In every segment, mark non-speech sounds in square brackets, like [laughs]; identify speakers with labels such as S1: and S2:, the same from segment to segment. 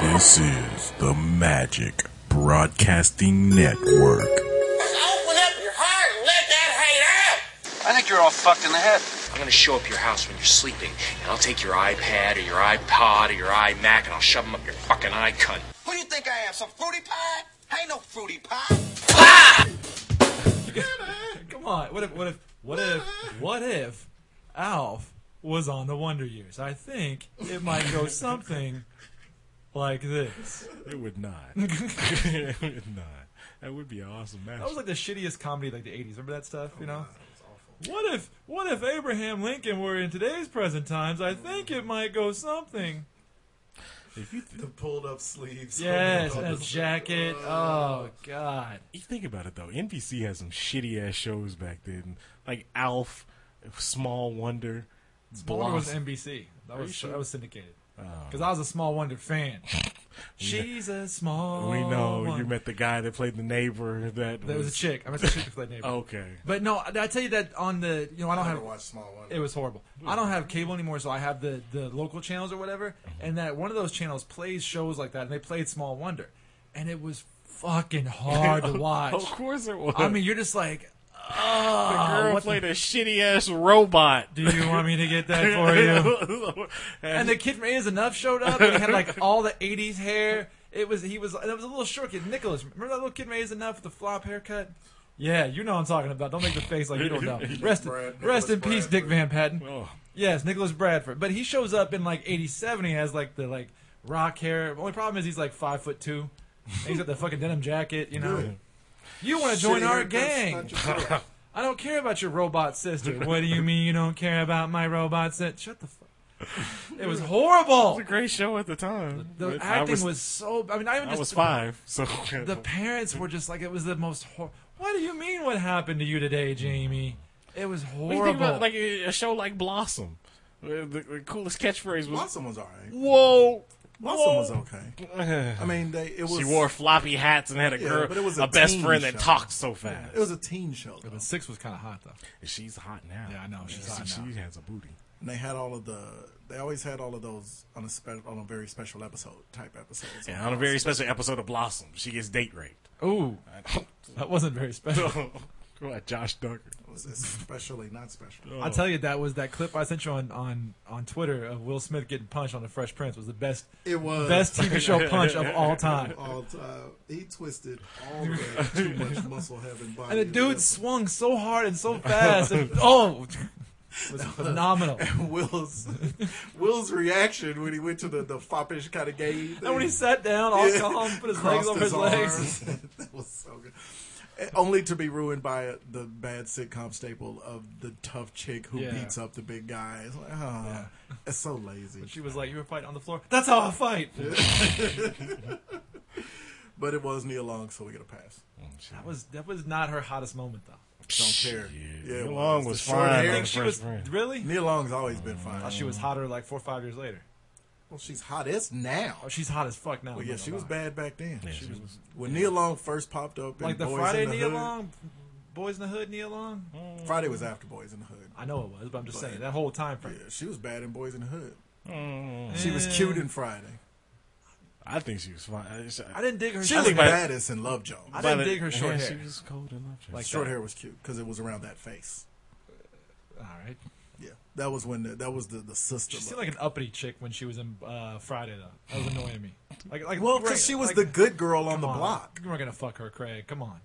S1: This is the Magic Broadcasting Network.
S2: Open up your heart and let that hate out.
S3: I think you're all fucked in the head.
S4: I'm gonna show up your house when you're sleeping, and I'll take your iPad or your iPod or your iMac and I'll shove them up your fucking eye cunt.
S2: Who do you think I am? Some fruity pie? I ain't no fruity pie.
S5: Come on. What if? What if? What if? What if Alf was on the Wonder Years? I think it might go something like this.
S1: It would
S5: [laughs]
S1: not. it would not. That would be awesome.
S5: That was like the shittiest comedy, of, like the '80s. Remember that stuff? You know. What if? What if Abraham Lincoln were in today's present times? I think it might go something.
S1: if you, th-
S6: The pulled up sleeves.
S5: Yes, and a jacket. Oh God.
S1: you think about it though, NBC had some shitty ass shows back then, like Alf, Small Wonder,
S5: Small Wonder was
S1: Blossom.
S5: NBC. That was that was syndicated.
S1: Oh.
S5: Because I was a Small Wonder fan. She's a small.
S1: we know
S5: Wonder.
S1: you met the guy that played the neighbor. That Oh,
S5: There Oh, was a chick. I met the chick [laughs] who played neighbor.
S1: Okay,
S5: But no, I tell you that on the you know I don't
S6: I
S5: have
S6: haven't watched Small Wonder.
S5: it was horrible. I don't have cable anymore, so I have the the local channels or whatever,
S1: Mm-hmm.
S5: and that one of those channels plays shows like that, and they played Small Wonder, and it was fucking
S1: [laughs]
S5: hard to watch.
S1: of course it was.
S5: I mean, you're just like,
S1: Oh,
S5: "Oh,
S1: the girl
S5: what the-
S1: played a shitty ass robot.
S5: do you want me to get that
S1: [laughs]
S5: for you? And the kid from It Is Enough showed up, and he had like all the '80s hair. It was he was and it was a little short kid, Nicholas. Remember that little kid from It Is Enough with the flop haircut? Yeah, you know what I'm talking about. Don't make the face like you don't
S6: [laughs]
S5: know. Rest,
S6: Brad-
S5: rest in
S6: Nicholas
S5: peace, Dick Van
S6: Bradford.
S5: Patten.
S1: Oh.
S5: Yes, Nicholas Bradford. But he shows up in like '87. He has like the like rock hair. Only problem is he's like five foot two. And he's got the fucking denim jacket. You know. You want to join our gang? [laughs] I don't care about your robot sister. What do you mean you don't care about my robot sister? Shut the fuck. It was horrible.
S1: It was a great show at the time.
S5: The
S1: But I
S5: acting
S1: was,
S5: was, so. I mean, not even
S1: I
S5: just
S1: was five, so [laughs]
S5: the parents were just like it was the most. Hor- what do you mean? What happened to you today, Jamie? It was
S1: What do you
S5: horrible.
S1: think about, like a show like Blossom. The, the coolest catchphrase was
S6: Blossom was alright.
S1: "Whoa."
S6: Blossom was okay.
S5: [sighs]
S6: I mean, they, it was.
S1: She wore floppy hats and had a
S6: Yeah,
S1: girl,
S6: but it was
S1: a,
S6: a
S1: best
S6: teen
S1: friend that
S6: show.
S1: talked so fast.
S6: It was a teen show, though.
S5: but six was kind of hot though.
S1: she's hot now.
S5: Yeah, I know, she's
S1: she,
S5: hot now.
S1: She has a booty.
S6: and they had all of the. They always had all of those on a spe- on a very special episode type episodes.
S1: And on a very special episode of Blossom, she gets date raped.
S5: Ooh, that wasn't very special.
S1: Go ahead, Josh Ducker.
S6: It was especially not special.
S5: [laughs] [laughs] I'll tell you, that was that clip I sent you on, on, on Twitter of Will Smith getting punched on The Fresh Prince was the best
S6: It was
S5: best TV show punch of all time.
S6: All time. He twisted all the way too
S5: [laughs]
S6: much muscle having
S5: And
S6: body.
S5: the dude swung so hard and so fast. And, oh, it was phenomenal.
S6: [laughs] Will's Will's reaction when he went to the the foppish kind of game.
S5: And when he
S6: thing.
S5: sat down, all
S6: Yeah.
S5: calm, put his legs
S6: Crossed
S5: over his, legs.
S6: arms. [laughs] that was so good. Eh, Only to be ruined by uh, the bad sitcom staple of the tough chick who
S5: Yeah.
S6: beats up the big guy. It's like, oh, it's so lazy.
S5: She was like, "You were fighting on the floor. That's how I fight."
S6: But it was Neil Long, so we get a pass.
S5: That was that was not her hottest moment though.
S6: Don't care.
S1: Yeah,
S6: it
S1: Neil Long
S6: The
S1: was
S6: short
S1: fine,
S6: hair-
S1: though.
S5: Think she
S1: Fresh
S5: was
S1: Prince.
S5: really.
S6: Neil Long's always been fine.
S5: She was hotter like four or five years later.
S6: Well, she's hottest now.
S5: Oh, she's hot as fuck now.
S6: Well, yeah, she was bad back then. she,
S1: she
S6: was, when Neil Long first popped up. in
S5: Like the
S6: Boys
S5: Friday
S6: in the
S5: Neil
S6: Hood-
S5: Long, Boys in the Hood Neil Long.
S6: Friday was after Boys in the Hood.
S5: I know it was, but I'm just
S6: But-
S5: saying that whole time
S6: Yeah,
S5: frame.
S6: she was bad in Boys in the Hood. She was cute in Friday.
S1: I think she was fine. I, just-
S5: I didn't dig her.
S6: She
S5: short
S6: was
S1: think my-
S6: baddest in Lovejohn.
S1: by
S5: I didn't
S1: the-
S5: dig
S1: [laughs]
S5: her short
S1: yeah,
S5: hair.
S1: She was cold enough.
S5: Like
S6: Short
S5: that.
S6: hair was cute because it was around that face.
S5: All right.
S6: Yeah, that was when the, that was the the
S5: She
S6: sister. look.
S5: seemed like an uppity chick when she was in uh, Friday though. That was annoying me. Like, like
S6: well, because
S5: right,
S6: she was
S5: like,
S6: the good girl on the
S5: come on.
S6: block.
S5: You weren't gonna fuck her, Craig. Come on.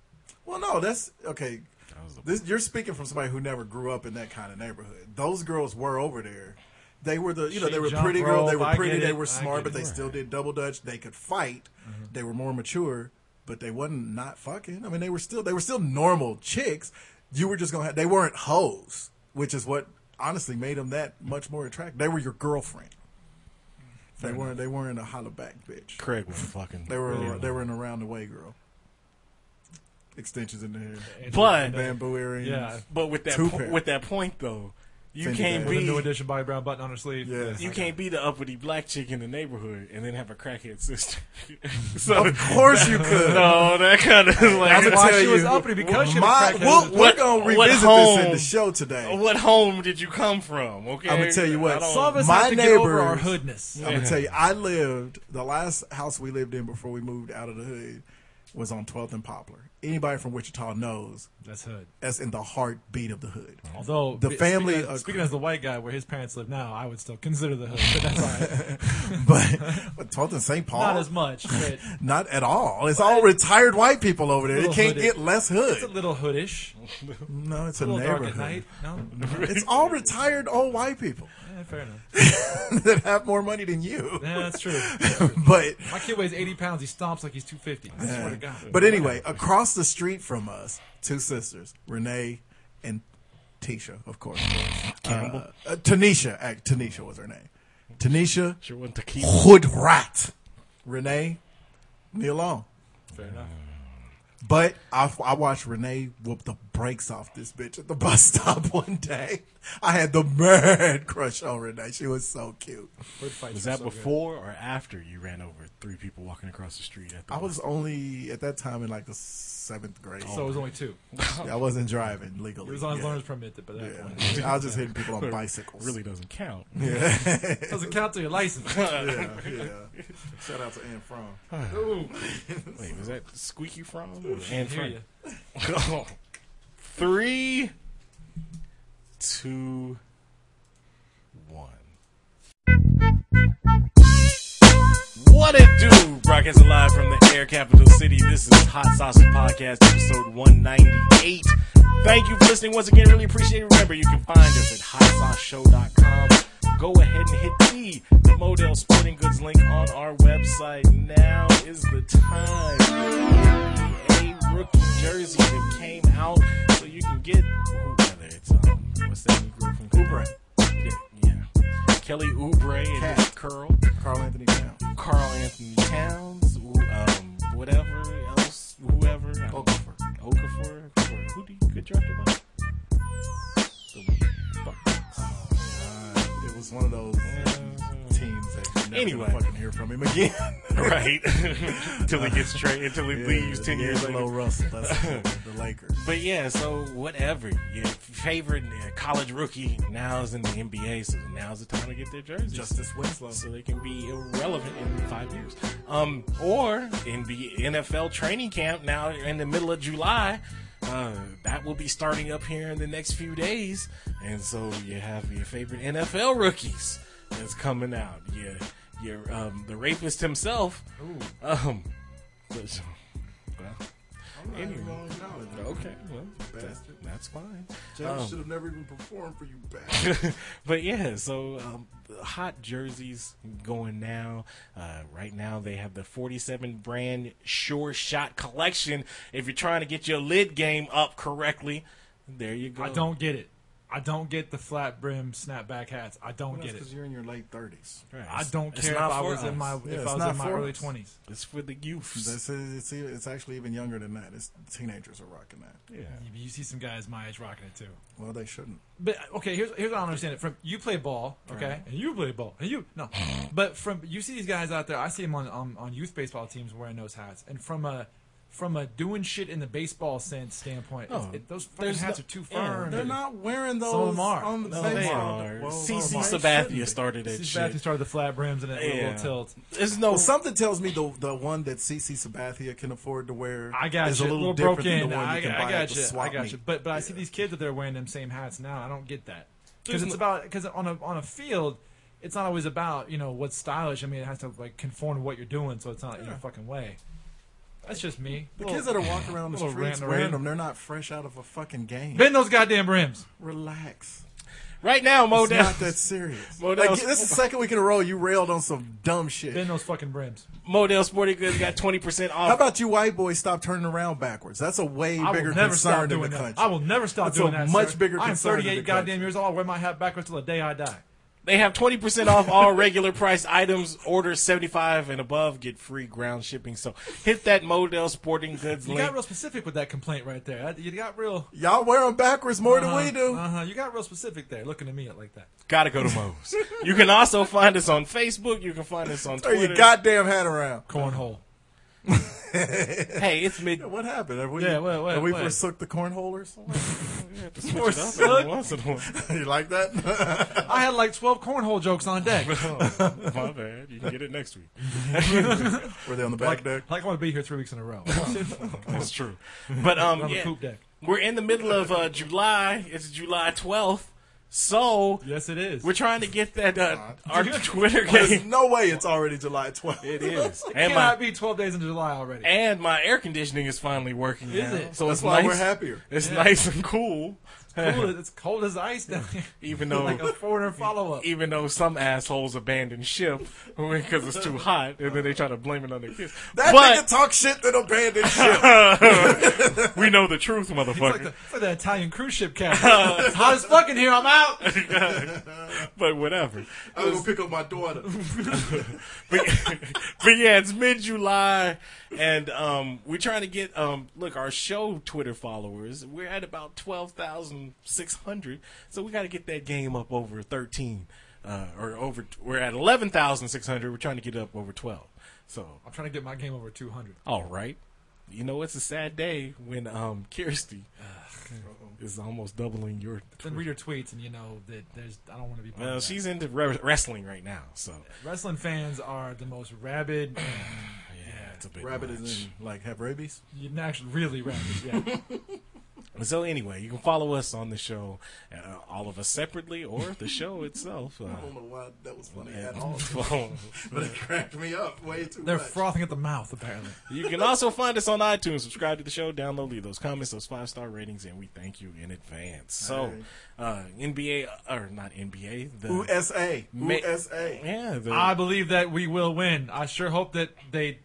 S6: Well, no, that's okay.
S1: was the-
S6: This, you're speaking from somebody who never grew up in that kind of neighborhood. Those girls were over there. They were the you know
S5: She
S6: they were
S5: jump
S6: pretty girl. They
S5: rope,
S6: were
S5: I
S6: pretty.
S5: get
S6: They
S5: it, I
S6: were smart,
S5: get
S6: but they
S5: it. Mm-hmm.
S6: still did double dutch. They could fight. They were more mature, but they wasn't not fucking. I mean, they were still they were still normal chicks. You were just gonna have they weren't hoes, which is what honestly made them that much more attractive. They were your girlfriend. They weren't. They weren't a holla back bitch.
S1: Craig was fucking.
S6: They were
S1: Neil
S6: they
S1: Long.
S6: were in a round the way girl. Extensions in the hair,
S5: And-
S1: But
S5: and- uh,
S6: bamboo earrings.
S5: yeah,
S1: But with that
S6: Two
S1: po-
S6: pair.
S1: with that point though, You
S6: Cindy
S1: can't
S6: Bang.
S5: With a new
S1: be
S5: edition Bobby Brown button on her sleeve.
S6: Yeah.
S1: you can't be the uppity black chick in the neighborhood and then have a crackhead sister. [laughs] so
S6: [laughs] Of course
S5: [laughs]
S6: you could.
S1: no, that kind of is
S5: That's
S1: like
S5: why
S6: tell
S5: she was
S6: you,
S5: uppity because she
S6: My,
S5: had a crackhead
S6: we'll,
S5: sister.
S6: we're
S1: What-
S6: gonna
S1: what
S6: revisit this in
S1: home?
S6: the show
S5: Oh,
S6: today.
S1: what home did you come from? Okay,
S6: I'ma tell you what,
S1: I don't-
S5: Some
S1: [laughs]
S5: of us
S6: My
S5: have to get over
S6: neighbors-
S5: our hoodness.
S6: I'm gonna tell you, I lived the last house we lived in before we moved out of the hood was on 12th and Poplar. Anybody from Wichita knows
S5: That's hood.
S6: that's in the heartbeat of the hood.
S5: Although
S6: The
S5: be-
S6: family
S5: speaking,
S6: of-
S5: as, speaking as the white guy where his parents live now, I would still consider the hood, but that's all
S6: [laughs]
S5: right.
S6: But, [laughs] but 12th and St. Paul,
S5: not as much. But
S6: not at all. It's all retired white people over there. It
S5: Little
S6: can't
S5: hooded.
S6: get less hood.
S5: it's a little hoodish,
S6: no, it's a,
S5: a little dark at
S6: neighborhood.
S5: night. No, [laughs]
S6: It's all retired old white people [laughs]
S5: yeah, fair enough.
S6: that have more money than you. [laughs]
S5: Yeah, that's true.
S6: but
S5: My kid weighs 80 pounds. He stomps like he's 250. I swear to God.
S6: But anyway, across the street from us, two sisters, Renee and Tisha, of course. Campbell. Uh, uh, Tanisha, act, Tanisha was her name. Tanisha
S1: sure wasn't to keep.
S6: Hood Rat. Renee, me alone.
S5: fair enough.
S6: But I, I watched Renee whoop the brakes off this bitch at the bus [laughs] stop one day. I had the mad crush on Renee. She was so cute.
S5: Hood fights
S1: Was
S5: are
S1: that
S5: so good.
S1: before or after you ran over three people walking across the street? At the
S6: I was only at that time in like the seventh grade.
S5: So it was only two.
S6: Yeah, I wasn't driving legally.
S5: He was on his
S6: yet.
S5: learner's permit, but that point.
S6: Yeah. I was just hitting people on bicycles.
S1: really doesn't [laughs] count.
S5: doesn't count to your
S6: [laughs]
S5: license.
S6: Yeah, yeah. Shout out to Anne From.
S5: Ooh,
S1: Wait, was that Squeaky From? or
S5: I
S1: Anne
S5: hear
S1: Frank?
S5: you.
S1: [laughs] Three, two, one. What it do? Broadcasting live from the Air Capital City. This is Hot Sauce Podcast, episode 198. Thank you for listening once again. Really appreciate it. Remember, you can find us at hotsauceshow.com. Go ahead and hit the, the Model Sporting Goods link on our website. Now is the time. A rookie jersey that came out, so you can get whether it's um, what's that Negro from
S6: Oubre.
S1: Yeah, yeah. Kelly Oubre and
S6: Cat.
S1: his curl.
S6: Carl Anthony Town.
S1: Carl Anthony Towns, who, um, whatever else, whoever. I don't-
S6: Okafor.
S1: Okafor. Okafor. Who do you get drafted by? The Bucks.
S6: Uh, it was one of those teams that you never
S1: Anyway.
S6: gonna fucking hear from him again.
S1: [laughs] Right. [laughs] until he gets traded, until he leaves 10
S6: Yeah,
S1: years
S6: it's
S1: later.
S6: Low Russell. That's the Lakers.
S1: But yeah, so whatever. Your favorite uh, college rookie now is in the NBA, so now's the time to get their jerseys.
S6: Justice Winslow.
S1: so they can be irrelevant in five years. Um, or in the NFL training camp now in the middle of July, uh, that will be starting up here in the next few days. And so you have your favorite NFL rookies that's coming out. Your, your um, the rapist himself. Um, [laughs] but- well, anyway. Okay, well, that,
S6: Bastard.
S1: that's fine.
S6: James should have never even performed for you back.
S1: [laughs] but yeah, so um, hot jerseys going now. Uh, right now, they have the 47 brand Sure Shot collection. If you're trying to get your lid game up correctly, there you go.
S5: I don't get it. I don't get the flat brim snapback hats. I don't get it.
S6: Because you're in your late thirties.
S1: Right,
S5: I
S1: it's-
S5: don't
S1: it's
S5: care if
S1: not
S5: I
S1: for
S5: was in
S1: us.
S5: my
S6: Yeah,
S5: if
S6: it's
S5: I was
S6: not
S5: in my
S6: for
S5: early
S6: us.
S5: twenties.
S1: It's for the youths.
S6: That's it's, it's actually even younger than that. It's teenagers are rocking that.
S1: Yeah.
S5: You see some guys my age rocking it too.
S6: Well, they shouldn't.
S5: But okay, here's here's how I don't understand it. From you play ball, okay, and you play ball, and you no. [laughs] But from you see these guys out there, I see them on on, on youth baseball teams wearing those hats, and from a from a doing shit in the baseball sense standpoint, it's-
S1: No,
S5: it, those fucking
S1: there's
S5: hats
S1: no-
S5: are too
S1: yeah,
S5: firm.
S6: They're not wearing those.
S5: of them are.
S6: On the
S5: No,
S6: same
S1: They
S6: side.
S1: are.
S6: Well,
S1: CC
S6: they shouldn't be.
S1: Sabathia started that
S5: This is
S1: shit.
S5: back to start the flat brims and that
S1: yeah.
S5: little tilt.
S1: There's no
S6: Well, something tells me the the one that CC Sabathia can afford to wear
S5: I got
S6: is
S5: you.
S6: a little, different
S5: broken.
S6: than the one
S5: I,
S6: you can
S5: I
S6: buy at
S5: got
S6: the
S5: you.
S6: swap
S5: I got
S6: meet.
S5: you. But but I see these kids that they're wearing them same hats now. I don't get that because
S1: There's
S5: it's
S1: no-
S5: about because on a on a field, it's not always about you know what's stylish. I mean, it has to like conform to what you're doing, so it's not your fucking way. That's just me.
S6: The
S5: Little-
S6: kids that are walking around the
S5: little
S6: streets
S5: rant
S6: wearing
S5: around.
S6: them, they're not fresh out of a fucking game.
S5: bend those goddamn rims.
S6: Relax.
S1: right now, Mo
S6: It's not
S1: Downs.
S6: that serious.
S1: Well,
S6: Like,
S1: that was-
S6: this is the second week in a row you railed on some dumb shit.
S5: Bend those fucking brims.
S1: Model Sporting Goods got 20% off.
S6: How about you white boys stop turning around backwards? That's a way
S5: I
S6: bigger
S5: will never stop
S6: concern in the
S5: doing that.
S6: country.
S5: I will never stop
S6: That's
S5: doing
S6: a
S5: that.
S6: much
S5: sir.
S6: bigger
S5: I'm
S6: concern in the
S5: 38 goddamn
S6: country.
S5: years old. I'll wear my hat backwards till the day I die.
S1: They have 20% off all regular price items. Order 75 and above, get free ground shipping. So hit that Model Sporting Goods
S5: You
S1: link.
S5: got real specific with that complaint right there. I- You got real.
S6: Y'all wear them backwards more than we do.
S5: Uh huh. You got real specific there, looking at me like that.
S1: Gotta go to Moe's. you can also find us on Facebook. You can find us on
S6: Throw your
S1: Twitter.
S6: goddamn hat
S5: [laughs]
S6: around.
S5: Cornhole.
S1: hey, it's mid.
S6: [laughs] What happened? Have we,
S5: Yeah, wait, wait,
S6: have we
S5: wait.
S6: forsook the cornhole or something? [laughs]
S1: Every once in a while.
S6: you like that? [laughs]
S5: I had like twelve cornhole jokes on
S1: [laughs]
S5: deck.
S1: My bad. You can get it next week.
S6: Were they on the back
S5: like,
S6: deck?
S5: like I want to be here three weeks in a row.
S1: That's true. But um,
S5: On the
S1: yeah,
S5: poop deck.
S1: we're in the middle of uh, July. It's July 12th. So
S5: Yes, it is.
S1: we're
S5: Which
S1: trying to get that uh, our Twitter
S6: There's
S1: game.
S6: no way it's already July 12th.
S1: It
S6: [laughs]
S1: is. And
S5: cannot
S1: my,
S5: be twelve days into July already.
S1: and my air conditioning is finally working.
S5: Is
S1: now.
S5: it?
S1: So
S6: That's
S1: it's
S6: why
S1: nice.
S6: we're happier.
S1: It's nice and cool.
S5: Cool, it's cold as ice down here.
S1: Even though
S5: [laughs] like a foreigner
S1: [laughs]
S5: follow up.
S1: even though some assholes abandon ship because it's too hot, and then they try to blame it on their kids.
S6: That nigga
S1: but
S6: talk shit that
S5: [laughs]
S6: abandoned
S1: [laughs]
S6: ship.
S1: we know the truth,
S5: It's like, the,
S1: motherfucker.
S5: it's like the Italian cruise ship captain. it's hot as fucking here. I'm out. [laughs]
S1: but whatever.
S6: I'm gonna pick up
S5: [laughs]
S6: my daughter.
S1: But, [laughs] but yeah, it's mid July, and um, we're trying to get um, look our show Twitter followers. We're at about twelve thousand six hundred, so we got to get that game up over thirteen, uh, or over. We're at eleven thousand six hundred. We're trying to get it up over twelve. So
S5: I'm trying to get my game over 200.
S1: All right. You know, it's a sad day when um, Kirsty
S6: Uh,
S1: is almost doubling your.
S5: Then read her tweets, and you know that there's. I don't want to be. part
S1: Well,
S5: of that.
S1: she's into re- wrestling right now, so
S5: Wrestling fans are the most rabid.
S1: yeah, it's a bit.
S6: Rabbit is
S1: much.
S6: in, like, have rabies?
S5: you actually really rabid. Yeah.
S1: So anyway, you can follow us on the show, uh, all of us separately, or the
S6: [laughs]
S1: show itself. Uh,
S6: I don't know why that was funny at all,
S1: and-
S6: [laughs] but it cracked me up way too
S5: They're
S6: much.
S5: frothing at the mouth, apparently.
S1: you can also find us on iTunes. Subscribe to the show, download, leave those comments, those five star ratings, and we thank you in advance. So, uh, NBA or not NBA, the
S6: USA,
S1: Ma-
S6: USA.
S1: yeah, the
S5: I believe that we will win. I sure hope that they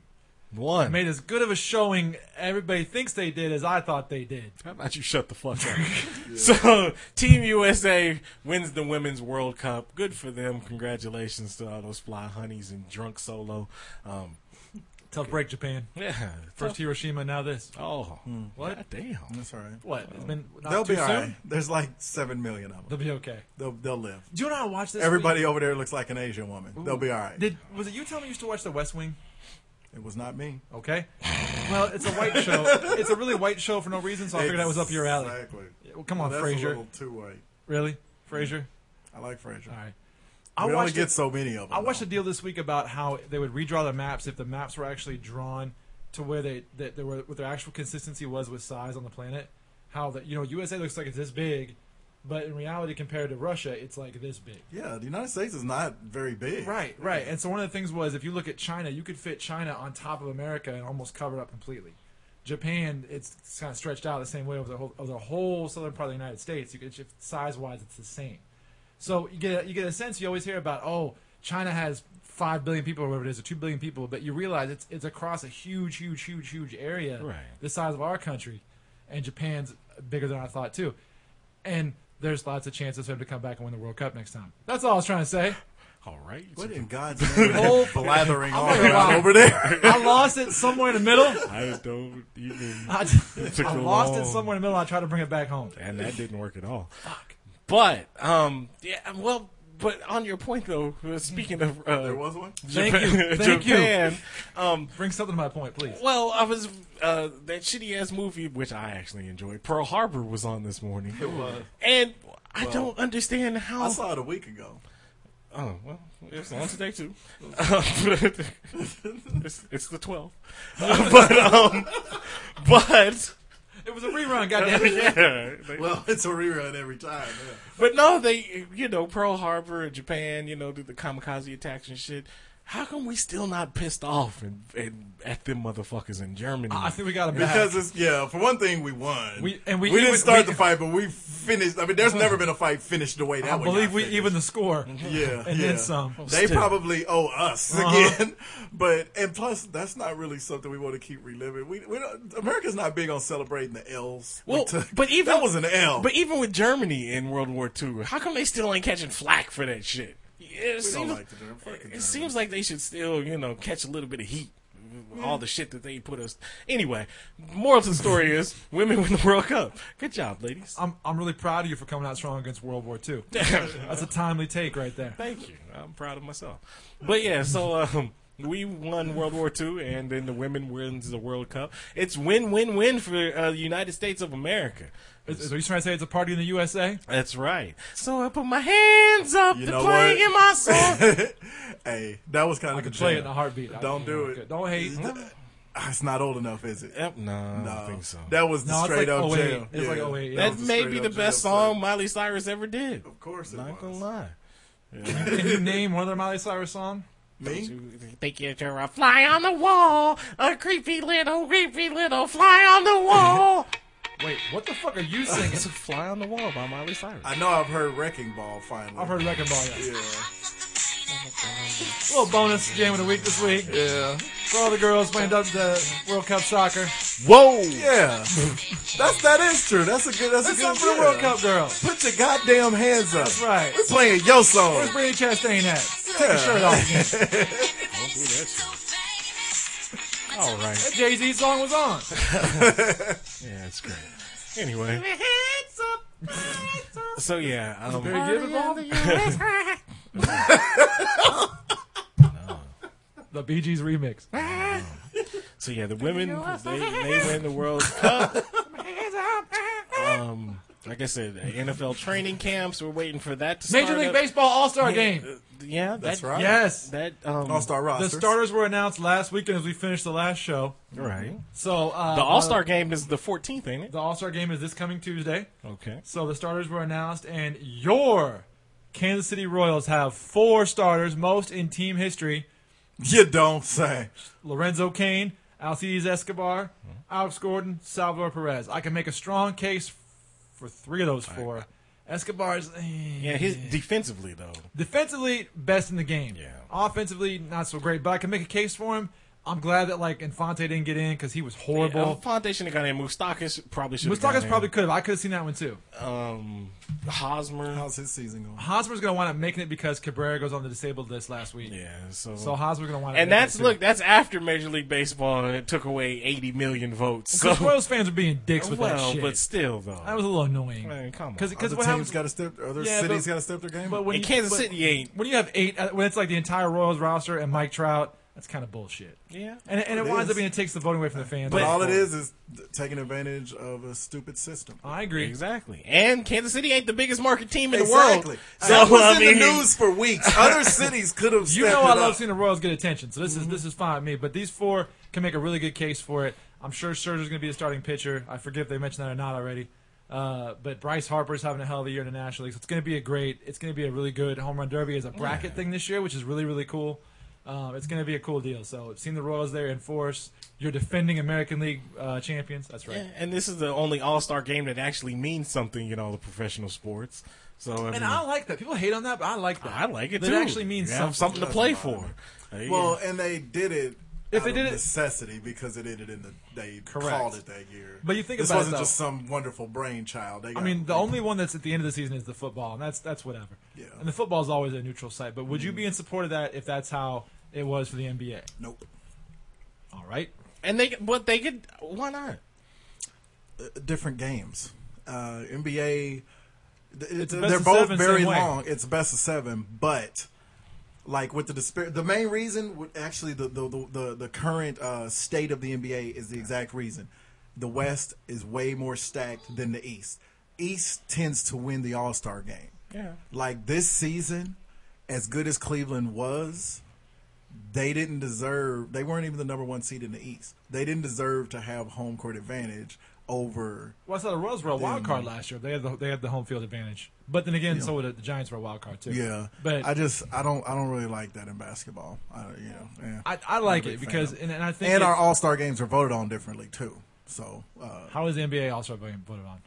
S1: one
S5: made as good of a showing everybody thinks they did as I thought they did.
S1: How about you shut the fuck up? [laughs] So, Team USA wins the Women's World Cup. Good for them. Congratulations to all those fly honeys and drunk solo. Um,
S5: Tough break, Japan.
S1: yeah.
S5: First Hiroshima, now this.
S1: Oh,
S5: Hmm. What?
S1: God damn.
S6: That's all right.
S5: What? It's been not
S6: They'll
S5: too
S6: be all
S5: soon?
S6: right. There's like seven million of them.
S5: They'll be okay.
S6: They'll they'll live.
S5: Do you know I watched this?
S6: [laughs] Everybody over there looks like an Asian woman. They'll be all right.
S5: week? Did was it you telling me you used to watch The West Wing?
S6: It was not me.
S5: [sighs] Okay. Well, it's a white show. It's a really white show for no reason, so I figured that was up your alley.
S6: Exactly.
S5: Well, come on,
S6: That's a
S5: Frasier.
S6: little too white.
S5: Really, Frasier?
S6: I like Frasier.
S5: All right.
S6: I
S5: I
S6: we only
S5: watched.
S6: get
S5: a-
S6: so many of them.
S5: I watched
S6: though.
S5: a deal this week about how they would redraw the maps if the maps were actually drawn to where they that they were what their actual consistency was with size on the planet. How that you know USA looks like it's this big, but in reality compared to Russia, it's like this big.
S6: Yeah, the United States is not very big.
S5: Right, right. And so one of the things was if you look at China, you could fit China on top of America and almost cover it up completely. Japan, it's kind of stretched out the same way over the whole, over the whole southern part of the United States. You could, size wise, it's the same. So you get a, you get a sense. You always hear about oh, China has five billion people or whatever it is, or two billion people, but you realize it's it's across a huge, huge, huge, huge area,
S1: Right.
S5: the size of our country, and Japan's bigger than I thought too, and there's lots of chances for him to come back and win the World Cup next time. That's all I was trying to say.
S1: All right.
S6: What in God's
S5: [laughs]
S6: name?
S5: Whole-
S6: Whole
S5: [laughs]
S6: [laughs] blathering all
S5: gonna
S6: around
S5: lie.
S6: over there. [laughs]
S5: I lost it somewhere in the middle.
S1: I don't even.
S5: I,
S1: took
S5: I
S1: you
S5: lost it
S1: long.
S5: somewhere in the middle. I tried to bring it back home.
S1: And that didn't work at all. But, um, yeah, well, but on your point, though, speaking of. Uh,
S6: There was one.
S5: Thank
S1: [laughs]
S5: you. Thank you.
S1: Japan, Um,
S5: Bring something to my point, please.
S1: Well, I was uh, that shitty ass movie, which I actually enjoyed. Pearl Harbor was on this morning. It
S6: was.
S1: and I don't understand how.
S6: I saw it a week ago.
S1: oh well, it's on today
S6: [laughs]
S1: too. it's, it's the 12th, Uh, [laughs] but um,
S6: [laughs]
S1: but
S5: It was a rerun, goddamn.
S1: [laughs] yeah, they-
S6: Well, [laughs] it's a rerun every time. yeah.
S1: but no, they you know Pearl Harbor and Japan, you know, did the kamikaze attacks and shit. How come we still not pissed off and, and at them motherfuckers in Germany?
S5: I think we got a
S6: Because it's yeah, for one thing, we won.
S5: We- and we
S6: didn't
S5: even-
S6: start
S5: we-
S6: the fight, but we finished. I mean, there's never been a fight finished the way that
S5: I
S6: one
S5: believe
S6: got
S5: we
S6: finished. Mm-hmm.
S5: even the score.
S6: yeah
S5: and
S6: yeah.
S5: then some.
S6: They
S1: Still.
S6: probably owe us again, [laughs] but and plus that's not really something we want to keep reliving. We we don't, America's not big on celebrating the L's. We
S1: Well,
S6: took-
S1: but even
S6: [laughs] that was an L.
S1: But even with Germany in World War II, how come they still ain't catching flack for that shit? It
S6: We don't
S1: seems,
S6: like the term fucking
S1: it seems like they should still, you know, catch a little bit of heat. with All the shit that they put us. Anyway, moral to the
S6: [laughs]
S1: story is women win the World Cup. Good job, ladies.
S5: I'm, I'm really proud of you for coming out strong against World War
S6: [laughs]
S5: II. That's a timely take right there.
S1: Thank you. I'm proud of myself. But yeah, so um, we won World War II, and then the women wins the World Cup. It's win-win-win for uh, the United States of America.
S5: So you trying to say it's a party in the USA?
S1: That's right. So I put my hands up
S6: You
S1: to
S6: know
S1: playing
S6: what?
S1: in my
S6: [laughs]
S1: soul.
S6: [laughs] Hey, that was kind of
S5: I could play it in a heartbeat. I-
S6: Don't do
S5: yeah,
S6: it. Mm-hmm.
S5: okay. Don't hate.
S6: It's not old enough, is it?
S1: Yep, no, I
S6: No.
S1: don't think so.
S6: That was the
S5: No, it's
S6: straight
S5: like
S6: up
S5: 08.
S6: jail.
S5: It's like 08, yeah.
S6: That
S1: That
S6: was
S1: may
S6: straight
S1: be
S6: up
S1: the
S6: jail
S1: best
S6: song.
S1: song Miley Cyrus ever did.
S6: Of course, it
S1: Not gonna
S6: was.
S1: lie.
S5: Can you name one other Miley Cyrus song?
S6: Me?
S1: Think you're a fly on the wall, a creepy little, creepy little fly on the wall.
S5: Wait, what the fuck are you
S1: [laughs]
S5: singing?
S6: [laughs]
S1: it's a fly on the wall by Miley Cyrus.
S6: I know I've heard Wrecking Ball finally.
S5: I've heard Wrecking Ball. Yeah.
S6: Yeah.
S5: Little bonus jam of the week this week
S6: Yeah.
S5: for all the girls playing the- the World Cup soccer.
S1: Whoa!
S6: Yeah. that's that is true. That's a good. That's,
S5: That's
S6: a good
S5: up for the
S6: yeah.
S5: World Cup girls.
S6: Put your goddamn hands up.
S5: That's right.
S6: We're playing your song.
S5: Where's Brady Chastain at?
S6: Yeah.
S5: Shirt off again.
S1: All right.
S5: That Jay Z song was on.
S1: Yeah, it's great. Anyway. So yeah, um,
S5: Barry Gibb
S1: [laughs]
S5: involved? The Bee Gees remix.
S1: so yeah, the women they, they win the [laughs] World Cup. Um, like I said, NFL training camps. We're waiting for that to
S5: Major
S1: start
S5: League
S1: up.
S5: Baseball All Star Game.
S1: Yeah, that,
S6: That's right.
S5: Yes.
S1: That um,
S6: All Star
S5: The
S6: roster.
S5: starters were announced last weekend as we finished the last show.
S1: right.
S5: So uh,
S1: The All Star game is the 14th, ain't it?
S5: the All Star Game is this coming Tuesday.
S1: Okay.
S5: So the starters were announced, and your Kansas City Royals have four starters, most in team history.
S6: You don't say.
S5: Lorenzo Kane, Alcides Escobar,
S1: Hmm.
S5: Alex Gordon, Salvador Perez. I can make a strong case for three of those four. Escobar's
S1: Yeah, his defensively though.
S5: defensively best in the game.
S1: Yeah.
S5: Offensively, not so great, but I can make a case for him. I'm glad that like Infante didn't get in because he was horrible.
S1: Foundation got in. Mustakas probably should.
S5: Mustakas probably could have. I could have seen that one too.
S1: um Hosmer.
S6: How's his season going?
S5: Hosmer's gonna wind up making it because Cabrera goes on the disabled list last week.
S1: Yeah. So.
S5: So Hosmer's gonna wind up.
S1: and
S5: making
S1: that's
S5: it, too.
S1: look. That's after Major League Baseball and it took away 80 million votes. So
S5: Because Royals fans are being
S1: [laughs]
S5: dicks with that
S1: well,
S5: shit.
S1: but still though.
S5: that was a little annoying.
S1: Man, come on.
S5: Because
S6: Other
S5: what happens?
S6: teams got to step. Other
S5: Yeah,
S6: cities
S5: but-
S6: got to step their game.
S5: but
S6: up.
S5: when
S1: and
S5: you,
S1: Kansas
S5: but
S1: City ain't.
S5: when you have eight, uh, when it's like the entire Royals roster and Mike Trout, that's kind of bullshit.
S1: Yeah.
S5: And, and it,
S6: It
S5: winds
S6: is.
S5: up being it takes the voting away from the fans.
S6: But all it is is th- taking advantage of a stupid system.
S5: I agree.
S1: Exactly. And Kansas City ain't the biggest market team in
S6: Exactly.
S1: the world.
S6: that
S1: So
S6: was
S1: I mean,
S6: in the news for [laughs] weeks. Other cities could have.
S5: You
S6: stepped
S5: know I
S6: it
S5: love
S6: up. Mm-hmm.
S5: seeing the Royals get attention, so this is this is fine with me. But these four can make a really good case for it. I'm sure Scherzer's going to be a starting pitcher. I forget if they mentioned that or not already. Uh, but Bryce Harper's having a hell of a year in the National League. So it's going to be a great. It's going to be a really good home run derby as a bracket thing this year, which is really really cool. Um, it's going to be a cool deal. So seeing the Royals there in force, you're defending American League uh, champions. That's right.
S1: and this is the only All Star game that actually means something in all the professional sports. So I
S6: Mm.
S1: mean,
S5: And I like that. People hate on that, but I like that.
S1: I like it
S5: That
S1: too.
S5: actually means
S1: You have something
S5: something.
S1: to play for. Hey,
S6: Well, and they did it.
S5: If
S6: out
S5: they
S6: of
S5: did it-
S6: necessity because they did it in the they
S5: Correct.
S6: called it that year.
S5: But you think
S6: this
S5: about it,
S6: wasn't
S5: though.
S6: just some wonderful brainchild. They
S5: I
S6: got-
S5: mean, the only one that's at the end of the season is the football, and that's that's whatever.
S6: Yeah. Mm.
S5: And the football is always a neutral site. But would you be in support of that if that's how it was for the NBA?
S6: nope.
S5: All right.
S1: and they but they could why not?
S6: Uh, different games. Uh, NBA, th- th-
S5: best
S6: they're
S5: of
S6: both
S5: seven,
S6: very
S5: same way.
S6: long. It's best of seven, but like with the despair, the main reason, would actually, the the the, the, the current uh, state of the NBA is the exact reason. The West is way more stacked than the East. East tends to win the All Star game.
S1: Yeah.
S6: Like this season, as good as Cleveland was, they didn't deserve they weren't even the number one seed in the east they didn't deserve to have home court advantage over
S5: Well, I saw the Royals were a wild card last year. They had the they had the home field advantage. But then again, so would the, the Giants were a wild card too.
S6: yeah
S5: But
S6: i
S5: I
S6: just i don't i don't really like that in basketball i don't you know yeah.
S5: I, like
S6: I'm a
S5: it
S6: big
S5: because
S6: fan.
S5: and, and I think
S6: and
S5: it-
S6: our all-star games are voted on differently too so uh,
S5: how is the NBA All Star voted on?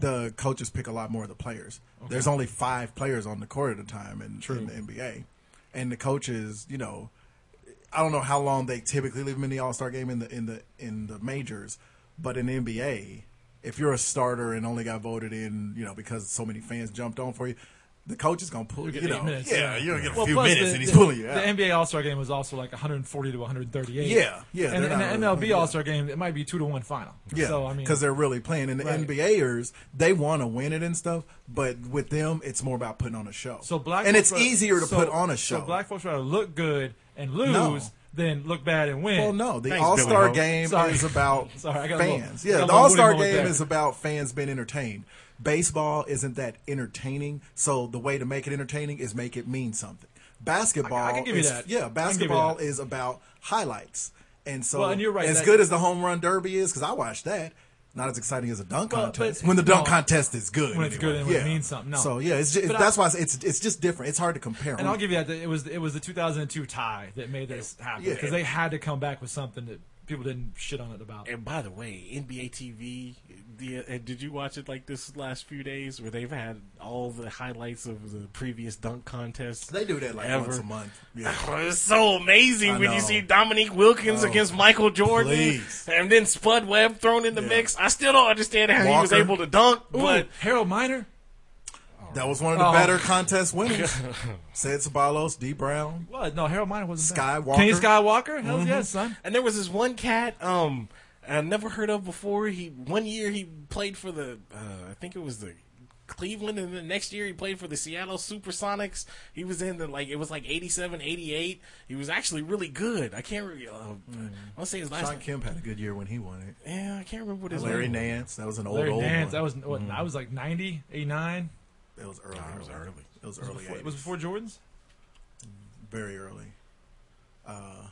S6: the coaches pick a lot more of the players there's only five players on the court at a time in, in the nba and the coaches you know I don't know how long they typically leave him in the All Star game in the in the in the majors, but in NBA, if you're a starter and only got voted in, you know, because so many fans jumped on for you, the coach is gonna pull
S5: get
S6: you
S5: eight
S6: know.
S5: minutes, yeah.
S6: yeah, you're gonna get a
S5: Well,
S6: few
S5: plus
S6: minutes
S5: the,
S6: and he's
S5: the-
S6: pulling you out.
S5: The NBA All Star game was also like 140 to 138.
S6: Yeah, yeah,
S5: And, and
S6: they're not really
S5: the MLB
S6: playing,
S5: All Star game, it might be two to one final.
S6: yeah,
S5: So I mean,
S6: because they're really playing, and the
S5: Right.
S6: NBAers they want to win it and stuff. But with them, it's more about putting on a show.
S5: so black
S6: and
S5: folks
S6: it's
S5: rather-
S6: easier to
S5: so-
S6: put on a show.
S5: So black folks rather look good and lose
S6: No.
S5: than look bad and win.
S6: Well, no, the
S1: Thanks,
S6: All Star
S1: Billy Ho.
S6: game
S5: Sorry.
S6: is about
S5: [laughs] Sorry, I got a little-
S6: fans.
S5: I got
S6: yeah,
S5: a
S6: the
S5: little
S6: All Star
S5: booty moment
S6: game
S5: there.
S6: is about fans being entertained. Baseball isn't that entertaining, so the way to make it entertaining is make it mean something. Basketball,
S5: I can give you
S6: is-
S5: that. I
S6: Yeah,
S5: can give you
S6: basketball
S5: that.
S6: is about highlights, and so
S5: Well, and you're right,
S6: As
S5: that-
S6: good as the home run derby is, because I watched that. Not as exciting as a dunk
S5: Well, but-
S6: contest. When the dunk
S5: no.
S6: contest is good,
S5: When it's
S6: anyway.
S5: good and when it means something, no.
S6: So yeah, it's just,
S5: But I-
S6: that's why it's, it's it's just different. It's hard to compare.
S5: And I'll give you that. that It was it was the 2002 tie that made this happen
S6: yeah.
S5: because they had to come back with something that people didn't shit on it about.
S1: And by the way, NBA TV, the, uh, did you watch it like this last few days where they've had all the highlights of the previous dunk contests?
S6: they do that like
S1: Ever.
S6: once a month. Yeah.
S1: Oh, it's so amazing
S6: I
S1: when you
S6: know. Oh,
S1: see Dominique Wilkins against Michael Jordan
S6: please.
S1: and then Spud Webb thrown in the
S6: Yeah.
S1: mix. I still don't understand how he was
S6: Walker.
S1: able to dunk,
S5: Ooh,
S1: but
S5: Harold Miner,
S6: That was one of the
S5: Oh.
S6: better contest winners. Said Sabalos, D Brown,
S5: what? No, Harold Miner wasn't. bad.
S6: Skywalker. Mm-hmm.
S5: Kenny Skywalker, hell yes, son.
S1: And there was this one cat um I never heard of before. He one year he played for the uh, I think it was the Cleveland and the next year he played for the Seattle Supersonics. He was in the like it was like 87 88. He was actually really good. I can't re- uh, I'll say his last
S6: Sean
S1: name.
S6: Kemp had a good year when he won it.
S1: Yeah, I can't remember what his
S6: Larry
S1: name.
S6: Nance, that was an old
S5: Larry
S6: old
S5: Nance.
S6: one. Mm-hmm.
S5: I was what, I was like 90, 89.
S6: it was early. it was early. It was early.
S5: Before-
S6: 80s.
S5: it was before Jordan's.
S6: very early. Uh,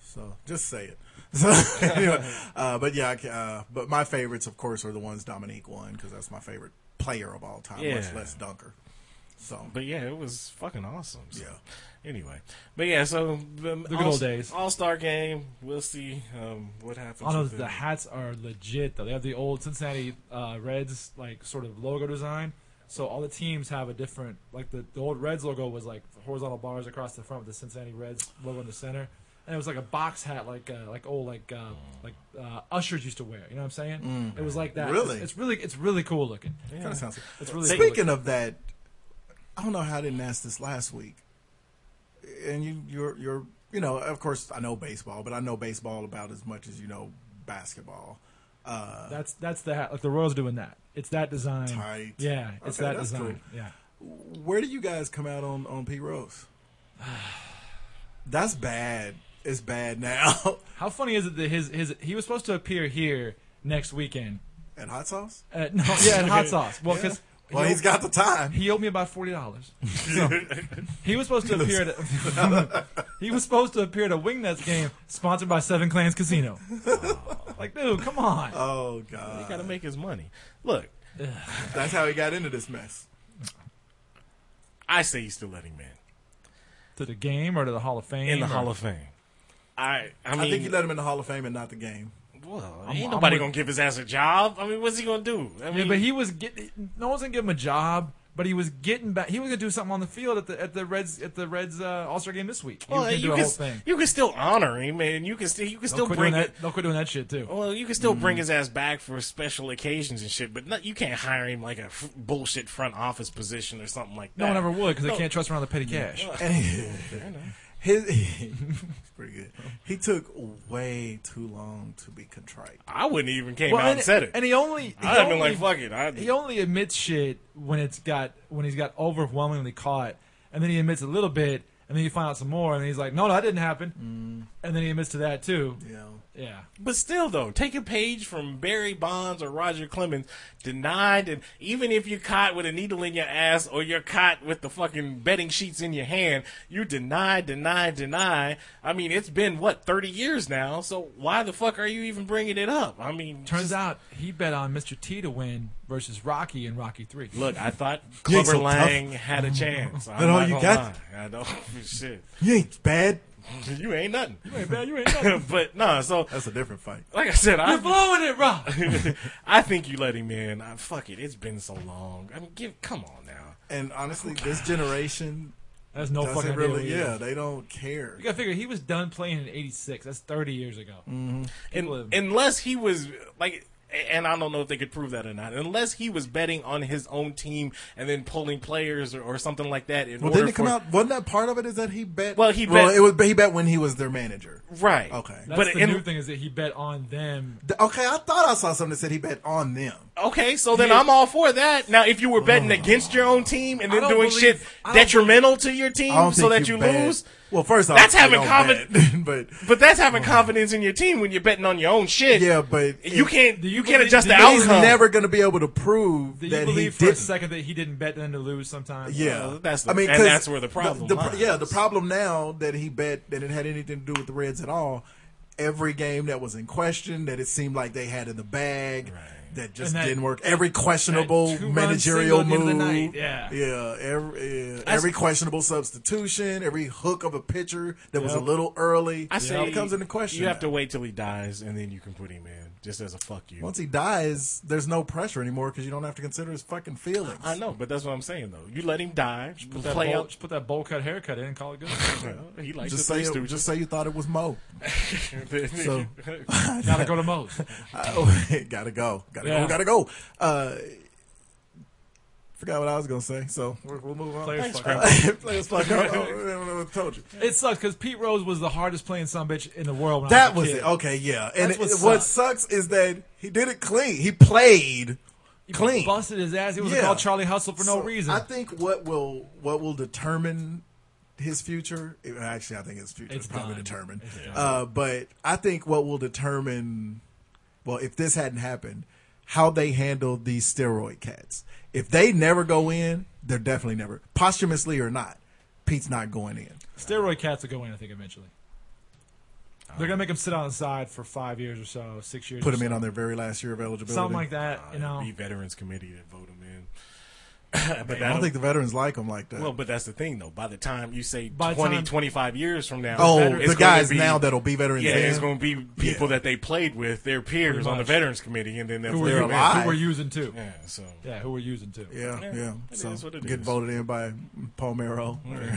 S6: so just say it. [laughs] So, anyway, uh, but yeah, I ca- uh, but my favorites, of course, are the ones Dominique won because that's my favorite player of all time, much
S1: Yeah.
S6: less dunker. So
S1: But yeah, it was fucking awesome. So.
S6: Yeah.
S1: Anyway, but yeah, so the, the
S5: good old days.
S1: All Star game. We'll see um, what happens.
S5: I know
S1: with
S5: the
S1: it.
S5: hats are legit though. They have the old Cincinnati uh, Reds like sort of logo design. So all the teams have a different like the, the old Reds logo was like horizontal bars across the front with the Cincinnati Reds logo in the center, and it was like a box hat like uh, like old like uh, like uh, ushers used to wear. You know what I'm saying? It was like that.
S6: Mm. Really?
S5: It's, it's really it's really cool looking.
S6: Kind of sounds.
S5: It's really
S6: Speaking of that, I don't know how I didn't ask this last week. And you, you're, you're, you know, of course I know baseball, but I know baseball about as much as you know basketball. Uh,
S5: That's that's the hat. Like the Royals doing that. It's that design.
S6: Tight.
S5: Yeah, it's
S6: Okay,
S5: that
S6: that's
S5: design. Yeah.
S6: Where do you guys come out on on Pete
S5: [sighs]
S6: Rose? That's bad. It's bad now. [laughs]
S5: How funny is it that his his he was supposed to appear here next weekend
S6: and hot sauce.
S1: [laughs]
S5: Uh, no, yeah, and hot sauce. Well,
S6: Yeah.
S5: because
S6: well, he's got the
S5: [laughs]
S6: time.
S5: he owed me about
S1: [laughs]
S5: forty dollars. he was supposed to appear at [laughs] he was supposed to appear at a Wingnets game sponsored by Seven Clans Casino. like, dude, come on.
S6: Oh
S1: He
S6: God,
S1: got to make his money. Look,
S6: that's how he got into this mess.
S1: I say he's still letting man
S5: to the game or to the Hall of Fame?
S1: in the
S5: or-
S1: Hall of Fame. I I mean,
S6: I think you let him in the Hall of Fame and not the game.
S1: well,
S5: I'm-
S1: ain't
S5: I'm
S1: nobody
S5: with-
S1: gonna give his ass a job. I mean, what's he gonna do? I mean,
S5: Yeah, but he was getting. No one's gonna give him a job. But he was getting back. He was gonna do something on the field at the at the Reds at the Reds uh, All Star game this week. He was
S1: well,
S5: gonna do
S1: you
S5: a
S1: can
S5: whole
S1: s-
S5: thing.
S1: you can still honor him, and you can still you can
S5: Don't
S1: still
S5: quit,
S1: bring
S5: doing
S1: it.
S5: that, Mm-hmm. don't quit doing that shit too.
S1: Well, you can still bring his ass back for special occasions and shit, but not, you can't hire him like a f- bullshit front office position or something like that.
S5: no one ever would because
S1: No.
S5: they can't trust around the petty cash.
S6: [laughs] And he- his [laughs] it's pretty good. He took way too long to be contrite.
S1: I wouldn't even came
S5: Well,
S1: out and,
S5: and,
S1: said it.
S5: and he only he
S1: I'd have been
S5: only-
S1: like, "Fuck it." I,
S5: he only admits shit when it's got when he's got overwhelmingly caught, and then he admits a little bit, and then you find out some more, and he's like, "No, that didn't happen," and then he admits to that too.
S6: You know,
S5: Yeah,
S1: But still, though, take a page from Barry Bonds or Roger Clemens. Denied, and even if you're caught with a needle in your ass or you're caught with the fucking betting sheets in your hand, you deny, deny, deny. I mean, it's been what thirty years now, so why the fuck are you even bringing it up? I mean,
S5: turns
S1: just-
S5: out he bet on Mr. T to win versus Rocky in Rocky Three.
S1: Look, I
S6: [laughs]
S1: thought
S6: You ain't
S1: Clubber
S6: so tough.
S1: Lang had a
S6: [laughs]
S1: chance. I'm
S6: That all
S1: not
S6: you
S1: gonna
S6: got?
S1: lie. I don't [laughs] shit.
S6: you ain't bad.
S1: You ain't nothing. [laughs]
S5: man, you ain't [laughs] blowing
S1: but no, so
S6: That's a different fight.
S1: like I said, I
S5: it, Rob.
S1: [laughs] I think you let him in. I, fuck it. It's been so long. I mean, give. Come on now.
S6: And honestly, this generation
S5: That's no
S6: doesn't
S5: fucking
S6: really.
S5: Idea.
S6: Yeah, they don't care.
S5: You gotta figure he was done playing in '86. That's 30 years ago.
S1: And,
S5: People have-
S1: unless he was like, and I don't know if they could prove that or not, unless he was betting on his own team and then pulling players or, or something like that. In
S6: Well,
S1: order
S6: didn't it come
S1: for-
S6: out? Wasn't that part of it? Is that he bet?
S1: Well, he
S6: Well,
S1: bet-
S6: it was. He bet when he was their manager.
S1: right?
S6: Okay.
S5: That's
S1: but
S5: the
S1: in-
S5: new thing is that he bet on them.
S6: Th- Okay, I thought I saw something that said he bet on them.
S1: okay, so then
S5: Yeah.
S1: I'm all for that. Now, if you were
S6: Oh.
S1: betting against your own team and then
S5: don't
S1: doing
S5: believe-
S1: shit
S5: I don't
S1: detrimental to your
S6: I don't
S1: team
S6: think
S1: Oh, so that you,
S6: bet.
S1: lose,
S6: Well, first off,
S1: That's
S6: you
S1: having
S6: don't
S1: confid-
S6: bet, [laughs]
S1: [laughs]
S6: but
S1: but that's having confidence in your team when you're betting on your own shit.
S6: Oh. yeah, but
S1: you
S6: it-
S1: can't
S5: Do
S1: you,
S5: you
S1: can't
S5: believe-
S1: adjust the
S5: do you
S6: He's
S5: believe-
S1: outcome.
S6: never going to be able to prove
S5: Do you
S6: that he
S5: believe for a
S6: did.
S5: second that he didn't bet them to lose sometimes?
S6: Yeah,
S1: Uh, that's the- and
S6: 'cause
S1: that's where the problem lies.
S6: yeah, the problem now that he bet that it had anything to do with the Reds at all. Every game that was in question, that it seemed like they had in the bag, that just
S5: And that-
S6: didn't work. Every questionable
S5: that two-run
S6: managerial
S5: single
S6: move,
S5: at the end of the night, yeah.
S6: yeah, every yeah, every questionable substitution, every hook of a pitcher that was a
S5: Yep.
S6: little early.
S1: I say
S6: it comes into question.
S1: You have to
S6: now.
S1: wait till he dies and then you can put him in, just as a fuck you.
S6: Once he dies, there's no pressure anymore because you don't have to consider his fucking feelings.
S1: I know, but that's what I'm saying though. You let him die,
S5: Put that,
S1: play
S5: bowl,
S1: out.
S5: just put that bowl cut haircut in and call it good.
S1: [laughs] He likes
S6: Just
S1: the
S6: say,
S1: three
S6: it,
S1: stooges.
S6: just say you thought it was Mo. [laughs] So-
S5: Gotta go to Moe's.
S6: Oh, [laughs] gotta go. Gotta go.
S5: Yeah.
S6: Gotta go. Uh, forgot what I was gonna say. So we'll, we'll move on.
S5: Players fuck up.
S6: [laughs] Players
S5: [laughs]
S6: fuck up. Oh, I don't know what I told you.
S5: It sucks because Pete Rose was the hardest playing son bitch in the world. When
S6: That
S5: I was,
S6: was
S5: a
S6: it.
S5: kid.
S6: Okay, yeah. And
S5: That's what
S6: it- what
S5: sucks.
S6: sucks is that he did it clean. He played
S5: He
S6: clean.
S5: busted his ass. He was
S6: Yeah.
S5: called Charlie Hustle for
S6: So
S5: no reason.
S6: I think what will what will determine his future. Actually, I think his future
S5: It's
S6: is probably
S5: done.
S6: determined.
S5: It's done.
S6: Uh, but I think what will determine, well, if this hadn't happened, how they handled these steroid cats. If they never go in, they're definitely never posthumously or not. Pete's not going in.
S5: Steroid cats will go in, I think, eventually. They're gonna make him sit on the side for five years or so, six years.
S6: Put
S5: or
S6: him in Uh,
S5: so.
S6: on their very last year of eligibility.
S5: something like that. You
S1: [laughs]
S5: know,
S1: be veterans committee that vote him in. [laughs] but
S6: I
S1: that
S6: don't think the veterans like him like that.
S1: well, but that's the thing though. By the time you say
S5: By the
S1: 20,
S5: time-
S1: 25 years from now,
S6: oh,
S1: it's
S6: the
S1: gonna
S6: guys
S1: be-
S6: now that'll be veterans.
S1: yeah,
S6: in.
S1: it's going to be people that they played with, their peers on the
S5: much.
S1: veterans committee, and then they'll
S5: who,
S1: vote
S5: we're,
S6: they're
S1: him in.
S6: alive.
S5: who we're using too. Yeah.
S1: Yeah, so
S5: who we're using too.
S6: Yeah,
S1: Yeah,
S6: yeah.
S1: it
S6: so
S1: is what it
S6: get
S1: is.
S6: voted in by Palmero [laughs] or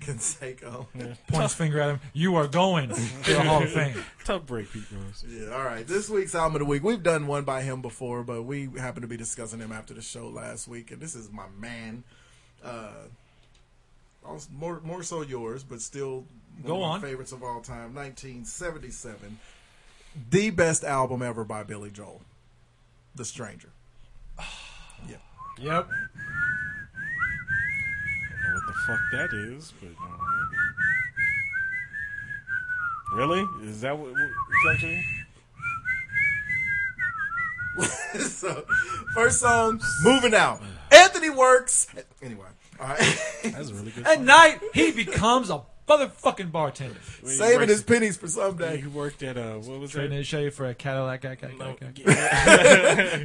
S6: Canseco. Yeah. [laughs]
S5: Points finger at him. You are going to the Hall of Fame.
S1: tough break, Pete Rose.
S6: All right. This week's album of the week. We've done one by him before, but we happened to be discussing him after the show last week, and this is my man. Uh, also, more more so yours, but still one
S5: Go
S6: of my
S5: on.
S6: favorites of all time. 1977, the best album ever by Billy Joel, The Stranger. yeah.
S5: Yep.
S1: I don't know what the fuck that is, but all right. really, is that what? what is that to you?
S6: [laughs] so, first song, moving out. Anthony works. Anyway, all right.
S1: That's a really
S6: [laughs]
S1: good.
S5: At night, he becomes a motherfucking bartender.
S6: Saving his
S1: works-
S6: pennies for someday.
S1: He worked at uh, what was
S5: Trading
S1: that?
S5: his shave for a Cadillac. guy, guy, guy, guy.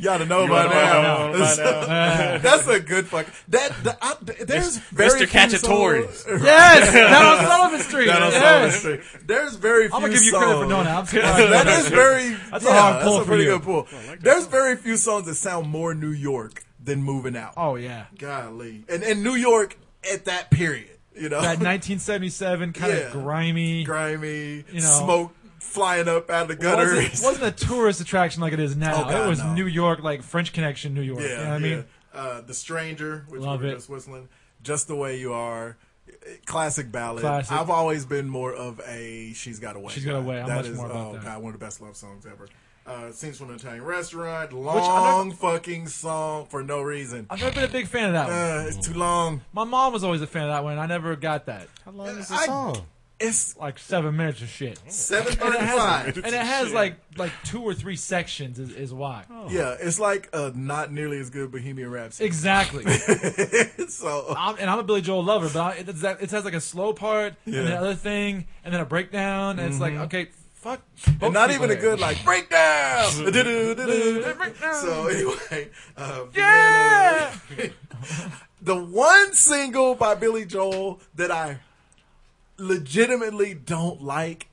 S6: You ought to know by
S1: wanna find
S6: now.
S1: out,
S6: [laughs]
S1: wanna find
S5: [laughs]
S1: out.
S6: That's a good fuck. That the, I, there's very
S1: Mr. Cacciatore's.
S6: few songs- [laughs]
S5: Yes, down on Sullivan Street.
S6: That don't sound
S5: yes.
S6: mystery. There's very few.
S5: I'm gonna give you credit for
S6: songs-
S5: knowing that. I'm
S6: [laughs]
S5: surprised.
S6: that is very.
S5: That's a
S6: yeah,
S5: hard pull
S6: That's
S5: for
S6: a pretty
S5: you. Oh,
S6: good pull. There's very few songs that sound more New York than moving out.
S5: Oh yeah,
S6: Golly, and and New York at that period, you know,
S5: that 1977 kind of
S6: Yeah.
S5: grimy.
S6: grimy,
S5: You know.
S6: smoke flying up out of the gutters.
S5: wasn't, wasn't a tourist attraction like it is now.
S6: Oh, God,
S5: it was
S6: no.
S5: New York, like French Connection, New York.
S6: [laughs] yeah,
S5: You know what I mean,
S6: yeah. Uh, the Stranger, which
S5: Love
S6: we were
S5: it.
S6: just whistling, just the way you are. eh, Classic ballad.
S5: Classic.
S6: I've always been more of a "She's Got Away."
S5: She's Got
S6: guy.
S5: a Way. I'm
S6: That
S5: much
S6: is,
S5: more about
S6: oh
S5: that.
S6: god, one of the best love songs ever. Uh, Scenes from an Italian Restaurant.
S5: not-
S6: Long fucking song for no reason.
S5: I've never been a big fan of that. one.
S6: Uh, it's too long.
S5: My mom was always a fan of that one. and I never got that.
S1: How long is
S6: I-
S1: the song?
S6: It's
S5: Like seven minutes of shit.
S6: seven
S5: And Oh, it has,
S6: thirty-five.
S5: and it has like like two or three sections is, is why.
S6: Yeah, it's like uh, not nearly as good Bohemian Rhapsody. [laughs]
S5: Exactly.
S6: so
S5: I'm, and I'm a Billy Joel lover, but I, it, it's that, it has like a slow part,
S6: Yeah. Mm-hmm.
S5: and another thing, and then a breakdown, and it's like, okay, fuck. both
S6: And not
S5: people
S6: even a
S5: here.
S6: good like breakdown.
S5: [laughs]
S6: [laughs] Do-do-do-do.
S5: Breakdown.
S6: so anyway, uh,
S5: um,
S6: [laughs]
S5: Yeah!
S6: the one single by Billy Joel that I legitimately don't like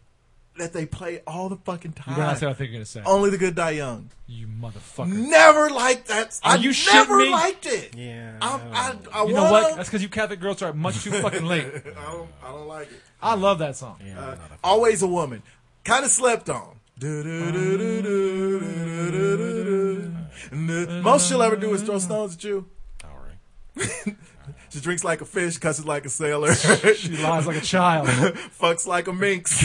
S6: that they play all the fucking
S5: You're gonna say what
S6: time.
S5: I think you're gonna say.
S6: Only the good die young.
S5: You motherfucker.
S6: Never liked that. I
S5: Are you shitting
S6: never
S5: me?
S6: liked it.
S1: Yeah,
S6: I I, I,
S5: You know
S6: wanna,
S5: what? That's because you Catholic girls start much too fucking late.
S6: I don't I don't like it.
S5: I love that song.
S1: Yeah, I'm not a-
S6: Always a woman. Kind of slept on. Most she'll ever do is throw stones at you.
S1: All right.
S6: She drinks like a fish, cusses like a sailor,
S5: She lies like a child.
S6: [laughs] fucks like a minx,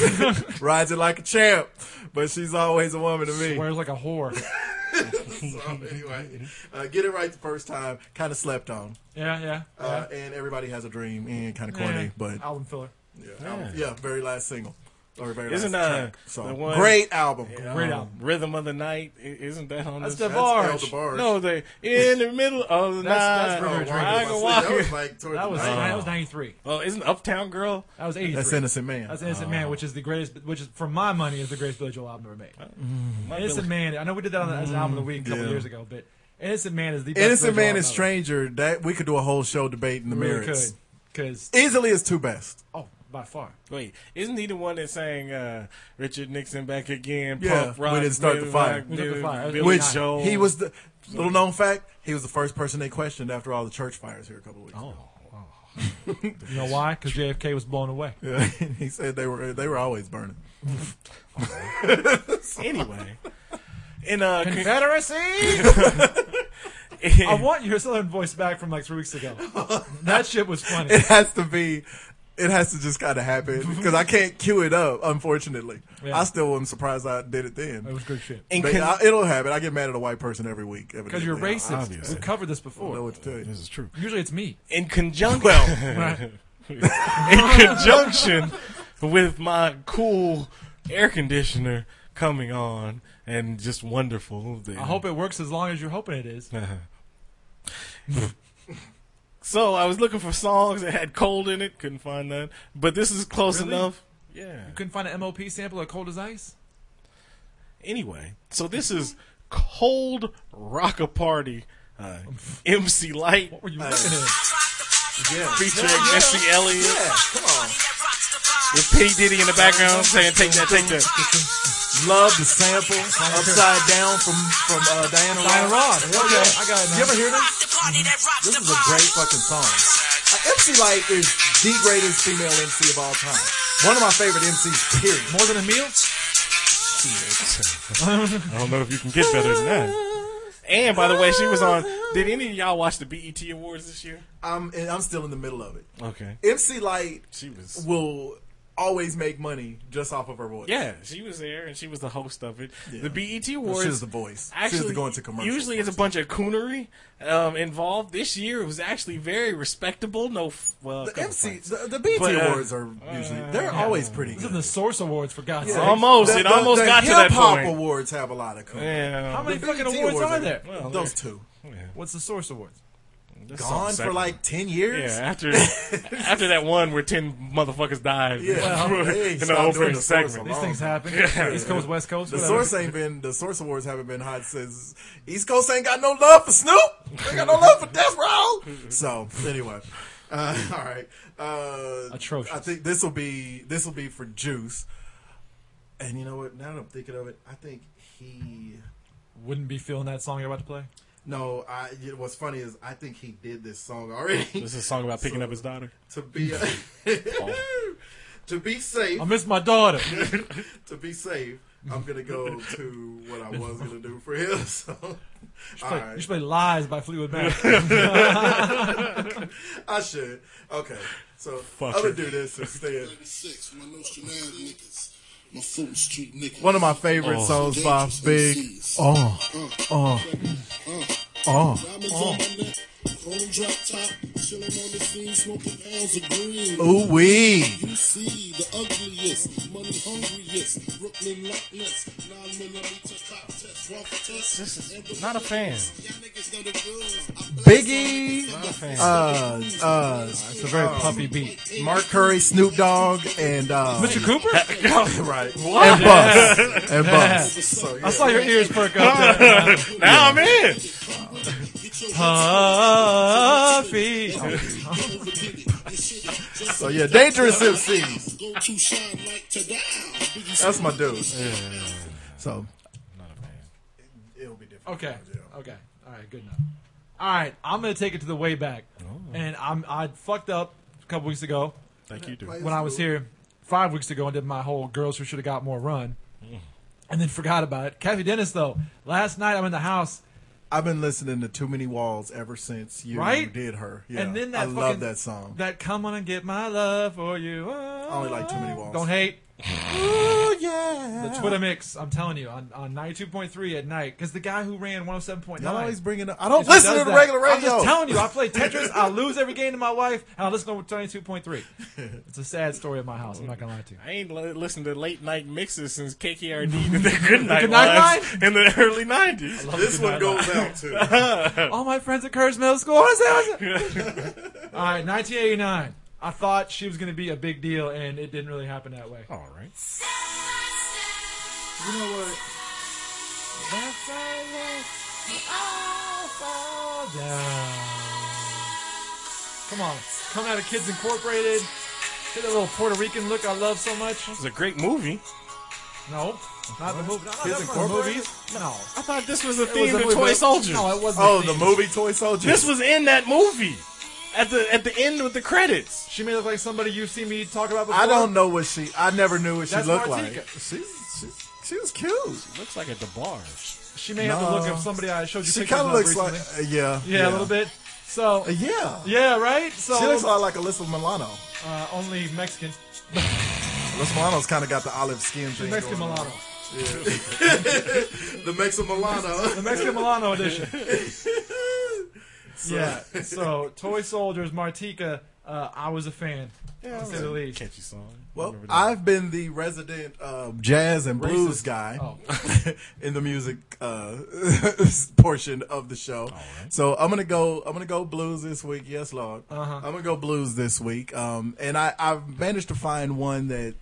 S6: [laughs] rides it like a champ. But she's always a woman to me.
S5: Swears like a whore.
S6: So, anyway, uh, get it right the first time. Kind of slept on,
S5: Yeah, yeah.
S6: uh, and everybody has a dream, and kind of corny,
S5: yeah.
S6: but
S5: album filler.
S6: yeah, album- yeah, very last single or very
S1: Isn't,
S6: last
S1: uh,
S6: track. So
S1: the one-
S6: great album.
S5: Great album.
S1: Rhythm of the night i- isn't that on
S5: That's
S1: this?
S5: the- Barge.
S6: El DeBarge.
S1: no, they in the middle of the
S5: That's- that's
S1: night.
S5: River Drink.
S1: I can
S6: Wow,
S1: walk
S6: that was
S1: it.
S6: like towards
S5: That
S6: the
S5: was
S6: night.
S5: that was ninety three.
S1: Oh, isn't Uptown Girl?
S5: That was eighty three.
S6: that's Oh. innocent man.
S5: That's Innocent Man, which is the greatest, which is for my money is the greatest Billy Joel album ever made.
S1: My Billy-
S5: Innocent Man. I know we did that on the, as an album of the week a couple
S6: Mm. Yeah.
S5: years ago, but Innocent Man is the best Billy Joel
S6: Innocent Man and
S5: album
S6: Stranger. That we could do a whole show debating the
S5: ever. really
S6: merits.
S5: could because
S6: Easily is two best.
S5: oh by far
S1: Wait, isn't he the one that sang uh, Richard Nixon back again?
S6: Yeah,
S1: Pump
S6: we
S1: rock,
S6: didn't start the
S1: New
S6: fire.
S1: Rock,
S5: We didn't
S1: New
S5: start the fire.
S1: Billy
S6: Which
S1: Joel.
S6: he was the little known fact. He was the first person they questioned after all the church fires here a couple of weeks. ago.
S5: you know why because JFK was blown away
S6: Yeah, [laughs] he said they were they were always burning.
S1: anyway. In uh, con-
S5: Confederacy
S6: [laughs]
S5: I want your Southern voice back from like three weeks
S6: [laughs]
S5: ago that shit was funny
S6: It has to be. It has to just kind of happen because I can't cue it up. Unfortunately,
S5: Yeah.
S6: I still am surprised I did it
S5: it
S6: then.
S5: was good shit
S1: in
S6: But
S1: con-
S6: I, it'll happen. I get mad at a white person every
S5: [laughs]
S6: week
S5: because you're racist
S1: obviously.
S5: we've covered this
S6: I don't know
S5: before
S6: what to tell you.
S1: this is true.
S5: usually it's [laughs] me
S1: In conjunction,
S5: [laughs]
S1: in conjunction with my cool air conditioner coming on and just wonderful. then-
S5: I hope it works as long as you're hoping it is
S1: [laughs] So I was looking for songs that had cold in it, couldn't find none. But this is close
S5: Really?
S1: enough. Yeah.
S5: couldn't find an MOP sample of Cold as Ice
S1: Anyway, so this is Cold Rock a Party. Uh, MC Light
S5: what were you looking at
S6: Yeah,
S1: featuring Missy Elliott
S6: yeah. Come on,
S1: with P Diddy in the background saying "Take that, take that."
S6: love the sample upside down from from uh, Diana
S5: Diana Ross
S6: Ross.
S5: okay I got it now.
S6: You ever hear this? This is a great fucking song. Uh, MC Light is the greatest female MC of all time. One of my favorite MCs. Period.
S5: more than a meal
S1: I don't know if you can get better than that. And by the way, she was on. Did any of y'all watch the BET Awards this year?
S6: I'm and I'm still in the middle of it.
S1: Okay,
S6: MC Light
S1: she was.
S6: will always make money just off of her voice.
S1: Yeah, she was there, and she was the host of it.
S6: Yeah.
S1: The BET
S6: Well,
S1: Awards.
S6: she was the voice.
S1: Actually,
S6: she was the going to commercial.
S1: usually it's a bunch of coonery um, involved. This year it was actually very respectable. No, f- well, a
S6: the
S1: couple
S6: MC,
S1: fights.
S6: the, the BET
S1: But, uh,
S6: awards are usually they're always pretty
S5: This is
S6: good.
S5: the Source Awards for God's sake.
S1: Almost,
S6: The-
S1: it
S6: the-
S1: almost
S6: the
S1: got to that
S6: hip-hop
S1: point.
S6: awards have a lot of cool.
S1: Yeah,
S5: How many
S6: The
S5: fucking
S6: BET
S5: awards are there?
S1: Well,
S6: Those two
S5: What's the Source Awards?
S1: that's
S6: gone
S1: something
S6: for
S1: separate.
S6: like ten years.
S1: Yeah, after after that one where ten motherfuckers died
S6: Yeah.
S1: [laughs]
S6: Well, they
S1: in the
S6: stopped doing
S1: opening
S6: the source
S1: segment.
S6: a
S5: These
S6: Oh.
S5: things [laughs] happen. East Coast, West Coast.
S6: The
S5: whatever.
S6: source ain't been the source awards haven't been hot since East Coast ain't got no love for Snoop. They got no love for Death Row. So anyway, uh, [laughs] all right. Uh,
S5: Atrocious.
S6: I think this will be this will be for Juice. And you know what? Now that I'm thinking of it, I think he.
S5: Wouldn't be feeling that song you're about to play.
S6: No, I. you know, What's funny is I think he did this song already [laughs]
S1: This is a song about picking up his daughter.
S6: to be [laughs] to be safe.
S5: I miss my [laughs] daughter.
S6: to be safe. I'm gonna go to what I was gonna do for him. [laughs] So, all
S5: Play-
S6: right.
S5: You should play Lies by Fleetwood [laughs] Mac.
S6: I should. Okay. So I'm gonna do this instead.
S7: 36, my Nostradamus niggas, my Fulton Street niggas.
S6: One of my favorite
S5: Oh.
S6: songs by
S7: Dangerous
S6: Big. uh,
S7: MCs.
S6: Oh,
S7: uh, Diamonds on my neck, chrome drop top, chilling on the scene, smoking pounds of green.
S6: ooh wee.
S7: You see the ugliest, money hungriest, Brooklyn likeness, nine millimeter pop test, rough test. and the
S1: Not a fan.
S7: Y'all niggas know the rules. I
S6: Biggie.
S1: Not a fan.
S6: Uh, uh,
S5: It's a very puppy beat.
S6: Mark Curry, Snoop Dogg, and uh,
S5: Mr. [laughs] Cooper?
S6: right,
S1: What?
S5: [laughs]
S6: and Buff, and Buff. So, yeah.
S5: I saw your ears perk up. [laughs] there.
S1: now I'm in.
S5: Puffy.
S6: [laughs] so yeah, Dangerous MCs.
S7: go to shine like to die. Biggie
S6: That's my dude. So it'll be different.
S5: Okay. Okay. All right. Good enough. All right. I'm going to take it to the way back. And I'm, I fucked up a couple weeks ago.
S1: Thank you, dude.
S5: when I was here five weeks ago and did my whole girls who should have got more run. and then forgot about it. Kathy Dennis, though, last night I'm in the house.
S6: I've been listening to Too Many Walls ever since you
S5: Right?
S6: did her. Yeah.
S5: and then that
S6: I
S5: fucking,
S6: love that song.
S5: That come on and get my love for you. I
S6: only like Too Many Walls.
S5: Don't hate.
S6: oh yeah.
S5: The Twitter mix, I'm telling you, on, on 92.3 at night, because the guy who ran 107.9.
S6: Y'all always bringing up. I don't
S5: He just
S6: listen to
S5: does
S6: the
S5: that.
S6: regular radio.
S5: I'm just telling you, I
S6: [laughs]
S5: play Tetris, I lose every game to my wife, and I listen to 22.3. It's a sad story of my house, I'm not going to lie
S1: [laughs]
S5: to you.
S1: I ain't li- listened to late night mixes since KKRD did their good night
S5: Goodnight
S1: lives in the early nineties.
S6: this one goes out to
S5: All my friends at Curtis Middle School. What is that? What's
S6: [laughs]
S5: that? All right, 1989. I thought she was going to be a big deal, and it didn't really happen that way.
S1: All right.
S6: You know what?
S5: Come on, coming out of Kids Incorporated. See that little Puerto Rican look I love so much.
S1: It's a great movie.
S5: No, not the movie. Not not
S6: Kids
S5: from the
S6: Incorporated?
S5: movies. No,
S1: I thought this was a
S5: It was
S1: theme
S5: a
S1: to
S5: movie,
S1: Toy
S5: but-
S1: Soldier.
S5: No, it wasn't. a
S6: Oh, the
S5: theme.
S6: movie Toy Soldier.
S1: This was in that movie at the at the end with the credits.
S5: She may look like somebody you've seen me talk about before.
S6: I don't know what she. I never knew what she
S5: That's
S6: looked
S5: Martika.
S6: like. She's, she's she was cute.
S1: Looks like a DeBarge.
S5: She may have the look
S6: No.
S5: of somebody I showed you.
S6: She
S5: pictures
S6: kind of
S5: of
S6: looks
S5: recently.
S6: like uh, yeah,
S5: Yeah, a little bit. So
S6: Uh, yeah.
S5: yeah, right. So
S6: She looks a lot like Alyssa Milano.
S5: uh, only Mexican.
S6: Alyssa Milano's kind of got the olive skin thing.
S5: Mexican
S6: going on.
S5: Milano.
S6: The Mexican Milano. [laughs]
S5: The Mexican Milano [laughs] edition. yeah. So Toy Soldiers, Martika. Uh, I was a fan, to say the least.
S1: Catchy song.
S6: well,
S1: Remember that?
S6: I've been the resident uh, jazz and
S5: Racist.
S6: blues guy
S5: Oh.
S6: [laughs] in the music uh, [laughs] portion of the show. So I'm gonna go. I'm gonna go blues this week. Yes, Lord.
S5: Uh-huh.
S6: I'm gonna go blues this week. Um, and I, I've managed to find one that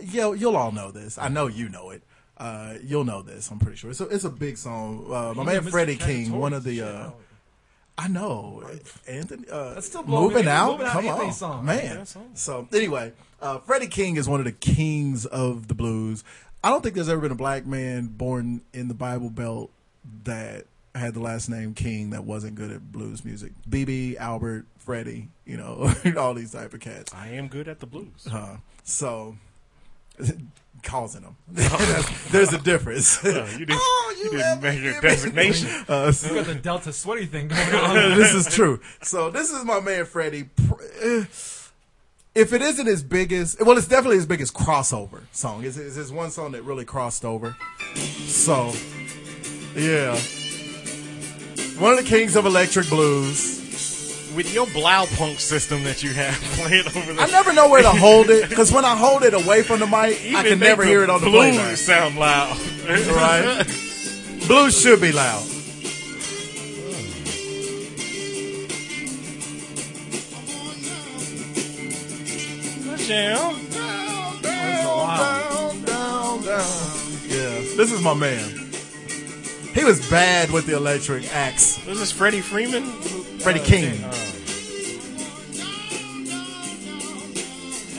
S6: you'll, you'll all know this. I know you know it. Uh, you'll know this. I'm pretty sure. So it's a big song. Uh, my
S5: Yeah,
S6: man
S5: Mr.
S6: Freddie
S5: Cat
S6: King,
S5: Toy.
S6: one of the.
S5: Shit,
S6: Uh,
S5: no.
S6: I know Anthony. Uh,
S5: That's still blowing
S6: moving
S5: me.
S6: out.
S5: Moving Out
S6: Come
S5: Anthony
S6: on,
S5: song.
S6: man. So anyway, uh, Freddie King is one of the kings of the blues. I don't think there's ever been a black man born in the Bible Belt that had the last name King that wasn't good at blues music. BB, Albert, Freddie, you know, [laughs] all these type of cats.
S1: I am good at the blues.
S6: Uh, so [laughs] causing them. That's- [laughs] there's a difference.
S1: you didn't,
S6: Oh,
S1: you
S6: you
S1: didn't
S6: have-
S1: make your designation.
S6: [laughs] Uh, so-
S5: You got the Delta sweaty thing [laughs] going
S6: [laughs]
S5: on.
S6: this is true. So this is my man Freddie. Pr- eh, If it isn't his biggest, well, it's definitely his biggest crossover song. It's, it's his one song that really crossed over. So, yeah, one of the kings of electric blues.
S1: With your Blau punk system that you have [laughs] playing over there,
S6: I never know where to hold it because when I hold it away from the mic,
S1: even
S6: I can
S1: make
S6: never hear it on the
S1: blues
S6: playback.
S1: sound loud. [laughs]
S6: Right? Blues should be loud.
S1: Jam.
S6: down, down, down. Yeah, this is my man. He was bad with the electric axe.
S1: This is Freddie Freeman.
S6: Freddie King.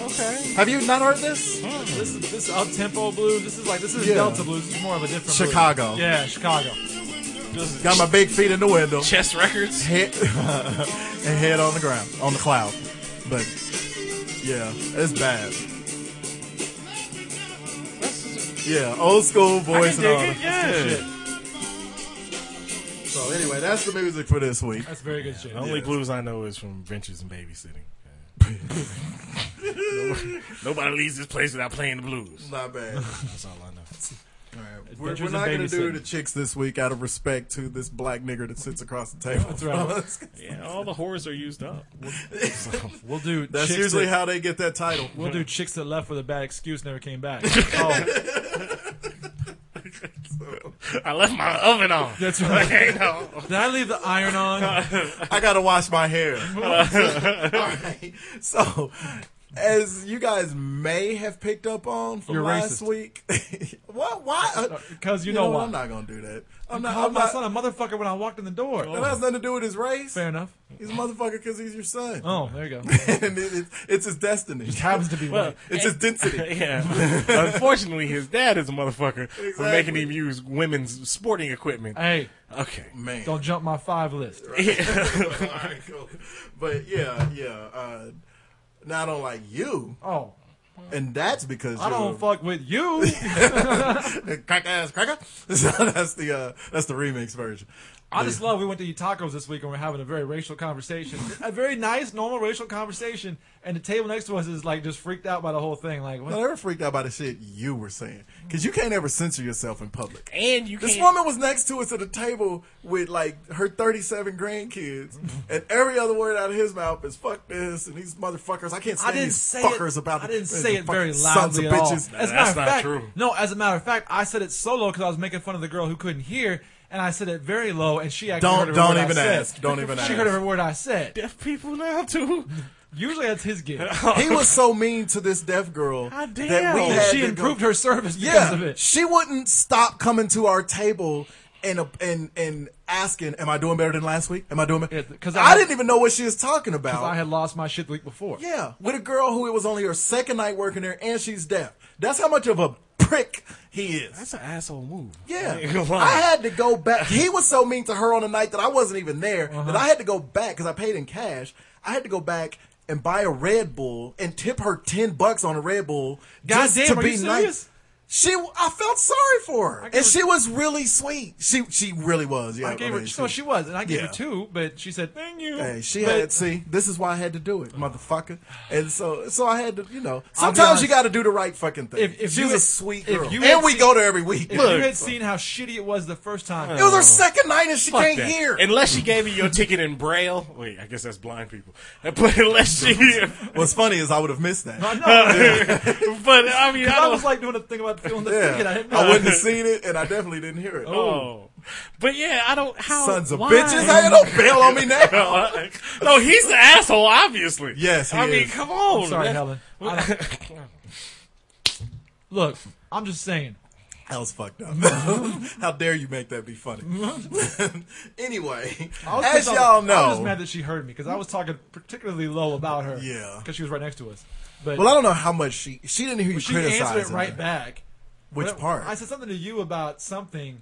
S1: Okay.
S6: Have you not heard this?
S5: This is this up tempo blues. This is like this is
S6: Yeah.
S5: Delta blues. This is more of a different blues.
S6: Chicago.
S5: Yeah, Chicago.
S1: This is
S6: Got my big feet in the window,
S1: Chess Records.
S6: head, [laughs] and head on the ground, on the cloud. But yeah, it's bad. Yeah, old school
S1: I
S6: voice
S1: can
S6: and all.
S1: dig it.
S6: that.
S1: Yeah.
S6: So anyway, that's the music for this week.
S5: That's very good shit.
S1: The only
S6: Yeah.
S1: blues I know is from Ventures and [laughs] Babysitting. Nobody leaves this place without playing the blues.
S6: Not bad.
S1: That's all I know.
S6: Alright, We're, we're
S5: Adventures
S6: not
S5: in
S6: gonna do
S5: Babysitting.
S6: the chicks this week out of respect to this black nigger that sits across the table. That's
S5: right.
S1: Yeah, all the whores are used up.
S5: We'll do.
S6: [laughs] That's
S5: chicks
S6: usually
S5: that,
S6: how they get that title.
S5: we'll do. Chicks that left with a bad excuse never came
S6: [laughs]
S5: back. oh,
S1: [laughs] I left my oven on.
S5: that's right.
S1: Hey, no.
S5: Did I leave the iron on?
S6: I gotta wash
S5: [laughs]
S6: my hair. Alright. So as you guys may have picked up on from
S5: You're
S6: last
S5: racist.
S6: week, [laughs] what? Why? uh,
S5: Because you, know,
S6: what?
S5: why.
S6: I'm not gonna do that. I'm
S5: I
S6: not.
S5: called
S6: I'm
S5: my
S6: not. Oh.
S5: son a motherfucker when I walked in the door.
S6: That has nothing to do with his race.
S5: Fair enough.
S6: He's a motherfucker because he's your son,
S5: Oh, there you go.
S6: [laughs] and it, it's it's his destiny. [laughs]
S5: Happens to be white.
S6: It's his density.
S5: [laughs]
S1: yeah. Unfortunately, his dad is a motherfucker for
S6: Exactly.
S1: making him use women's sporting equipment.
S5: Hey,
S1: Okay.
S6: Man.
S5: don't jump my five list. [laughs]
S6: Alright, cool. But yeah, yeah. Uh, now I don't like you.
S5: Oh,
S6: And that's because
S5: I
S6: you're-
S5: don't fuck with
S6: [laughs]
S5: you.
S6: crack ass cracker. [laughs] So that's the uh, that's the remix version.
S5: I just love we went to eat tacos this week and we're having a very racial conversation. a very nice, normal racial conversation. And the table next to us is like just freaked out by the whole thing. Like,
S6: I
S5: what?
S6: never freaked out by the shit you were saying because you can't ever censor yourself in public.
S1: [laughs] And you
S6: This
S1: can't.
S6: woman was next to us at a table with like her 37 grandkids, and every other word out of his mouth is "fuck this" and these motherfuckers. I can't
S5: I
S6: stand
S5: didn't
S6: these
S5: say
S6: fuckers
S5: it.
S6: about.
S5: I didn't
S6: these
S5: say it very
S6: fucking sons
S5: loudly
S6: of
S5: at all. As
S6: bitches.
S5: a matter
S1: that's
S5: of
S1: not
S5: fact,
S1: true.
S5: no. As a matter of fact, I said it solo because I was making fun of the girl who couldn't hear, and I said it very low, and she actually
S6: Don't-
S5: heard every
S6: don't
S5: word I
S6: even
S5: said.
S6: ask. Don't even
S5: she
S6: ask.
S5: heard every word I said.
S1: deaf people now too.
S5: Usually that's his
S6: [laughs]
S5: gig.
S6: He was so mean to this
S5: [laughs]
S6: deaf girl
S1: God
S6: that
S1: damn.
S6: we
S1: And
S6: had
S5: she
S6: to
S5: improved
S6: go,
S5: her service because
S6: Yeah,
S5: of it.
S6: she wouldn't stop coming to our table. And, uh, and and asking, am I doing better than last week? Am I doing better?
S5: Yeah, 'cause
S6: I,
S5: I-
S6: didn't even know what she was talking about.
S5: I had lost my shit the week before.
S6: Yeah, with a girl who it was only her second night working there, and she's deaf. That's how much of a prick he
S5: [laughs]
S6: is.
S1: That's an asshole move.
S6: Yeah,
S1: Come on.
S6: I had to go back. He was so mean to her on the night that I wasn't even there
S5: Uh-huh.
S6: that I had to go back because I paid in cash. I had to go back and buy a Red Bull and tip her ten bucks on a Red Bull
S5: God
S6: just
S5: damn,
S6: to
S5: are
S6: be
S5: you
S6: nice.
S5: serious?
S6: She, I felt sorry for her, and
S5: give her-
S6: she was really sweet. She, she really was. Yeah,
S5: I gave
S6: mean,
S5: her. So she was, and I gave
S6: Yeah.
S5: her two, but she said, "Thank you."
S6: Hey, she
S5: But-
S6: had see. This is why I had to do it, motherfucker. And so, so I had to, you know.
S5: I'll be
S6: Sometimes
S5: honest.
S6: you got to do the right fucking thing.
S5: If- if
S6: she
S5: you
S6: was a
S5: had-
S6: sweet
S5: if
S6: girl,
S5: you
S6: and
S5: had
S6: we
S5: seen-
S6: go there every week.
S5: If
S6: Look,
S5: you had seen how shitty it was the first time,
S6: it was her second night, and she
S1: Fuck
S6: can't
S1: that.
S6: hear.
S1: Unless she gave you your ticket in braille. Wait, I guess that's blind people. [laughs] But unless she, [laughs]
S6: What's funny is I would have missed that.
S5: I know.
S6: [laughs]
S1: but I mean, I
S5: I
S1: don't.
S5: was like doing a thing about feeling the ticket. I
S6: Yeah,
S5: didn't know.
S6: I wouldn't have seen it, and I definitely didn't hear it.
S1: oh, but yeah, I don't. How
S6: Sons of
S1: why?
S6: bitches!
S1: [laughs]
S6: Hey, don't bail on me now.
S1: Uh, no, he's the asshole, obviously.
S6: Yes, he
S1: I mean,
S6: is.
S1: come on.
S5: I'm sorry,
S1: man.
S6: [laughs]
S5: Helen. I don't- Look, I'm just saying.
S6: That was fucked up. [laughs] How dare you make that be funny? [laughs] anyway,
S5: I was
S6: as
S5: pissed off-
S6: y'all
S5: I was
S6: know,
S5: mad that she heard me because I was talking particularly low about her.
S6: Yeah.
S5: because she was right next to us. But
S6: well, I don't know how much she she didn't hear you
S5: she answered it
S6: criticizing
S5: right
S6: her.
S5: back.
S6: Which
S5: But
S6: part?
S5: I said something to you about something.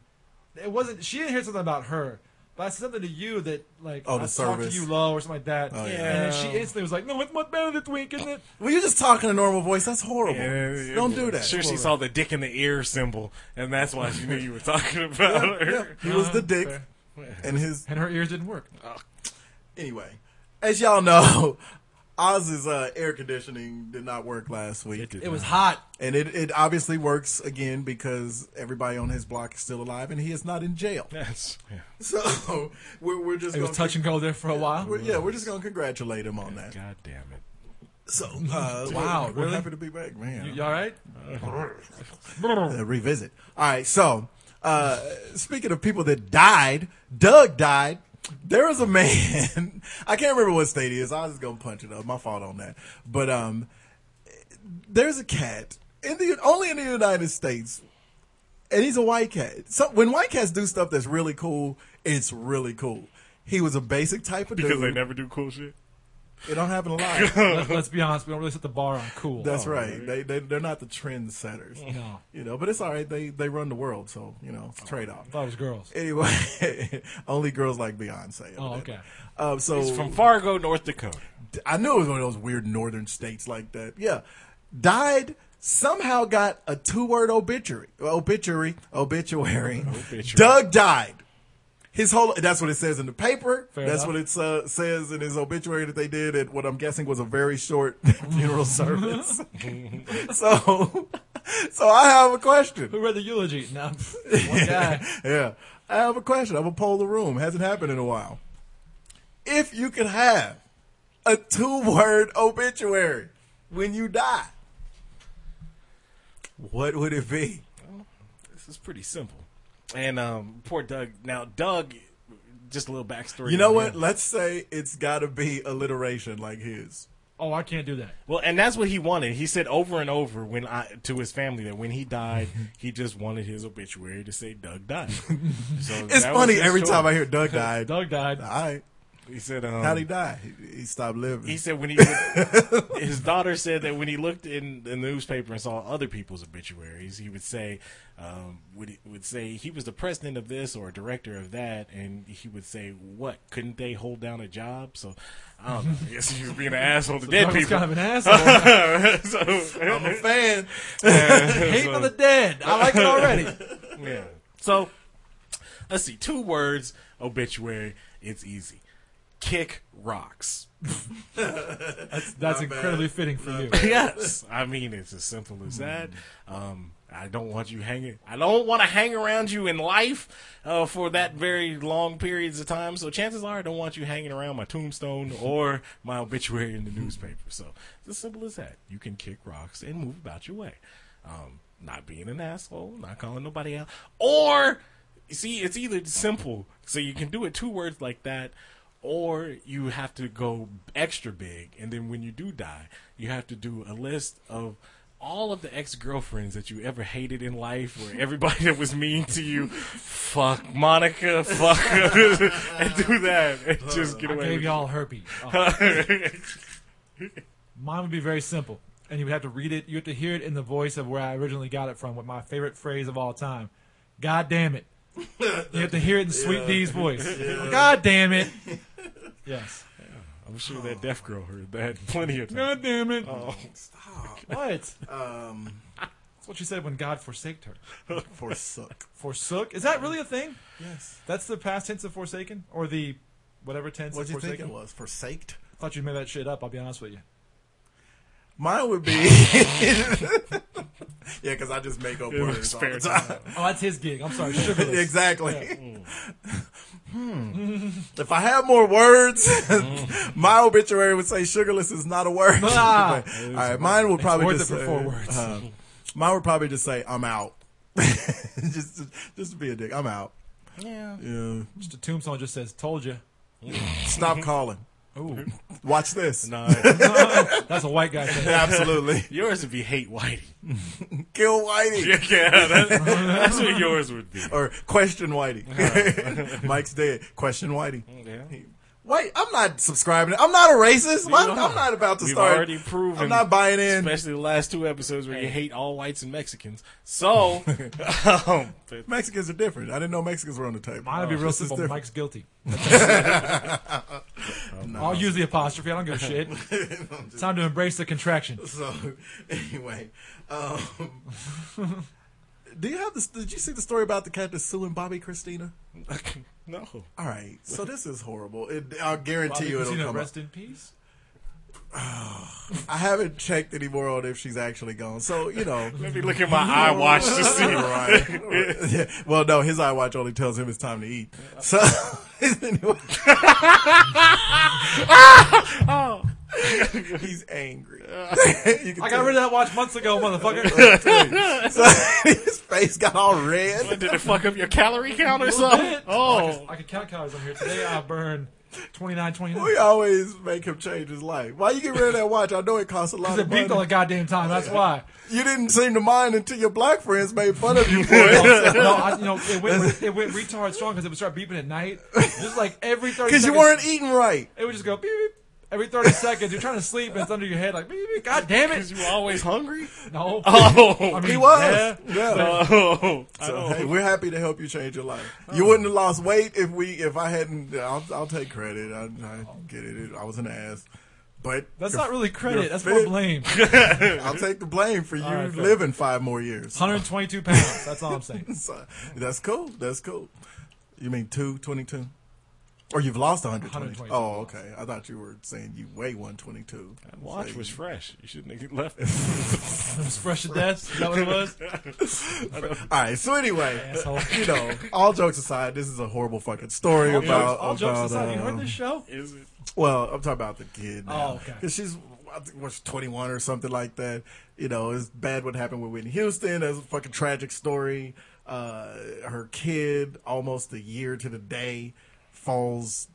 S5: It wasn't. She didn't hear something about her. But I said something to you that like
S6: Oh, the
S5: I talked
S6: service. Oh,
S5: to you low or something like that.
S6: yeah.
S5: And then she instantly was like, "No, it's much better this week, isn't it?"
S6: Well, you're just talking a normal voice. That's horrible.
S1: Yeah,
S6: Don't
S1: yeah.
S6: do that.
S1: Sure, she saw the dick in the ear symbol, and that's why she knew you were talking about her.
S6: [laughs] Yeah, he was the
S5: Uh,
S6: dick,
S5: fair.
S6: and his
S5: And her ears didn't work.
S6: anyway. As y'all know, [laughs] Oz's uh, air conditioning did not work last week.
S5: It was hot.
S6: and it, it obviously works again because everybody on his block is still alive, and he is not in jail.
S1: That's, yeah.
S6: [laughs] So we're, we're just
S5: It was
S6: gonna
S5: touch and go there for a while.
S6: we're- yeah, we're just gonna congratulate him on that.
S1: God damn it.
S6: So uh,
S5: [laughs] Wow,
S6: we're, we're
S5: really?
S6: happy to be back, man.
S5: You, you all right?
S6: uh, revisit. All right. So, uh, speaking of people that died, Doug died. There was a man. [laughs] I can't remember what state he is. I was just gonna punch it up. My fault on that. But um, there's a cat in the only in the United States, and he's a white cat. So when white cats do stuff that's really cool, it's really cool. He was a basic type of
S1: Because
S6: dude.
S1: they never do cool shit.
S6: it don't happen
S1: [laughs]
S6: a lot.
S5: Let's,
S6: [laughs]
S5: let's be honest. We don't really set the bar on cool.
S6: That's right. They, they they're not the trendsetters.
S5: Oh, [laughs] No.
S6: You know, but it's all right. They they run the world, so you know, it's a trade off.
S5: I thought it was girls.
S6: Anyway, [laughs] only girls like Beyonce.
S5: Oh,
S6: evidently.
S5: okay.
S6: Um, so
S1: It's from Fargo, North Dakota.
S6: I knew it was one of those weird northern states like that. Yeah, died somehow got a two word obituary. Obituary. Obituary.
S1: Obituary.
S6: Doug died. His whole that's what it says in the paper.
S5: Fair
S6: that's
S5: enough.
S6: what it uh, says in his obituary that they did at what I'm guessing was a very short [laughs] funeral service.
S5: [laughs]
S6: so, so I have a question.
S5: Who read the eulogy?
S6: [laughs]
S5: No, one guy.
S6: yeah. I have a question. I'm gonna poll the room. Hasn't happened in a while. If you could have a two-word [laughs] obituary when you die, what would it be?
S1: This is pretty simple. And um, poor Doug. Now, Doug, just a little backstory.
S6: You know
S1: on
S6: what?
S1: him.
S6: Let's say it's got to be alliteration like his.
S5: Oh, I can't do that.
S1: Well, and that's what he wanted. He said over and over when I to his family that when he
S6: [laughs]
S1: died, he just wanted his obituary to say Doug died. So
S6: It's
S1: that was
S6: funny
S1: his
S6: every
S1: choice. [laughs]
S6: time I hear Doug died.
S5: Doug died.
S6: All right.
S1: He said, um,
S6: How'd he die? He, he stopped living.
S1: He said when he would, his daughter said that when he looked in the newspaper and saw other people's obituaries, he would say, um, would would say he was the president of this or director of that, and he would say, "What couldn't they hold down a job?" So I don't know. I guess he was being an asshole
S6: [laughs]
S1: to dead
S5: I was
S1: people.
S5: kind of
S1: [laughs]
S5: an asshole.
S1: so,
S6: [laughs]
S1: [laughs]
S6: I'm a fan.
S5: Hate for the dead. I like it
S6: [laughs]
S5: already.
S1: yeah. So let's see. Two words obituary. It's easy. Kick rocks.
S5: That's
S6: Not
S5: incredibly
S6: bad.
S5: fitting for you.
S1: [laughs] yes. I mean, it's as simple as that. Um, I don't want you hanging. I don't want to hang around you in life uh, for that very long periods of time. So chances are, I don't want you hanging around my [laughs] tombstone or my obituary in the newspaper. So it's as simple as that. You can kick rocks and move about your way. Um, not being an asshole, not calling nobody out, or you see, it's either simple. So you can do it two words like that, or you have to go extra big and then when you do die you have to do a list of all of the ex-girlfriends that you ever hated in life or everybody [laughs] that was mean to you fuck monica fuck [laughs] and do that and just get
S5: I
S1: away
S5: gave
S1: with
S5: y'all herpes. Oh.
S1: [laughs] it.
S5: Mine would be very simple, and you would have to read it. You have to hear it in the voice of where I originally got it from, with my favorite phrase of all time. God damn
S6: [laughs]
S5: it! You have to hear it in Sweet D's voice. God damn it! Yes.
S1: i'm sure that deaf girl heard that plenty of times
S5: God damn it!
S1: Oh,
S5: [laughs] What? Um, that's what she said when God forsaked her.
S6: Forsook.
S5: Forsook? Is that really a thing?
S6: Yes.
S5: That's the past tense of forsaken, or the whatever tense
S6: What'd
S5: of
S6: you think
S5: forsaken.
S6: it was? Forsaked?
S5: I thought you made that shit up. I'll be honest with you.
S6: Mine would
S1: [laughs]
S6: be. [laughs] yeah, because I just make up words. all
S1: spare
S6: the time.
S5: Oh, that's his gig. I'm sorry. Sugarless.
S6: [laughs] exactly.
S5: mm.
S6: hmm. if I had more words, [laughs] my obituary would say "sugarless" is not a word.
S5: Mm. Ah.
S6: But- all [laughs] right, mine would probably
S5: worth
S6: just
S5: it for
S6: say,
S5: four words.
S6: uh, mine would probably just say "I'm out," [laughs] just to, just to be a dick. I'm out.
S1: yeah
S6: Yeah.
S5: Just a tombstone just says, "Told you."
S6: Stop calling.
S5: Mm-hmm. Ooh,
S6: Watch this.
S1: no,
S5: that's a white guy thing. [laughs]
S6: [laughs] Absolutely.
S1: yours would be hate whitey
S6: Kill
S1: [laughs]
S6: Whitey.
S1: yeah that, that's what yours would be
S6: Or question
S5: Uh-huh.
S6: Whitey. [laughs] Mike's dead. Question Whitey.
S5: Mm.
S1: yeah.
S6: Wait, I'm not subscribing. I'm not a racist. Why-
S1: are.
S6: I'm not about to
S1: We've
S6: start.
S1: already proven
S6: I'm not buying in.
S1: especially the last two episodes where you hate all whites and Mexicans. So, um, but
S6: Mexicans are different. I didn't know Mexicans were on the table.
S5: Mine would be real
S6: Oh, This is
S5: simple.
S6: different.
S5: Mike's guilty. I'll use the apostrophe. I don't give a
S6: [laughs]
S5: shit. It's time to embrace the contraction.
S6: [laughs] So anyway, um, [laughs] do you have this? Did you see the story about the cat that's suing Bobby Christina?
S1: no,
S6: All right, so this is horrible. It, I'll guarantee you it'll
S5: Christina,
S6: come up.
S5: rest in peace.
S6: I haven't checked anymore on if she's actually gone. So you know,
S1: let me look at my eye watch to see.
S6: [laughs] Right. Yeah. Well, no, his eye watch only tells him it's time to eat. So, [laughs] anyway. he's angry. You can
S5: I
S6: tell.
S5: got rid of that watch months ago,
S6: [laughs]
S5: motherfucker.
S6: So, [laughs] his face got all red.
S1: Did it fuck up your calorie count or something?
S5: Shit.
S1: Oh,
S5: I can count calories on here. Today I burned 29, 29.
S6: We always make him change his life. Why you get rid of that watch? I know it costs a lot
S5: It's a
S6: of
S5: beeped all the
S6: money.
S5: goddamn time.
S6: [laughs]
S5: That's why.
S6: You didn't seem to mind until your black friends made fun of you for it.
S5: No, I, you know it went it went retard strong because it would start beeping at night, just like every thirty.
S6: Because you
S5: seconds.
S6: weren't eating right.
S5: It would just go beep. beep. Every thirty [laughs] seconds, you're trying to sleep and it's under your head, like beep, beep. God damn
S1: because
S5: it!
S1: you were always hungry.
S5: No,
S1: [laughs] Oh,
S5: I mean,
S6: He was.
S5: yeah.
S6: Yeah.
S1: oh,
S6: So hey, we're happy to help you change your life.
S5: Oh.
S6: You wouldn't have lost weight if we if I hadn't. I'll, I'll take credit. I, I get it. I was an ass, but
S5: That's not really credit. That's more
S6: fit. [laughs]
S5: blame.
S6: I'll take the blame for you
S5: right, fair.
S6: living five more years.
S5: 122 pounds. That's all I'm saying.
S6: [laughs] So, that's cool. That's cool. You mean two twenty two, or you've lost one hundred twenty?
S5: 122.
S6: Oh, okay. I thought you were saying you weigh one twenty two.
S1: watch was fresh. You shouldn't have left.
S5: It was fresh to death. Is that what it was?
S6: All right. So anyway,
S5: [laughs] Asshole.
S6: you know, all jokes aside, this is a horrible fucking story about
S5: all jokes
S6: about,
S5: aside, you
S6: um,
S5: heard this show?
S1: Is it?
S6: Well, I'm talking about the kid. Now.
S5: Oh, okay.
S6: 'Cause she's I think was 21 or something like that. You know, it's bad what happened with Whitney Houston. That's a fucking tragic story. Uh, her kid, almost a year to the day, falls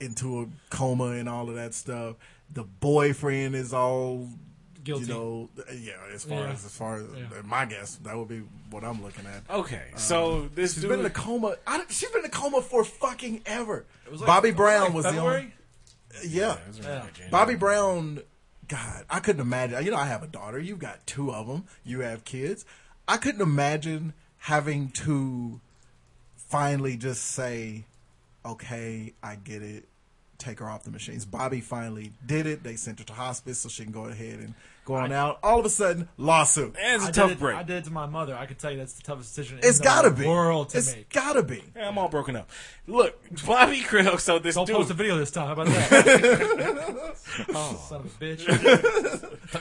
S6: into a coma and all of that stuff. The boyfriend is all
S5: Guilty.
S6: You know, yeah. As far
S5: Yeah.
S6: as as far as
S5: Yeah. Oh,
S6: my guess, that would be what I'm looking at.
S1: Okay, so this
S6: She's
S1: dude.
S6: been in a coma. I, don't- she's been in a coma for fucking ever.
S5: It was like-
S6: Bobby
S5: it was
S6: Brown
S5: like
S6: was
S5: February?
S6: the only. Yeah.
S1: It was around that
S6: Bobby Brown, God, I couldn't imagine. You know, I have a daughter. You've got two of them. You have kids. I couldn't imagine having to finally just say, okay, I get it. Take her off the machines. Bobby finally did it. They sent her to hospice so she can go ahead and go on out. All of a sudden, lawsuit.
S1: January. It's
S5: I
S1: a
S5: did
S1: tough
S5: it-
S1: break.
S5: I did it to my mother. I can tell you that's the toughest decision.
S6: It's
S5: in
S6: gotta
S5: the
S6: be.
S5: world to
S6: It's
S5: make.
S6: gotta be.
S1: Yeah, I'm all broken up. Look, Bobby Krill. So this
S5: Don't
S1: dude.
S5: post a video this time. How about that?
S6: [laughs]
S5: Oh, Son of a bitch.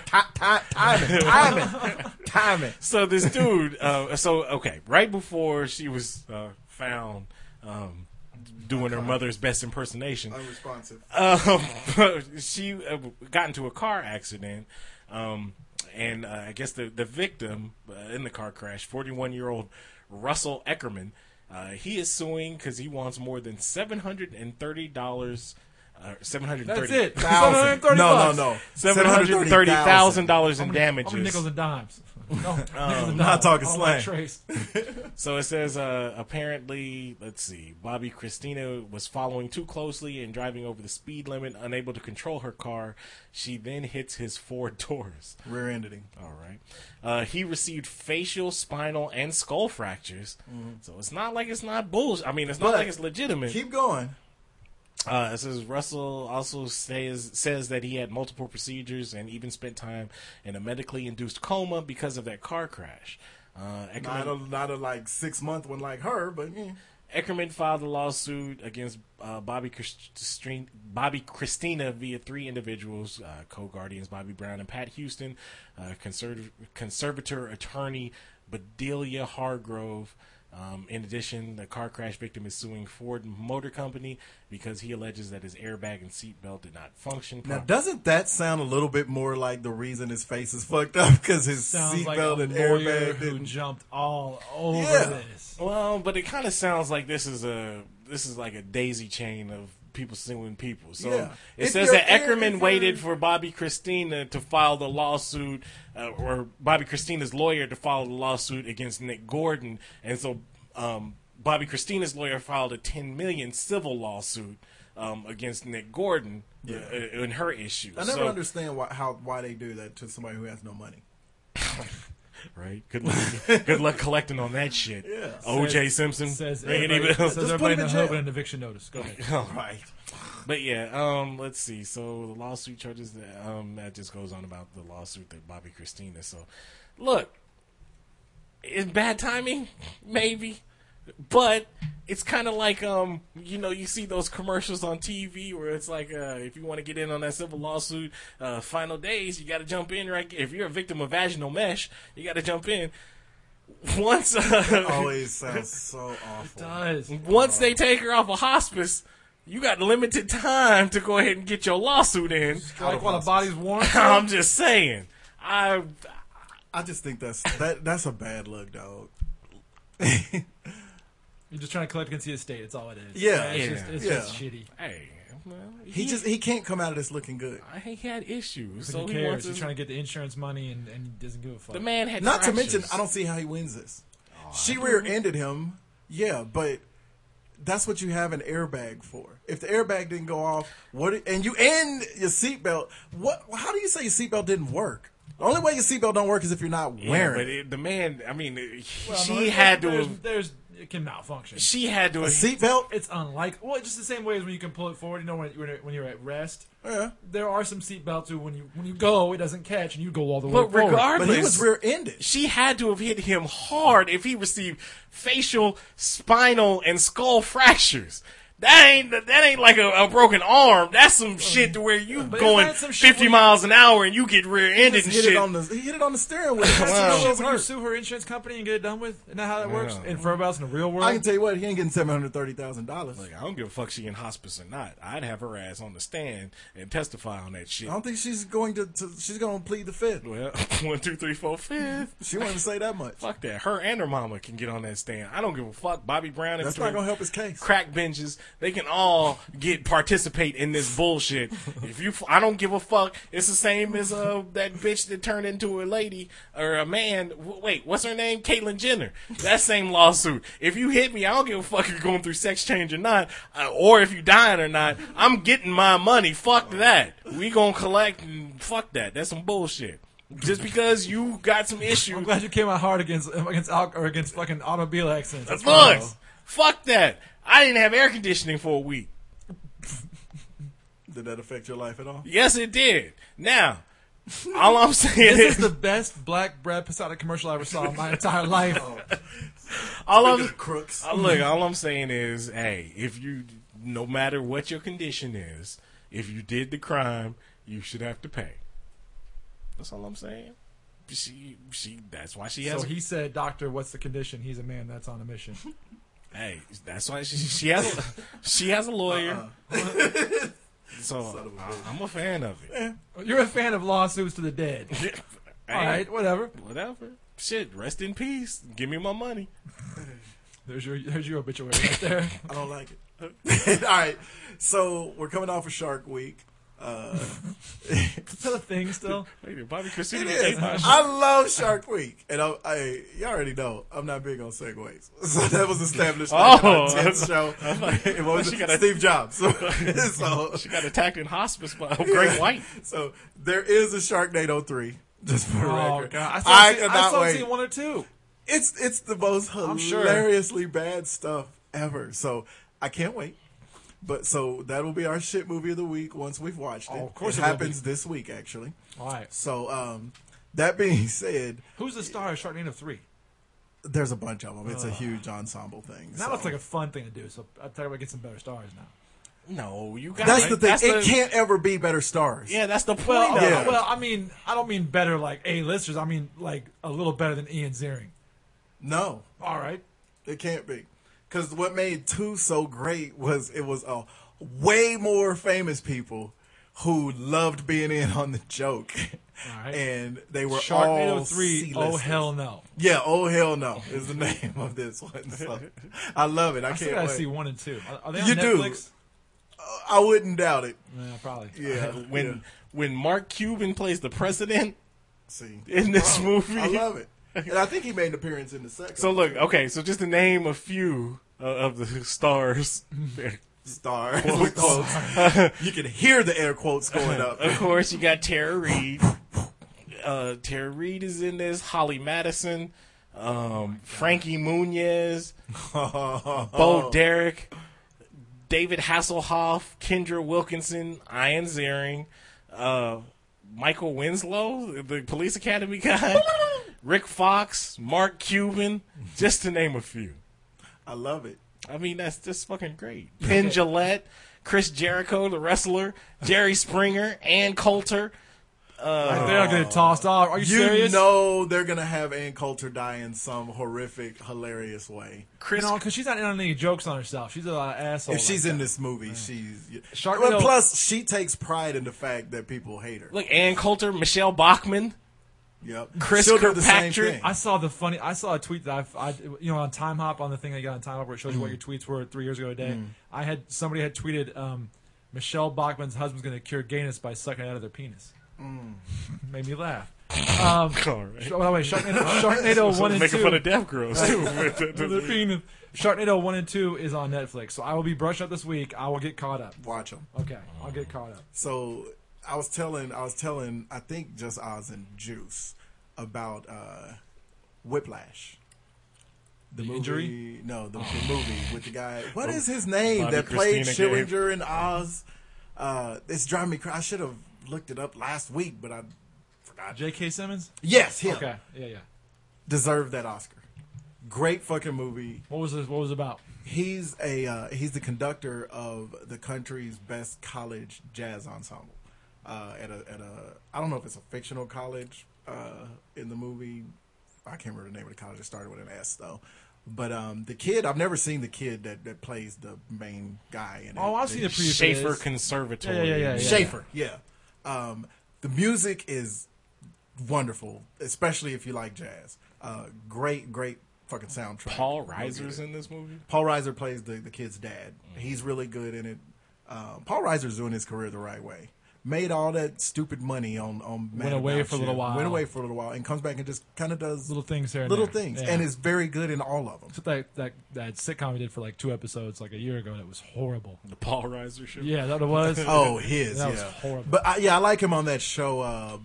S6: Ti- ti- Timing, timing, timing.
S1: so this dude, uh, so okay, right before she was uh, found um, doing her mother's best impersonation,
S6: Unresponsive.
S1: um, [laughs] she uh, got into a car accident. Um, and uh, I guess the, the victim uh, in the car crash, 41 year old Russell Eckerman, uh, he is suing because he wants more than $730. Uh, 730
S5: That's it.
S6: Thousand.
S5: $730
S6: Oh, No,
S5: bucks.
S6: no, no.
S1: $730,000 dollars in
S5: How many nickels
S1: damages.
S5: and dimes.
S6: [laughs]
S5: No, nickels and dimes.
S6: not talking
S5: I don't like
S6: slang. [laughs]
S5: Trace.
S1: So it says uh, apparently, let's see, Bobby Christina was following too closely and driving over the speed limit, unable to control her car. She then hits his four [laughs] doors.
S6: Rear-ended him.
S1: All right. Uh, he received facial, spinal, and skull fractures. So it's not like it's not bullshit. I mean, it's not
S6: But-
S1: like it's legitimate.
S6: Keep going.
S1: Uh, it says Russell also says says that he had multiple procedures and even spent time in a medically induced coma because of that car crash. Uh,
S6: Not
S1: Eckerman,
S6: a, not a like six month one like her, but eh.
S1: Eckerman filed a lawsuit against uh, Bobby Christine, Bobby Christina via three individuals, uh, co-guardians Bobby Brown and Pat Houston, uh, conserv- conservator attorney Bedelia Hargrove. Um, in addition, the car crash victim is suing Ford Motor Company because he alleges that his airbag and seatbelt did not function.
S6: now
S5: Oh.
S1: Properly.
S6: doesn't that sound a little bit more like the reason his face is [laughs] fucked up because his
S5: Sounds
S6: seatbelt
S5: like a
S6: and
S5: lawyer
S6: airbag
S5: who
S6: didn't.
S5: jumped all over
S6: Yeah.
S5: this.
S1: Well, but it kind of sounds like this is a this is like a daisy chain of people suing people. So
S6: Yeah.
S1: it
S6: If
S1: says
S6: you're
S1: that
S6: in- if
S1: Eckerman
S6: you're-
S1: waited for Bobby Christina to file the lawsuit, uh, or Bobby Christina's lawyer to file the lawsuit against Nick Gordon, and so um, Bobby Christina's lawyer filed a ten million civil lawsuit um, against Nick Gordon uh, in her issue.
S6: I never
S1: So-
S6: understand why how why they do that to somebody who has
S5: [laughs]
S6: no money.
S1: Right? Good luck, good luck collecting on that shit.
S6: Yeah.
S1: O.J. Simpson.
S5: Says
S1: Ain't
S5: everybody,
S1: [laughs] even-
S5: says everybody in
S6: put him
S5: the hood
S6: in jail.
S5: with an eviction notice. Go
S6: [laughs]
S5: ahead.
S1: [laughs] All
S6: Right.
S1: But yeah, um, let's see. So the lawsuit charges that um that just goes on about the lawsuit that Bobby Christina. So look, it's bad timing, maybe, but it's kind of like um you know you see those commercials on TV where it's like uh if you want to get in on that civil lawsuit, uh final days you got to jump in right. If you're a victim of vaginal mesh, you got to jump in. Once uh,
S6: Always sounds so awful.
S5: Does.
S1: once they take her off of hospice, you got limited time to go ahead and get your lawsuit in.
S5: Like while the body's
S6: [laughs]
S5: warm.
S1: I'm just saying. I
S6: I just
S5: [laughs]
S6: think that's that that's a bad look, dog.
S5: You're just trying to collect against the estate. It's all it is.
S6: Yeah.
S5: It's,
S1: Yeah.
S5: Just, it's just shitty.
S1: hey, well, he,
S6: He just he can't come out of this looking good.
S1: I- he had issues, so
S5: who
S1: he
S5: cares?
S1: wants
S5: He's
S1: his,
S5: trying to get the insurance money and, and he doesn't give a fuck.
S1: the man had
S6: Not to
S1: fractures. Oh,
S6: mention, I don't see how he wins this. she rear-ended him. Yeah, but that's what you have an airbag for. If the airbag didn't go off, what? And you end your seatbelt. What? How do you say your seatbelt didn't work? The only way your seatbelt don't work is if you're not
S1: Yeah,
S6: wearing.
S1: but
S6: it.
S1: it, the man. I mean, he-
S5: Well,
S1: she
S5: no, there's-
S1: had to.
S5: There's,
S1: have-
S5: there's it can malfunction.
S1: She had to.
S6: A
S1: have-
S6: seatbelt.
S5: it's unlike well, it's just the same way as when you can pull it forward. You know, when when, when you're at rest,
S6: Yeah.
S5: there are some seat belts who when you when you go, it doesn't catch, and you go all the way.
S1: But
S5: forward.
S1: regardless,
S6: But he was rear-ended.
S1: she had to have hit him hard if he received facial, spinal, and skull fractures. That ain't that ain't like a, a broken arm. That's some shit to where you
S5: But
S1: going
S5: isn't that some shit
S1: fifty
S5: where-
S1: miles an hour and you get rear-ended
S6: Just
S1: and
S6: hit
S1: shit.
S6: it on the. He hit it on the steering
S1: [laughs]
S6: wheel.
S5: That's
S6: That's
S5: some
S6: what
S5: shit when you
S6: hurt.
S5: sue her insurance company and get it done with. Isn't that how that works? In Furbouts in the real world,
S6: I can tell you what. He ain't getting seven hundred thirty thousand dollars.
S1: Like, I don't give a fuck she in hospice or not. I'd have her ass on the stand and testify on that shit.
S6: I don't think she's going to. to she's going to plead the fifth.
S1: Well, [laughs] one, two, three, four, fifth.
S6: She won't even say that much.
S1: Fuck that. Her and her mama can get on that stand. I don't give a fuck. Body Brown and
S6: That's not
S1: three
S6: gonna help his case.
S1: Crack benches They can all get participate in this
S6: [laughs]
S1: bullshit. If you, I don't give a fuck. It's the same as uh that bitch that turned into a lady or a man. W- wait, what's her name? Caitlyn Jenner. That same lawsuit. If you hit me, I don't give a fuck if you're going through sex change or not, uh, or if you dying or not. I'm getting my money. Fuck that. We gonna collect and fuck that. That's some bullshit. Just because you got some issue.
S5: [laughs] I'm glad you came out hard against against al- or against fucking automobile accidents. That's
S1: Look,
S5: fine,
S1: fuck that. I didn't have air conditioning for a week.
S6: Did that affect your life at all?
S1: Yes, it did. Now, [laughs] all I'm saying
S5: though. This is
S1: is,
S5: the best Black Brad Posada commercial I ever saw in my entire life.
S1: Oh. all I'm,
S6: Crooks.
S1: uh, look, all I'm saying is, hey, if you, no matter what your condition is, if you did the crime, you should have to pay. That's all I'm saying. She, she. That's why she has.
S5: So
S1: a-
S5: he said, "Doctor, what's the condition?" He's a man that's on a mission. [laughs]
S1: hey, that's why she, she has. a- [laughs] she has a lawyer.
S5: Uh-uh.
S1: [laughs] so I, am a fan of it.
S5: You're a fan of lawsuits to the dead.
S1: [laughs] Hey,
S5: Eh. All right, whatever.
S1: whatever. Shit, rest in peace. Give me my money.
S5: There's your there's your obituary right there. [laughs]
S6: I don't like it. [laughs] all right. So we're coming off of Shark Week. Uh,
S5: Is that a thing still?
S1: Wait, did Bobby Christina
S6: It
S1: ate
S6: is.
S1: my
S6: [laughs] I love Shark Week, and I, I you already know I'm not big on segues, [laughs] so that was established
S1: Oh,
S6: like, in our tenth
S1: I thought-
S6: show.
S1: I thought-
S6: It was
S1: she got a-
S6: Steve Jobs. [laughs] So, so,
S1: She got attacked in hospice by a great white.
S6: so there is a Sharknado three. Just for
S5: Oh
S6: record,
S5: god, I still,
S6: I,
S5: see, I
S6: cannot
S5: still
S6: wait.
S5: see one or two.
S6: It's it's the most
S5: sure.
S6: hilariously bad stuff ever. So I can't wait. But so that will be our shit movie of the week once we've watched it.
S5: Oh, of course
S6: it
S5: it will
S6: happens this week actually.
S5: All right,
S6: So um, that being [laughs] said,
S5: who's the star of Sharknado three?
S6: there's a bunch of them. It's a huge ensemble thing.
S5: Now
S6: so.
S5: it's like a fun thing to do. So I tell you, what, get some better stars now.
S1: No, you got
S6: that's the thing. it can't ever be better stars.
S1: Yeah, that's the point.
S5: Well,
S1: of it.
S6: Yeah.
S5: well, I mean, I don't mean better like A-listers. I mean like a little better than Ian Ziering.
S6: No,
S5: All right.
S6: it can't be. Because what made two so great was it was a way more famous people who loved being in on the joke,
S5: Alright.
S6: and they were all
S5: Sharknado 3, oh
S6: C-listers.
S5: hell no.
S6: Yeah, oh hell no is the [laughs] name of this one. So,
S5: [laughs]
S6: I love it. I,
S5: I still
S6: can't
S5: gotta
S6: wait.
S5: see 1 and 2. Are, are they on
S6: You do.
S5: Netflix?
S6: I wouldn't doubt it.
S5: [laughs] Yeah, probably.
S6: Yeah,
S1: when
S6: yeah.
S1: when Mark Cuban plays the president
S5: [laughs]
S6: see,
S1: in this movie,
S6: I love it. And I think he made an appearance in the second.
S1: So look, okay, so just to name a few uh, of the stars.
S6: star. with quotes. [laughs] you can hear the air quotes going
S5: [laughs]
S6: up.
S1: of course, you got Tara Reid. Uh, Tara Reid is in this. Holly Madison, um, Frankie Muniz, Bo Derek, David Hasselhoff, Kendra Wilkinson, Ian Ziering, uh, Michael Winslow, the Police Academy guy, Rick Fox, Mark Cuban, just to name a few.
S6: I love it.
S1: I mean, that's just fucking great. Penn Gillette, Chris Jericho, the wrestler, Jerry Springer, Ann Coulter.
S5: They're not gonna get tossed off. Are you,
S6: You
S5: serious?
S6: know they're gonna have Ann Coulter die in some horrific, hilarious way.
S1: Chris,
S5: No, because she's not in on any jokes on herself. She's a uh, asshole.
S6: If
S5: like
S6: she's
S5: that.
S6: in this movie, she's.
S5: Sharknado-
S6: Well, plus, she takes pride in the fact that people hate her.
S1: look, Ann Coulter, Michelle Bachman.
S6: Yep.
S1: Chris
S6: She'll do the same
S1: Kirkpatrick.
S6: thing.
S5: I saw the funny. I saw a tweet that I've, I, you know, on Time Hop on the thing I got on Time Hop where it shows you what your tweets were three years ago today. I had somebody had tweeted, um, Michelle Bachman's husband's going to cure gayness by sucking it out of their penis. [laughs] Made me laugh.
S1: All right.
S5: Oh, by the way, Sharknado, Sharknado one and
S1: making fun
S5: [laughs]
S1: of
S5: two.
S1: deaf girls too.
S5: Their penis. Sharknado one and two is on Netflix, so I will be brushed up this week. I will get caught up.
S6: Watch them.
S5: Okay, I'll get caught up.
S6: So I was telling, I was telling, I think just Oz and Juice about uh, Whiplash.
S5: The injury? Oh,
S6: movie- No, the, the movie with the guy. What is his name
S1: Bobby
S6: that played
S1: Christina
S6: Schillinger in Oz? Uh, it's driving me crazy. I should have looked it up last week, but I forgot.
S5: J.K. Simmons.
S6: Yes, him
S5: Okay, yeah, yeah.
S6: deserved that Oscar. Great fucking movie.
S5: What was this? What was it about?
S6: He's a uh, he's the conductor of the country's best college jazz ensemble. Uh, at a at a I don't know if it's a fictional college uh, in the movie. I can't remember the name of the college. It started with an S though. But um, the kid I've never seen the kid that, that plays the main guy. In it.
S5: Oh, I've
S6: The-
S5: seen the preview. for
S1: Schaefer
S5: this.
S1: Conservatory.
S5: Yeah, yeah, yeah, yeah.
S6: Schaefer. Yeah. Um, the music is wonderful, especially if you like jazz. Uh, great, great fucking soundtrack.
S1: Paul
S6: Real
S1: Reiser's
S6: good.
S1: in this movie.
S6: Paul Reiser plays the, the kid's dad. He's really good in it. Um, Paul Reiser's doing his career the right way. Made all that stupid money on on Mad
S5: Went away
S6: About
S5: for a little
S6: You.
S5: while.
S6: Went away for a little while and comes back and just kind of does
S5: Little things here and
S6: little
S5: there.
S6: things,
S5: Yeah.
S6: and is very good in all of them.
S5: that that that sitcom we did for like two episodes like a year ago that was horrible.
S1: The Paul Reiser show.
S5: Yeah, that [laughs] was.
S6: Oh, his
S5: That
S6: yeah,
S5: was horrible.
S6: But I, yeah, I like him on that show, uh,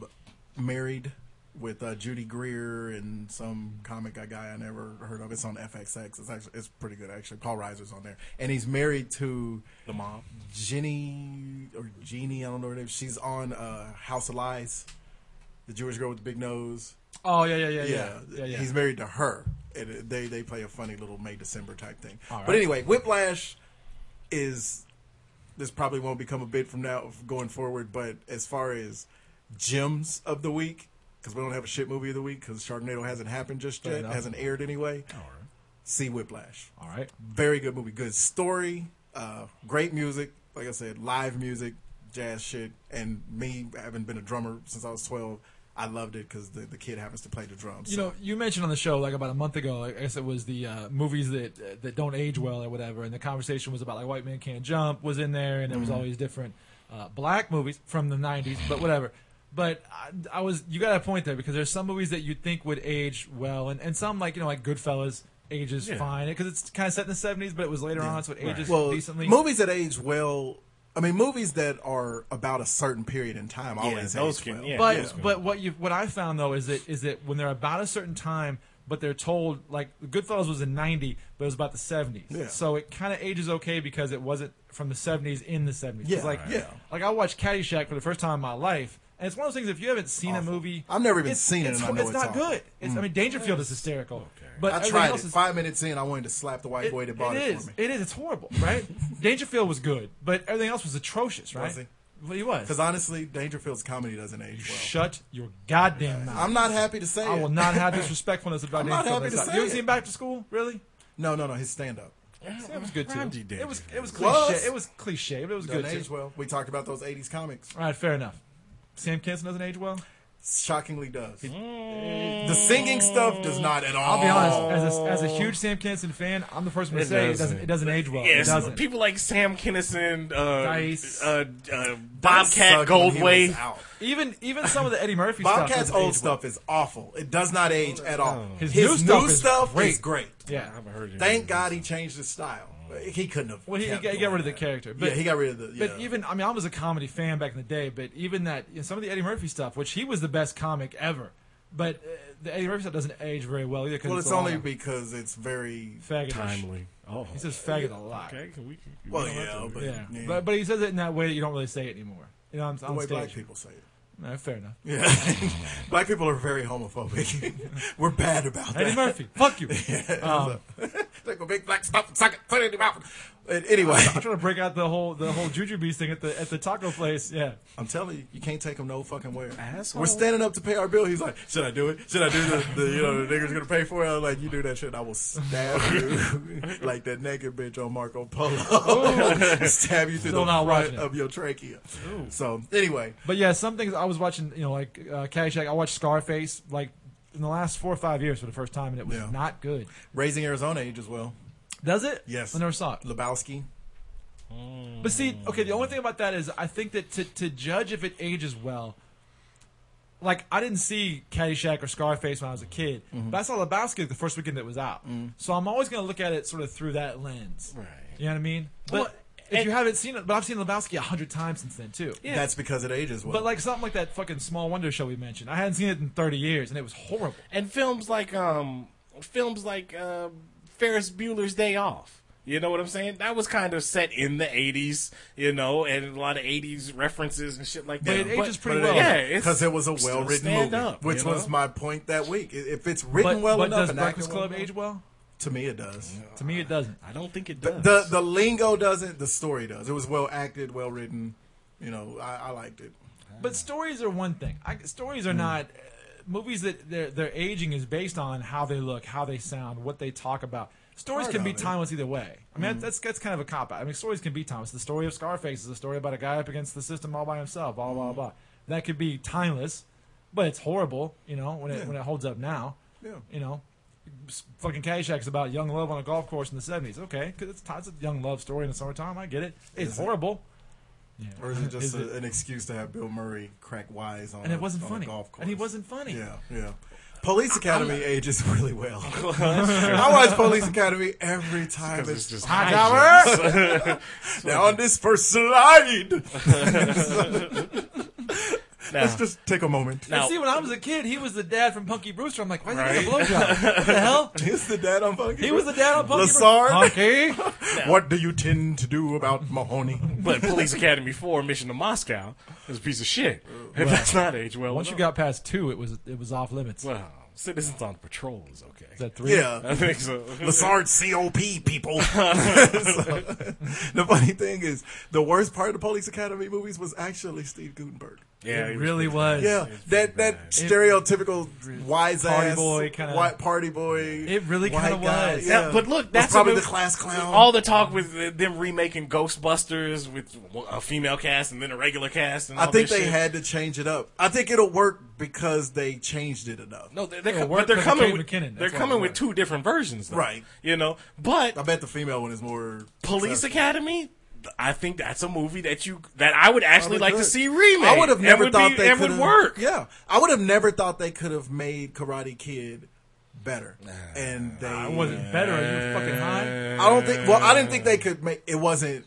S6: Married, with uh, Judy Greer and some comic guy I never heard of. It's on FXX. It's actually it's pretty good actually. Paul Reiser's on there, and he's married to
S1: The mom.
S6: Jenny or Jeannie. I don't know her name. She's on uh, House of Lies, the Jewish girl with the big nose.
S5: oh yeah, yeah, yeah,
S6: Yeah,
S5: yeah, yeah. yeah.
S6: he's married to her, and it- they they play a funny little May December type thing.
S5: All right.
S6: But anyway, Whiplash is this probably won't become a bit from now going forward. But as far as gems of the week, because we don't have a shit movie of the week because Sharknado hasn't happened just yet,
S5: enough.
S6: hasn't aired anyway. See Whiplash,
S5: All right.
S6: very good movie, good story, uh, great music. Like I said, live music, jazz shit, and me having been a drummer since I was twelve. I loved it because the, the kid happens to play the drums.
S5: You know, you mentioned on the show like about a month ago. I guess it was the uh, movies that uh, that don't age well or whatever. And the conversation was about like White Man Can't Jump was in there, and there was always different uh, black movies from the '90s, but whatever. But I, I was you got a point there because there's some movies that you'd think would age well, and, and some like you know like Goodfellas ages fine because it's kind of set in the '70s, but it was later on, so it ages
S6: well,
S5: decently.
S6: movies that age well. I mean, movies that are about a certain period in time always
S1: those
S6: age
S1: can-
S6: well.
S1: yeah.
S5: But
S1: it's good.
S5: but what you what I found though is that is that when they're about a certain time, but they're told like Goodfellas was in ninety, but it was about the seventies.
S6: Yeah.
S5: So it kind of ages okay because it wasn't from the seventies in the seventies.
S6: Yeah,
S5: like
S6: yeah.
S5: like I watched Caddyshack for the first time in my life, and it's one of those things. If you haven't seen
S6: Awful.
S5: a movie,
S6: I've never even
S5: it's-
S6: seen it
S5: It's,
S6: and I know
S5: it's
S6: it's
S5: not
S6: awful. Mm.
S5: good. It's, I mean, Dangerfield is hysterical, but
S6: I
S5: everything
S6: tried it.
S5: else is-
S6: Five minutes in, I wanted to slap the white boy that bought it,
S5: is.
S6: for me
S5: It is. It's horrible, right?
S6: [laughs]
S5: Dangerfield was good, but everything else was atrocious, right?
S6: Was he?
S5: Well, he was.
S6: because honestly, Dangerfield's comedy doesn't age well.
S5: Shut your goddamn mouth.
S6: I'm not happy to say
S5: I
S6: it.
S5: will not
S6: [laughs]
S5: have disrespectfulness about
S6: I'm not
S5: Dangerfield
S6: happy to
S5: next time.
S6: say
S5: You haven't
S6: it.
S5: seen Back to School, really?
S6: No, no, no. His stand up
S5: That was good too.
S1: Rodney
S5: It was it was
S6: Was?
S5: cliche. It was cliche, but it was
S6: doesn't
S5: good
S6: age
S5: too.
S6: well. We talked about those '80s comics.
S5: All right, fair enough. Sam Kinison doesn't age well.
S6: Shockingly, does the singing stuff does not at all.
S5: Mm. I'll be honest, as a, as a huge Sam Kinison fan, I'm the first one to
S1: It
S5: say
S1: doesn't.
S5: it doesn't it doesn't age well.
S1: Yes,
S5: It doesn't.
S1: people like Sam Kinison, uh,
S5: Dice.
S1: uh, uh,
S6: That
S1: Bobcat
S6: sucked when he was
S1: Goldway.
S6: out.
S5: even even some of the Eddie Murphy stuff.
S6: Bobcat's
S5: doesn't
S6: old
S5: age well.
S6: stuff is awful. It does not age at all.
S5: Oh. His new stuff is
S6: is
S5: great.
S6: great.
S5: Yeah.
S1: heard you.
S6: Thank God he changed his style. He couldn't have.
S5: Well, he, he,
S6: kept
S5: got, he got
S6: doing
S5: rid of the
S6: that.
S5: character. But
S6: Yeah, he got rid of the. Yeah.
S5: But even I mean, I was a comedy fan back in the day. But even that, you know, some of the Eddie Murphy stuff, which he was the best comic ever. But uh, the Eddie Murphy stuff doesn't age very well either. 'cause
S6: well, it's
S5: a lot
S6: only
S5: of
S6: because it's very.
S5: faggotish.
S1: Timely. Oh,
S5: He says faggot a lot.
S1: okay. Can we, can we
S6: Well,
S1: don't have
S6: yeah,
S1: to-
S6: but,
S5: Yeah.
S6: yeah.
S5: But, but he says it in that way that you don't really say it anymore. You know, on,
S6: the
S5: on
S6: way black
S5: stage.
S6: people say it. [laughs]
S5: No, fair enough.
S6: Yeah, black people are very homophobic. [laughs] We're bad about that.
S5: Eddie Murphy, fuck
S6: [laughs]
S5: you. Um,
S6: like a big black stuff, suck it, put it in your mouth. But anyway,
S5: I'm trying to break out the whole the whole Juju Beast thing at the at the taco place. Yeah.
S6: I'm telling you, you can't take him no fucking where.
S1: Asshole.
S6: We're standing up to pay our bill. He's like, should I do it? Should I do the, the you know, the nigger's gonna pay for it? I'm like, you do that shit, I will stab [laughs] you like that naked bitch on Marco Polo. [laughs] stab you through
S5: Still
S6: the
S5: not
S6: front
S5: watching it.
S6: of your trachea. So anyway,
S5: But yeah, some things I was watching, you know, like uh, Caddyshack. I watched Scarface like in the last four or five years for the first time, and it was
S6: Yeah.
S5: not good.
S6: raising Arizona age as well.
S5: Does it?
S6: Yes.
S5: I never saw it.
S6: Lebowski.
S5: But see, okay, the only thing about that is I think that to, to judge if it ages well, like I didn't see Caddyshack or Scarface when I was a kid,
S1: Mm-hmm.
S5: but I saw Lebowski the first weekend that it was out. So I'm always going to look at it sort of through that lens.
S1: Right.
S5: You know what I mean? But
S1: Well,
S5: if
S1: and-
S5: you haven't seen it, but I've seen Lebowski a hundred times since then too.
S1: Yeah.
S6: That's because it ages well.
S5: But like something like that fucking Small Wonder show we mentioned, I hadn't seen it in 30 years, and it was horrible.
S1: and films like um films like uh, Ferris Bueller's Day Off. You know what I'm saying? That was kind of set in the '80s, you know, and a lot of '80s references and shit like that.
S5: it ages pretty
S1: but-
S5: well.
S1: Yeah, it's-
S6: because it was a
S1: still
S6: well-written
S1: stand
S6: movie,
S1: up,
S6: which
S1: you know?
S6: was my point that week. I- If it's written
S5: but
S6: well
S5: but
S6: enough,
S5: does
S6: and
S5: Breakfast
S6: acted well
S5: Club
S6: enough,
S5: age well?
S6: to me it does.
S5: To me, it doesn't.
S1: I don't think it
S6: The,
S1: does.
S6: the the lingo doesn't. The story does. It was well acted, well written. You know, I, I liked it.
S5: But stories are one thing. I, stories
S6: Hmm.
S5: are not uh, movies that their their aging is based on how they look, how they sound, what they talk about. Stories
S6: Part
S5: can be
S6: of it. Hmm.
S5: timeless either way. I mean, that's that's kind of a cop out. I mean, stories can be timeless. The story of Scarface is a story about a guy up against the system all by himself. Blah
S6: Hmm.
S5: blah blah. That could be timeless, but it's horrible. You know, when it when it holds up now.
S6: Yeah.
S5: You know, s- fucking Caddyshack's about young love on a golf course in the seventies. Okay, because it's, it's a young love story in the summertime. I get it. It's
S6: Is it?
S5: horrible,
S6: Or is it just
S5: Is
S6: a,
S5: it-
S6: an excuse to have Bill Murray crack wise on
S5: and
S6: a-
S5: it wasn't
S6: on a
S5: funny,
S6: golf course?
S5: and he wasn't funny.
S6: Yeah, yeah. Police Academy ages [laughs] really
S5: [laughs]
S6: well. I watch Police Academy every time.
S1: Because
S6: It's
S1: it's just
S5: Hot [laughs]
S6: Now [laughs] on this first slide,
S1: Now,
S6: let's just take a moment.
S5: And
S1: now,
S5: see, when I was a kid, he was the dad from Punky Brewster. I'm like, why is he
S1: Right.
S5: getting a blowjob? What [laughs] the hell?
S6: Is the dad on Funky?
S5: He was the dad on Punky
S6: Lassard?
S5: Brewster. Punky.
S6: What do you tend to do about Mahoney?
S1: but Police Academy 4 Mission to Moscow is a piece of shit. If that's not age well
S5: [laughs] Uh, Once you
S1: enough.
S5: got past two, it was it was off limits. Is
S1: Well, Citizens on Patrol is okay.
S5: that three?
S6: yeah,
S1: [laughs] I think so.
S6: Lassard COP
S5: [laughs]
S6: people. So, the funny thing is, the worst part of the Police Academy movies was actually Steve Gutenberg.
S1: yeah,
S5: it
S1: he was
S5: really was.
S6: Yeah, that that stereotypical wise
S5: Party
S6: ass
S5: boy kinda-
S6: white party boy.
S5: It really
S6: white
S5: kinda
S6: guy,
S5: was.
S1: Yeah, but look,
S6: Was
S1: that's
S6: probably
S1: what
S6: the
S1: it-
S6: class clown.
S1: All the talk with uh, them remaking Ghostbusters with a female cast and then a regular cast. And
S6: I
S1: all
S6: think
S1: this
S6: they
S1: shit.
S6: had to change it up. I think it'll work because they changed it enough.
S1: No, they, they
S5: It'll
S1: co-
S5: work
S1: but they're
S5: because of
S1: coming.
S5: Kate
S1: With,
S5: McKinnon.
S1: They're
S5: That's why
S1: coming
S5: it
S1: with two different versions, though,
S6: Right.
S1: You know,
S6: I
S1: but
S6: bet the female one is more
S1: Police
S6: successful.
S1: Academy. I think that's a movie that you that I would actually
S6: Probably
S1: like to
S6: good.
S1: see remade.
S6: I would have never
S1: and
S6: thought
S1: would be,
S6: they
S1: and would
S6: could've-
S1: work.
S6: Yeah, I would have never thought they could have made Karate Kid better. and they,
S5: I wasn't better. Are you fucking high?
S6: I don't think. Well, I didn't think they could make. It wasn't.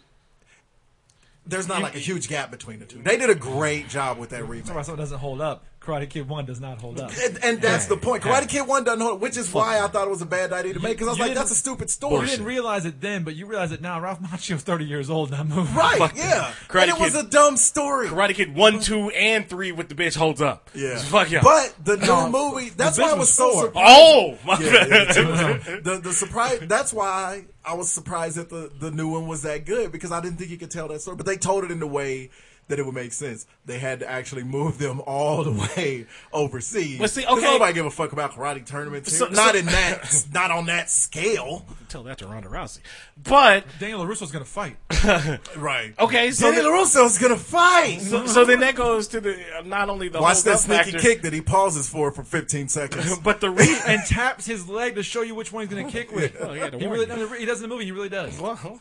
S6: There's not like a huge gap between the two. They did a great job with that remake.
S5: That's why something doesn't hold up. Karate Kid One does not hold up.
S6: And, and that's the point. Karate Kid One doesn't hold, which is why I thought it was a bad idea to make. Because I was
S5: you
S6: like,
S5: didn't-
S6: that's a stupid
S5: You
S6: story.
S5: didn't realize it then, but you realize it now. Ralph Macchio's 30 years old in that movie.
S6: right? Yeah,
S1: Karate
S6: and it was
S1: Kid.
S6: a dumb story.
S1: Karate Kid one, two, and three with the bitch holds up.
S6: Yeah,
S1: fuck yeah.
S6: But
S1: [laughs]
S6: the new movie, that's
S5: bitch
S6: why I was
S5: was
S6: so
S5: four.
S6: surprised.
S1: oh my
S6: [laughs] Yeah,
S1: god,
S6: yeah, the, two was- the the surprise. That's why I was surprised that the the new one was that good because I didn't think you could tell that story. But they told it in the way that it would make sense. They had to actually move them [laughs] all the way overseas.
S1: Well, see,
S6: 'Cause
S1: okay.
S6: nobody give a fuck about karate tournaments.
S1: So-
S6: here. not
S1: so- [laughs]
S6: in that, not on that scale.
S1: [laughs] tell that to Ronda Rousey. But
S5: Daniel LaRusso's going to fight.
S6: Right.
S1: okay, so
S6: Danny
S1: the-
S6: LaRusso's gonna fight.
S1: so, so then that goes to the uh, not only the
S6: Watch
S1: hold
S6: that
S1: up
S6: sneaky
S1: factor,
S6: kick that he pauses for for
S1: [laughs]
S6: 15 seconds.
S1: but the re-
S5: and taps his leg to show you which one he's going to kick with.
S1: Oh, yeah, to
S5: he,
S1: warn
S5: really,
S1: you.
S5: no, he does in the movie. He really does.
S1: Well,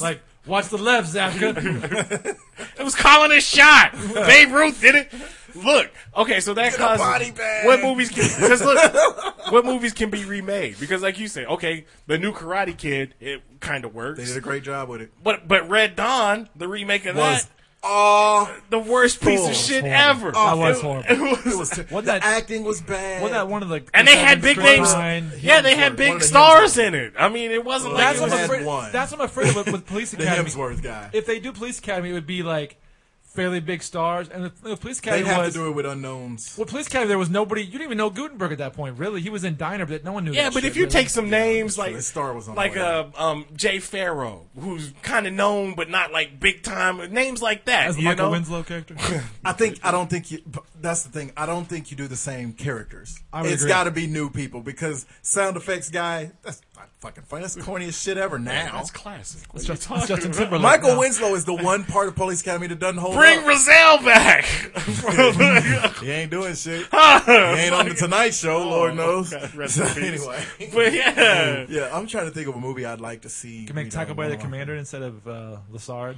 S5: Like, watch the left, [laughs] Zapka.
S1: It was calling his
S6: [laughs]
S1: shot. Babe Ruth did it. Look, okay, so that
S6: a
S1: causes
S6: body bag.
S1: what movies can because look what movies can be remade because like you said, okay, the new Karate Kid it kind of
S6: They
S1: works,
S6: did a great job with it.
S1: but but Red Dawn the remake of
S6: Was
S1: that
S6: oh,
S1: the worst piece
S6: Horrible. Oh,
S1: of shit
S5: Horrible.
S1: ever.
S5: That was
S1: It-
S5: horrible.
S1: it was-
S6: it was. Ter-
S5: What
S6: the
S5: that-
S6: acting was bad.
S5: Wasn't that one of the.
S1: and they had big names.
S5: Line?
S1: Yeah, they had
S6: Hemsworth.
S1: big
S6: One of the
S1: stars
S6: Hemsworth.
S1: in it. I mean, it wasn't like
S5: That's
S1: it
S5: what
S1: was,
S5: I'm
S6: had
S5: afraid.
S6: one.
S5: That's what I'm afraid with, with Police
S6: the
S5: Academy.
S6: Hemsworth guy?
S5: If they do Police Academy, it would be like fairly big stars. And the, the Police
S6: They
S5: Academy
S6: have
S5: was
S6: to do it with unknowns.
S5: Well, Police Academy, there was nobody. You didn't even know Gutenberg at that point, really. He was in Diner, but no one knew.
S1: Yeah,
S5: that
S1: but
S5: shit,
S1: if you
S5: really.
S1: take some names
S6: true.
S1: like
S6: His star was on
S1: like
S6: the way
S1: uh, um Jay Farrow, who's kind of known but not like big time names like that,
S5: as the
S1: you
S5: Michael
S1: know?
S5: Winslow character,
S6: I think I don't think you. but That's the thing. I don't think you do the same characters.
S5: I would
S6: It's
S5: agree.
S6: got to be new people because sound effects guy. That's not fucking funny. That's the corniest shit ever now.
S1: That's classic. What
S5: It's
S1: you
S5: just- it's
S1: talking
S5: Justin
S1: about?
S5: Timberlake.
S6: Michael
S5: No.
S6: Winslow is the one part of Police Academy that doesn't hold
S1: Bring
S6: up.
S1: Rizal back.
S6: [laughs]
S5: [laughs]
S6: he ain't doing [laughs] shit. he ain't on the Tonight Show. Lord knows.
S1: God, rest
S6: [laughs] So
S1: in peace.
S6: anyway,
S1: [laughs] but yeah,
S5: Mm.
S6: yeah, I'm trying to think of a movie I'd like to see.
S5: can make
S6: you know,
S5: Taco Berry the
S6: more.
S5: commander instead of uh, Lassard,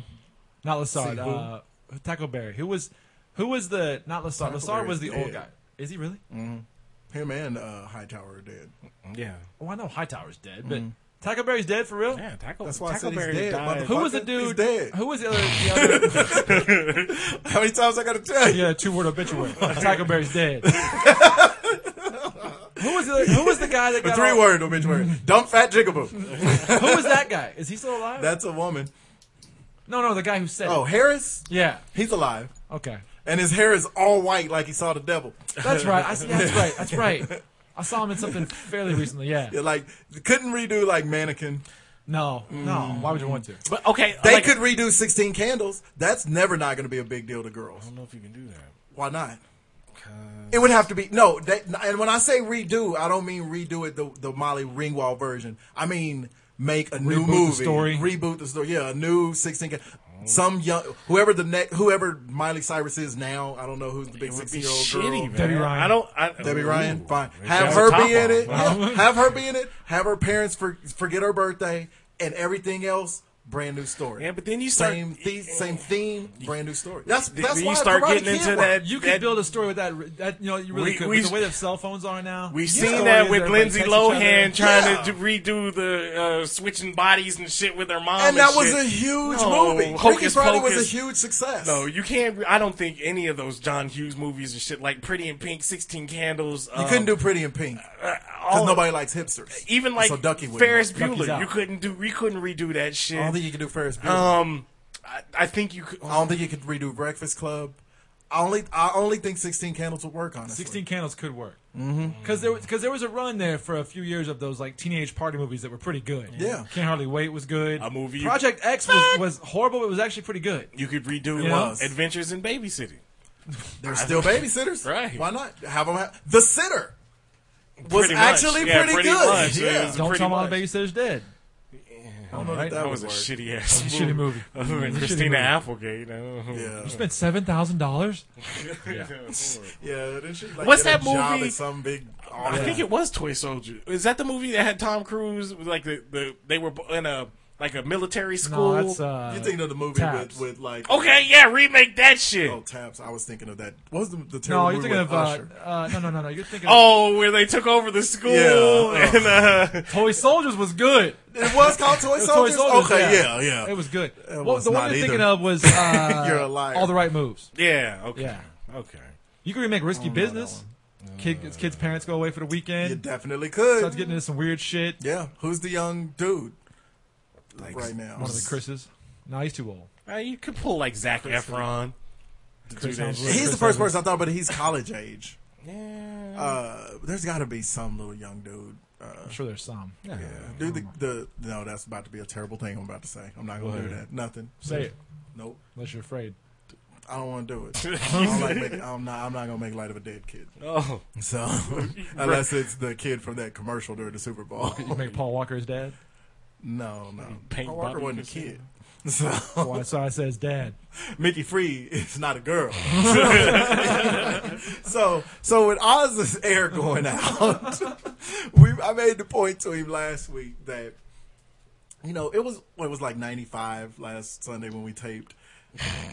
S5: not Lassard.
S6: See, who?
S5: uh, Taco Berry. Who was who was the not Lassard?
S6: Taco
S5: Lassard was the
S6: Berry's
S5: old
S6: dead.
S5: guy. Is he really?
S6: Him and uh, Hightower are dead.
S1: yeah,
S5: Oh, I know Hightower's dead, but Taco Berry's dead for real.
S1: yeah. Taco,
S6: That's why I
S1: Taco
S6: said he's
S1: Berry
S6: dead,
S1: died.
S5: Who was the
S6: Fucker, he's
S5: dude?
S6: dead.
S5: Who was the other? The
S1: [laughs]
S5: other
S6: How many times I gotta tell you?
S5: yeah, two word obituary. Taco
S1: [laughs]
S5: Berry's dead. who was the other, who was the guy that
S6: The
S5: got
S6: three
S5: all-
S6: word obituary. Dump fat jigaboo.
S5: Who was that guy? Is he still alive?
S6: That's a woman.
S5: no, no, the guy who said. it.
S6: Oh, Harris?
S5: yeah.
S6: He's alive.
S5: Okay.
S6: And his hair is all white like he saw the devil.
S5: That's right. I see. That's right. That's right. I saw him in something fairly recently. Yeah.
S6: Yeah, Like, couldn't redo like Mannequin.
S5: No.
S1: Mm.
S5: No. Why would you want to?
S1: But okay,
S6: They
S1: like-
S6: could redo 16 Candles. That's never not going to be a big deal to girls.
S1: I don't know if you can do that.
S6: Why not? It would have to be no. They, and when I say redo, I don't mean redo it the the Molly Ringwald version. I mean make a new
S5: Reboot the
S6: movie,
S5: story.
S6: reboot the story. Yeah, a new sixteen. ca- Some young whoever the next whoever Miley Cyrus is now. I don't know who's the big sixteen year old girl.
S1: Shitty, man.
S5: Debbie Ryan.
S1: I don't. I,
S6: Debbie
S1: Ooh.
S6: Ryan, fine.
S1: that's
S6: Have
S1: a
S6: her
S1: top
S6: be in
S1: off.
S6: it. Yeah, [laughs] Have her be in it. Have her parents for, forget her birthday and everything else. Brand new story.
S1: Yeah, but then you start.
S6: same the- same theme, brand new story. That's
S1: Then
S6: that's
S1: you
S6: why
S1: start
S6: Karate
S1: getting
S6: Kid
S1: into
S6: worked.
S1: that-
S5: You could
S1: that-
S5: build a story with that. That you know, you really
S1: We-
S5: could.
S1: we-
S5: with the way that cell phones are now,
S1: We've
S5: stories
S1: seen that with
S5: everybody
S1: Lindsay
S5: texts each other.
S1: Lohan trying
S6: Yeah.
S1: to do, redo the uh, switching bodies and shit with her mom.
S6: and that was
S1: shit.
S6: a huge
S1: No,
S6: movie. Ricky
S1: Hocus
S6: Friday was a
S1: Pocus.
S6: huge success.
S1: No, you can't. I don't think any of those John Hughes movies and shit like Pretty in Pink, Sixteen Candles. um,
S6: you couldn't do Pretty in Pink
S1: uh,
S6: because nobody likes hipsters.
S1: even like
S6: so Ducky wouldn't.
S1: Ferris
S5: Ducky's
S1: Bueller.
S5: out.
S1: You couldn't do. We couldn't redo that shit.
S6: I don't think you could do Ferris Bueller.
S1: um, I, I think you could. um,
S6: I don't think you could redo Breakfast Club. I only I only think Sixteen Candles would work on
S5: 16 Candles could work.
S6: Mm-hmm.
S5: Because there, because there was a run there for a few years of those like teenage party movies that were pretty good.
S6: Yeah.
S5: Can't Hardly Wait was good.
S1: A movie you-
S5: Project X was, was horrible, but it was actually pretty good.
S1: You could redo
S5: Yeah.
S1: uh, Adventures in Babysitting.
S6: They're still babysitters,
S1: [laughs] Right.
S6: Why not have them? Have, the sitter was
S1: Pretty much.
S6: actually
S1: Yeah,
S6: pretty,
S1: pretty
S6: good.
S1: much.
S6: Yeah,
S1: Yeah, it was
S5: Don't
S1: pretty
S5: tell mom the
S1: much.
S5: babysitter's dead. Right?
S6: that
S1: That
S6: was
S1: was a
S6: [laughs]
S1: shitty ass
S5: a shitty movie.
S1: [laughs] Other than
S5: It was a shitty
S1: Christina
S5: movie.
S1: Applegate. I don't know. [laughs]
S6: yeah.
S5: Spent seven thousand dollars.
S6: yeah then she, like,
S1: What's
S6: get
S1: that
S6: a job
S1: movie?
S6: at Some big.
S1: I think it was Toy Soldier. Is that the movie that had Tom Cruise? It was Like the, the they were in a like a military school.
S5: No, that's uh,
S6: you think of the movie
S5: Taps.
S6: with, with like
S1: okay, yeah, remake that shit.
S6: oh, taps? I was thinking of that. What was the, the terrible
S5: no,
S6: Oh,
S5: you're
S6: movie
S5: thinking of
S6: with
S5: uh,
S6: Usher?
S5: uh, no, no, no, no. You're thinking of
S1: Oh, where they took over the school
S6: Yeah.
S1: [laughs]
S6: Oh.
S1: and uh,
S5: Toy Soldiers was good.
S6: It was called Toy
S5: It was [laughs]
S6: Soldiers.
S5: Toy Soldiers,
S6: okay, yeah, yeah.
S5: It was good. Well,
S6: was
S5: the one
S6: not
S5: you're
S6: either.
S5: thinking of
S6: [laughs]
S5: was uh,
S6: You're a liar.
S5: All the right moves.
S1: yeah, okay,
S5: Yeah.
S1: okay.
S5: You could remake Risky Business. Kid, kids' parents go away for the weekend.
S6: you definitely could.
S5: starts getting into some weird shit.
S6: yeah, who's the young dude right now?
S5: One of the Chris's. No, he's too old.
S1: Uh, you could pull like Zach Efron. to do that
S5: Hemsworth.
S1: shit.
S6: He's the first person I thought, but he's college age.
S1: Yeah.
S6: Uh, there's got to be some little young dude. Uh,
S5: I'm sure there's some.
S6: dude, the, the no, that's about to be a terrible thing I'm about to say. I'm not gonna do that. Nothing.
S5: Say it,
S6: Nope.
S5: unless you're afraid.
S6: I don't want to
S1: [laughs]
S6: do it. I don't like making- I'm not. I'm not gonna make light of a dead kid.
S1: Oh, [laughs]
S6: So unless it's the kid from that commercial during the Super Bowl. [laughs]
S5: You make Paul Walker his dad.
S6: No, no.
S1: Paint
S6: Paul Walker
S1: Bobby
S6: wasn't a
S1: Christina.
S6: kid. [laughs] So
S5: Why? So I says dad.
S6: Mickey Free is not a girl. so so with Oz's air going out, [laughs] we I made the point to him last week that you know it was well, it was like ninety five last Sunday when we taped.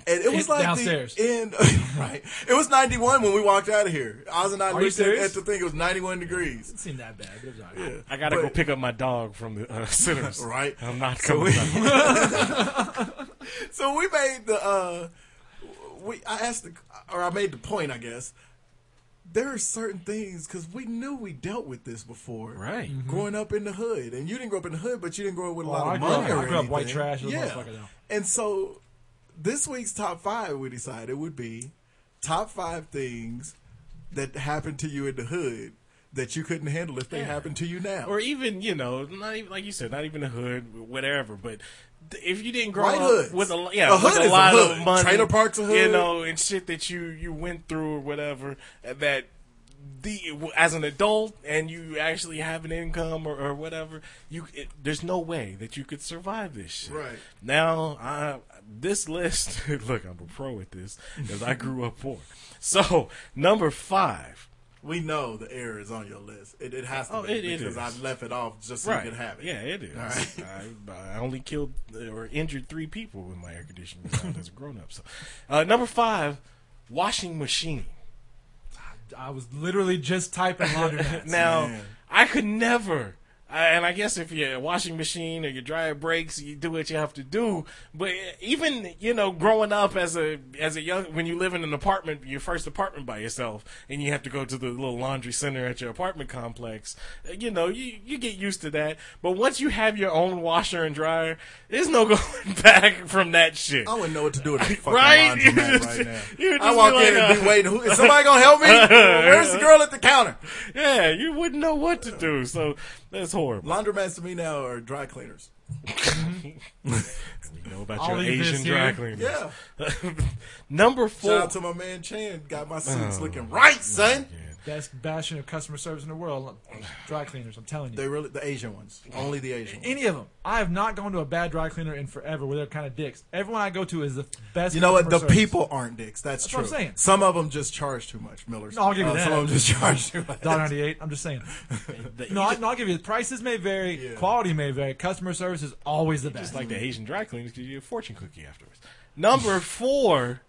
S6: And it was
S5: It-
S6: like
S5: downstairs.
S6: the end, [laughs] right? It was ninety one when we walked out of here. Oz and I
S5: you
S6: looked at,
S5: serious?
S6: at the thing. It was ninety one degrees.
S5: It seemed that bad. But it was all right.
S1: I gotta go
S6: But-
S1: pick up my dog from the uh, [laughs] sitters.
S6: Right.
S1: I'm not
S6: So
S1: coming.
S6: we-
S1: back.
S6: [laughs] So we made the uh we I asked the or I made the point I guess. There are certain things because we knew we dealt with this before,
S1: Right.
S6: Growing up in the hood, and you didn't grow up in the hood, but you didn't grow up with a
S5: Well,
S6: lot
S5: Mm-hmm. Oh, I
S6: of
S5: grew up-
S6: money. or
S5: I grew up white
S6: anything.
S5: trash as a
S6: yeah.
S5: motherfucker, though.
S6: And so, this week's top five we decided would be top five things that happened to you in the hood that you couldn't handle if they happened to you now.
S1: or even you know, not even like you said, not even the hood, whatever. But th- if you didn't grow
S6: White
S1: up
S6: hoods.
S1: with a lo- yeah,
S6: A
S1: with
S6: hood
S1: a
S6: is a
S1: lot
S6: hood.
S1: of money,
S6: Trailer parks a
S1: you
S6: hood.
S1: know, and shit that you you went through or whatever and that. The, as an adult, and you actually have an income or, or whatever, you it, there's no way that you could survive this shit.
S6: Right.
S1: now, I, this list. [laughs] look, I'm a pro at this because I grew up poor. So number five,
S6: we know the error is on your list. It, it has to
S1: Oh,
S6: be
S1: it- it
S6: because
S1: is.
S6: I left it off just so you could have it.
S1: Yeah, it is.
S6: right.
S1: I, [laughs] I only killed uh, or injured three people with my air conditioning [laughs] when I was a grown up. So, uh, number five, washing machine.
S5: I was literally just typing
S6: [laughs]
S5: laundromats.
S1: Now,
S6: man.
S1: I could never. I, and I guess if your washing machine or your dryer breaks, you do what you have to do. But even you know, growing up as a as a young, when you live in an apartment, your first apartment by yourself, and you have to go to the little laundry center at your apartment complex, uh, you know, you you get used to that. But once you have your own washer and dryer, there's no [laughs] going back from that shit.
S6: I wouldn't know what to do with that fucking
S1: Right? You
S6: laundromat
S1: just-
S6: right now.
S1: you would
S6: I
S1: just
S6: walk
S1: be like,
S6: in and
S1: uh,
S6: be waiting. Who, is somebody gonna help me? Where's the girl at the counter?
S1: Yeah, you wouldn't know what to do. So that's horrible.
S6: Laundromats to me now are dry cleaners.
S1: You know about
S5: I'll
S1: your
S5: leave this
S1: Asian dry
S5: here.
S1: cleaners.
S6: Yeah.
S1: Number
S6: Shout
S1: four.
S6: out to my man Chan. Got my suits looking right, son.
S5: best bashing of customer service in the world. Dry cleaners, I'm telling you.
S6: They really the Asian ones, only the Asian. ones.
S5: any of them. I have not gone to a bad dry cleaner in forever where they're kind of dicks. Everyone I go to is the best.
S6: You know what? The
S5: customer service.
S6: people aren't dicks. That's,
S5: That's
S6: true.
S5: what I'm saying.
S6: Some of them just charge too much. Miller's. Uh,
S5: No, I'll give you that.
S6: Some of them just [laughs] charge too much.
S5: $1.98. I'm just
S6: [laughs]
S5: saying.
S1: The,
S5: No, I, no, I'll give you. The prices may vary, quality may vary. Customer service is always the best.
S1: It's like
S6: Hmm.
S1: the Haitian dry cleaners give you a fortune cookie afterwards.
S6: [laughs]
S1: Number four,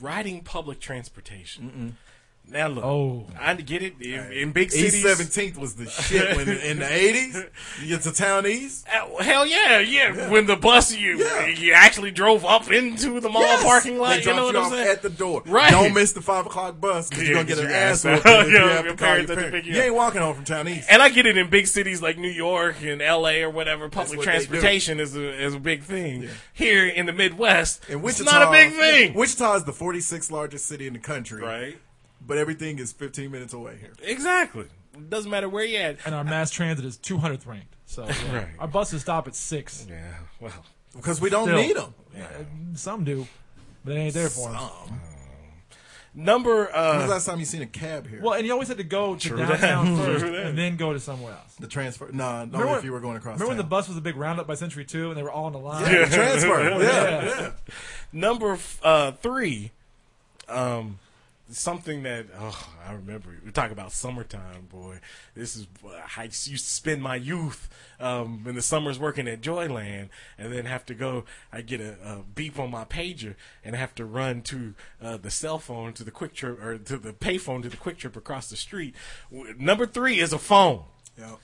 S1: riding public transportation. Now look,
S5: Oh.
S1: I get it in, in big
S6: East
S1: cities.
S6: Seventeenth was the shit when in the eighties. You get to town east.
S1: Uh, hell yeah, yeah, When the bus you
S6: Yeah.
S1: you actually drove up into the mall
S6: Yes.
S1: parking lot.
S6: They
S1: you know
S6: drop
S1: what
S6: you
S1: I'm
S6: off
S1: saying?
S6: at the door.
S1: Right.
S6: Don't miss the five o'clock bus because
S1: Yeah,
S6: you're gonna get
S1: 'cause
S6: an
S1: your ass
S6: ass whooping
S1: out.
S6: if you
S1: [laughs] Yeah,
S6: have
S1: your
S6: to call your
S1: parents have to
S6: parents.
S1: pick you
S6: You
S1: up.
S6: ain't walking home from town east.
S1: and I get it in big cities like New York and L.A. or whatever. Public
S6: what they do.
S1: transportation is a is a big thing. Here in the Midwest,
S6: And
S1: it's
S6: Wichita,
S1: not a big thing.
S6: Wichita is the 46th largest city in the country,
S1: Right?
S6: But everything is 15 minutes away here.
S1: Exactly. Doesn't matter where you at.
S5: and our mass transit is 200th ranked.
S6: [laughs]
S5: So yeah.
S1: Right.
S5: our buses stop at six.
S1: Yeah. Well.
S6: Because we don't
S5: Still.
S6: need them.
S5: Some do, but it ain't there for them.
S1: Number
S6: When's the
S1: uh
S6: last time you seen a cab here?
S5: Well, and you always had to go to
S1: True
S5: downtown
S6: [laughs]
S1: that.
S5: first
S1: True that.
S5: and then go to somewhere else.
S6: the transfer? No, nah,
S5: Remember
S6: only Oh, if
S5: when-
S6: you were going across
S5: Remember when the
S6: town.
S5: bus was a big roundup by Century Two, and they were all in a line.
S6: Yeah, the transfer. Yeah.
S1: number uh three, um, something that oh I remember we talk about summertime, boy. This is uh, I used to spend my youth um in the summers working at Joyland, and then have to go. I get a, a beep on my pager and have to run to uh, the cell phone to the quick trip or to the payphone to the quick trip across the street. W- Number three is a phone.
S6: Yep.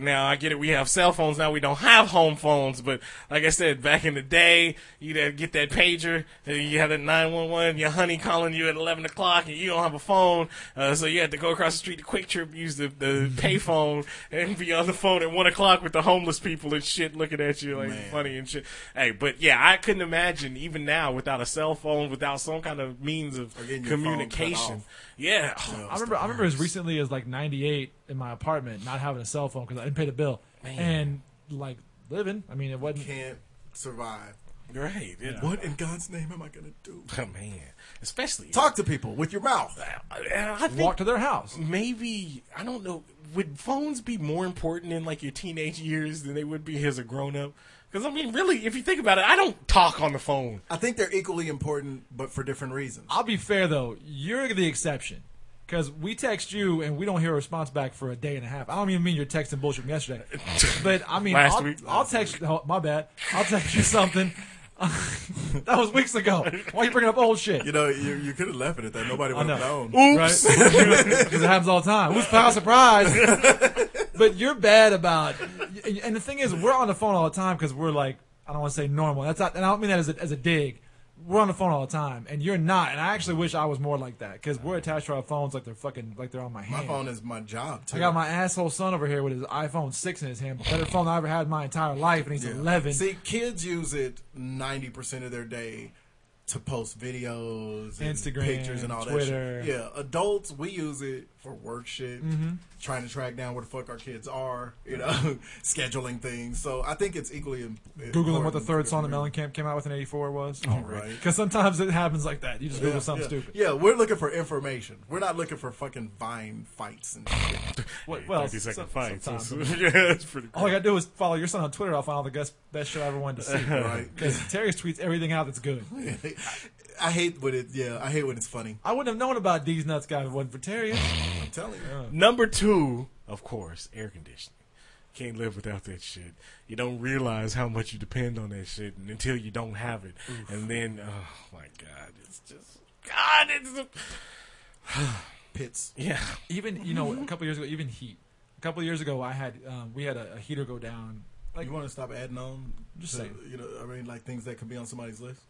S1: Now I get it. We have cell phones now. We don't have home phones, but like I said, back in the day, you would get that pager. uh, You had a nine one one. Your honey calling you at eleven o'clock, and you don't have a phone, uh, so you had to go across the street to Quick Trip, use the
S6: [laughs]
S1: the pay phone, and be on the phone at one o'clock with the homeless people and shit looking at you like funny and shit. Hey, but yeah, I couldn't imagine even now without a cell phone, without some kind of means of
S6: getting your phone cut
S1: communication.
S6: off.
S1: Yeah,
S5: I remember. I remember as recently as like '98 in my apartment not having a cell phone because I didn't pay the bill and like living. I mean, it wasn't.
S6: Can't survive.
S1: right. It-
S6: What in God's name am I going to do?
S1: Oh, man, especially
S6: Talk to people with your mouth.
S1: And I think
S5: Walk to their house.
S1: maybe I don't know. Would phones be more important in like your teenage years than they would be as a grown up? Because I mean, really, if you think about it, I don't talk on the phone.
S6: I think they're equally important, but for different reasons.
S5: I'll be fair though. You're the exception. Because we text you and we don't hear a response back for a day and a half. I don't even mean you're texting bullshit
S1: [laughs]
S5: from yesterday, but I mean
S1: Last
S5: I'll,
S1: week.
S5: I'll text. Oh, my bad. I'll text you something. [laughs] that was weeks ago. Why you bringing up old shit?
S6: You know, you, you could have left it at that. Nobody would have
S5: know.
S6: known.
S5: Oops. [laughs] Because it happens all the time. Who's power surprise? but you're bad about. And the thing is, we're on the phone all the time because we're like, I don't want to say normal. That's not, and I don't mean that as a, as a dig. We're on the phone all the time, and you're not. And I actually wish I was more like that because we're attached to our phones like they're fucking like they're on my hand.
S6: My phone is my job, too.
S5: I got my asshole son over here with his iPhone six in his hand, better phone I ever had in my entire life, and he's
S6: Yeah.
S5: eleven.
S6: See, kids use it ninety percent of their day to post videos, and
S5: Instagram,
S6: pictures, and all
S5: Twitter. Mm-hmm.
S6: that. Shit. Yeah, adults we use it for work shit, trying to track down where the fuck our kids are, you know, [laughs] scheduling things. So I think it's equally im-
S5: Googling what the
S6: important
S5: third song that
S6: for-
S5: Mellencamp came out with in '84 was. Oh,
S6: right.
S5: [laughs] Because sometimes it happens like that. You just Google something
S6: yeah.
S5: stupid.
S6: Yeah, we're looking for information. We're not looking for fucking vine fights
S5: [laughs]
S6: and shit.
S5: What, well,
S1: Thirty second
S5: some-
S1: fight. So, [laughs]
S5: sometimes.
S1: yeah, that's pretty. Cool.
S5: All I gotta do is follow your son on Twitter. I'll find all the best, best shit I ever wanted to see.
S1: [laughs]
S6: Right. [laughs]
S5: Because Terry's tweets everything out that's good.
S6: I hate when it. Yeah, I hate when it's funny.
S5: I wouldn't have known about these nuts guy if it wasn't for Terry.
S6: I'm telling you.
S1: Number two, of course, air conditioning. Can't live without that shit. You don't realize how much you depend on that shit until you don't have it, and then oh my god, it's just God, it's
S6: Pits.
S1: yeah.
S5: Even you know, a couple years ago, even heat. A couple years ago, I had um, we had a, a heater go down. Like
S6: You want to stop adding on?
S5: Just
S6: to,
S5: saying.
S6: You know, I mean, like things that could be on somebody's list.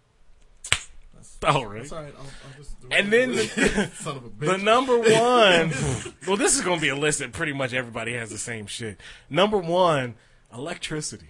S1: [laughs] All right.
S6: Sorry, I'll, I'll just.
S1: And then the-
S6: [laughs] son of a bitch.
S1: The number one.
S6: [laughs]
S1: well, this is going to be a list that pretty much everybody has the same shit. Number one, electricity.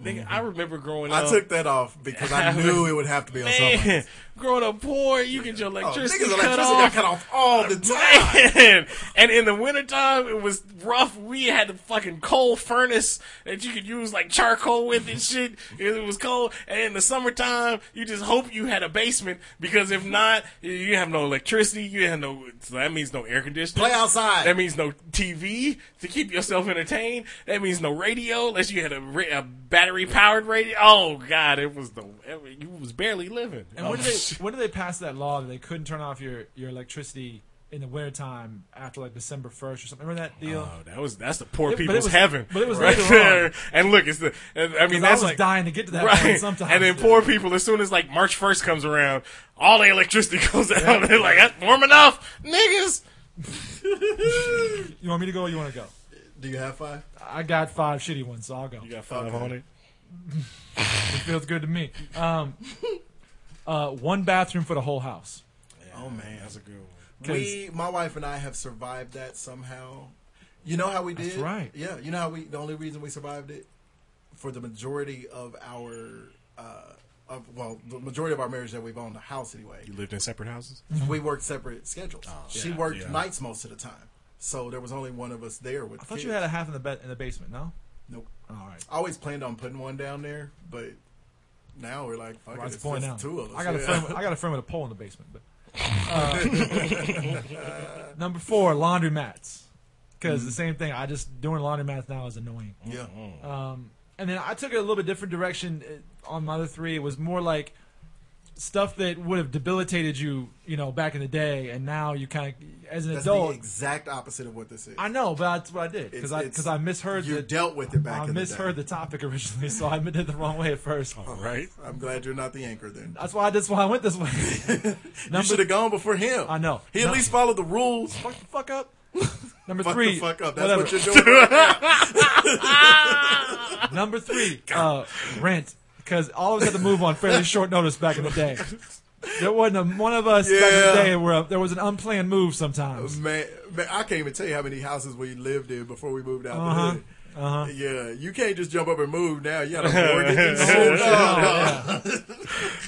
S1: Nigga, I remember growing
S6: Mm-hmm. I
S1: up.
S6: took that off because I knew it would have to be on something.
S1: Oh. [laughs] Man, growing up poor, you get your
S6: Oh,
S1: electricity,
S6: niggas
S1: cut,
S6: electricity
S1: [laughs]
S6: got
S1: off.
S6: cut off all the time.
S1: Man. And in the wintertime, it was rough. We had the fucking coal furnace that you could use like charcoal with and shit. It was cold. And in the summertime, you just hope you had a basement because if not, you have no electricity. You have no, so that means no air conditioning.
S6: Play outside.
S1: That means no TV to keep yourself entertained. That means no radio unless you had a, ra- a battery powered radio. Oh God, it was the, it, you was barely living.
S5: And
S1: Oh,
S5: when did they
S1: shit.
S5: when did they pass that law that they couldn't turn off your, your electricity in the wintertime after like December first or something? Remember that deal?
S1: Oh, that was that's the poor
S5: Yeah, but it
S1: people's
S5: was-
S1: heaven.
S5: but it was
S1: right
S5: later
S1: there.
S5: on.
S1: And look, it's the. and, I mean,
S5: I
S1: that's
S5: was
S1: like,
S5: dying to get to
S1: [laughs]
S5: that
S1: right.
S5: point sometimes.
S1: And then poor people, as soon as like March first comes around, all the electricity [laughs] goes out. They're like, that's warm enough, niggas.
S5: You want me to go? or You want to go?
S6: Do you have five?
S5: I got five shitty ones, so I'll go.
S1: You got five
S6: Okay.
S1: on it.
S5: It feels good to me. Um, uh, one bathroom for the whole house.
S6: oh man,
S1: That's a good one.
S6: we, my wife and I, have survived that somehow. You know how we did,
S5: right.
S6: Yeah, you know how we. The only reason we survived it for the majority of our, uh, of well, the majority of our marriage that we've owned a house anyway.
S1: You lived in separate houses.
S5: Mm-hmm.
S6: We worked separate schedules.
S5: Oh,
S6: she
S1: Yeah,
S6: worked
S1: yeah.
S6: nights most of the time, so there was only one of us there with.
S5: I thought you had a half in the bed in the basement. No.
S6: nope.
S5: All right.
S6: I always planned on putting one down there, but now we're like, fuck it,
S5: Right
S6: it's
S5: point
S6: just
S5: now.
S6: two of us.
S5: I got a
S6: Yeah.
S5: friend. I got a friend with a pole in the basement. But uh, [laughs] number four, laundromats. Because the same thing. I just doing laundromats now is annoying.
S6: [laughs] Yeah.
S5: Mm-hmm. And then I took it a little bit different direction uh, on my other three. It was more like stuff that would have debilitated you, you know, back in the day, and now you kind of, as an
S6: That's the
S5: adult,
S6: exact opposite of what this is.
S5: I know, but that's what I did
S6: It's-
S5: because I
S6: it's-
S5: because I misheard
S6: you
S5: the,
S6: dealt with it back
S5: I
S6: in the
S5: misheard
S6: day.
S5: the topic originally, so I did it the wrong way at first.
S1: Right.
S6: I'm glad you're not the anchor then.
S5: That's why that's why I went this way. [laughs]
S6: you should
S5: Number
S6: have gone before him.
S5: I know.
S6: He at
S5: No.
S6: least followed the rules.
S5: fuck the fuck up. Number
S6: Fuck
S5: three,
S6: the fuck up. That's
S5: whatever.
S6: what you're doing.
S5: [laughs]
S6: right now.
S5: Number
S6: [laughs]
S5: three, uh, rent. Because all of us had to move on fairly short notice back in the day. There wasn't a, one of us back in the
S6: Yeah.
S5: day where uh, there was an unplanned move sometimes.
S6: man, man, I can't even tell you how many houses we lived in before we moved out
S5: Uh-huh.
S6: the hood. Yeah, you can't just jump up and move now. You
S5: [laughs]
S6: got a mortgage. oh, no, no.
S5: Yeah.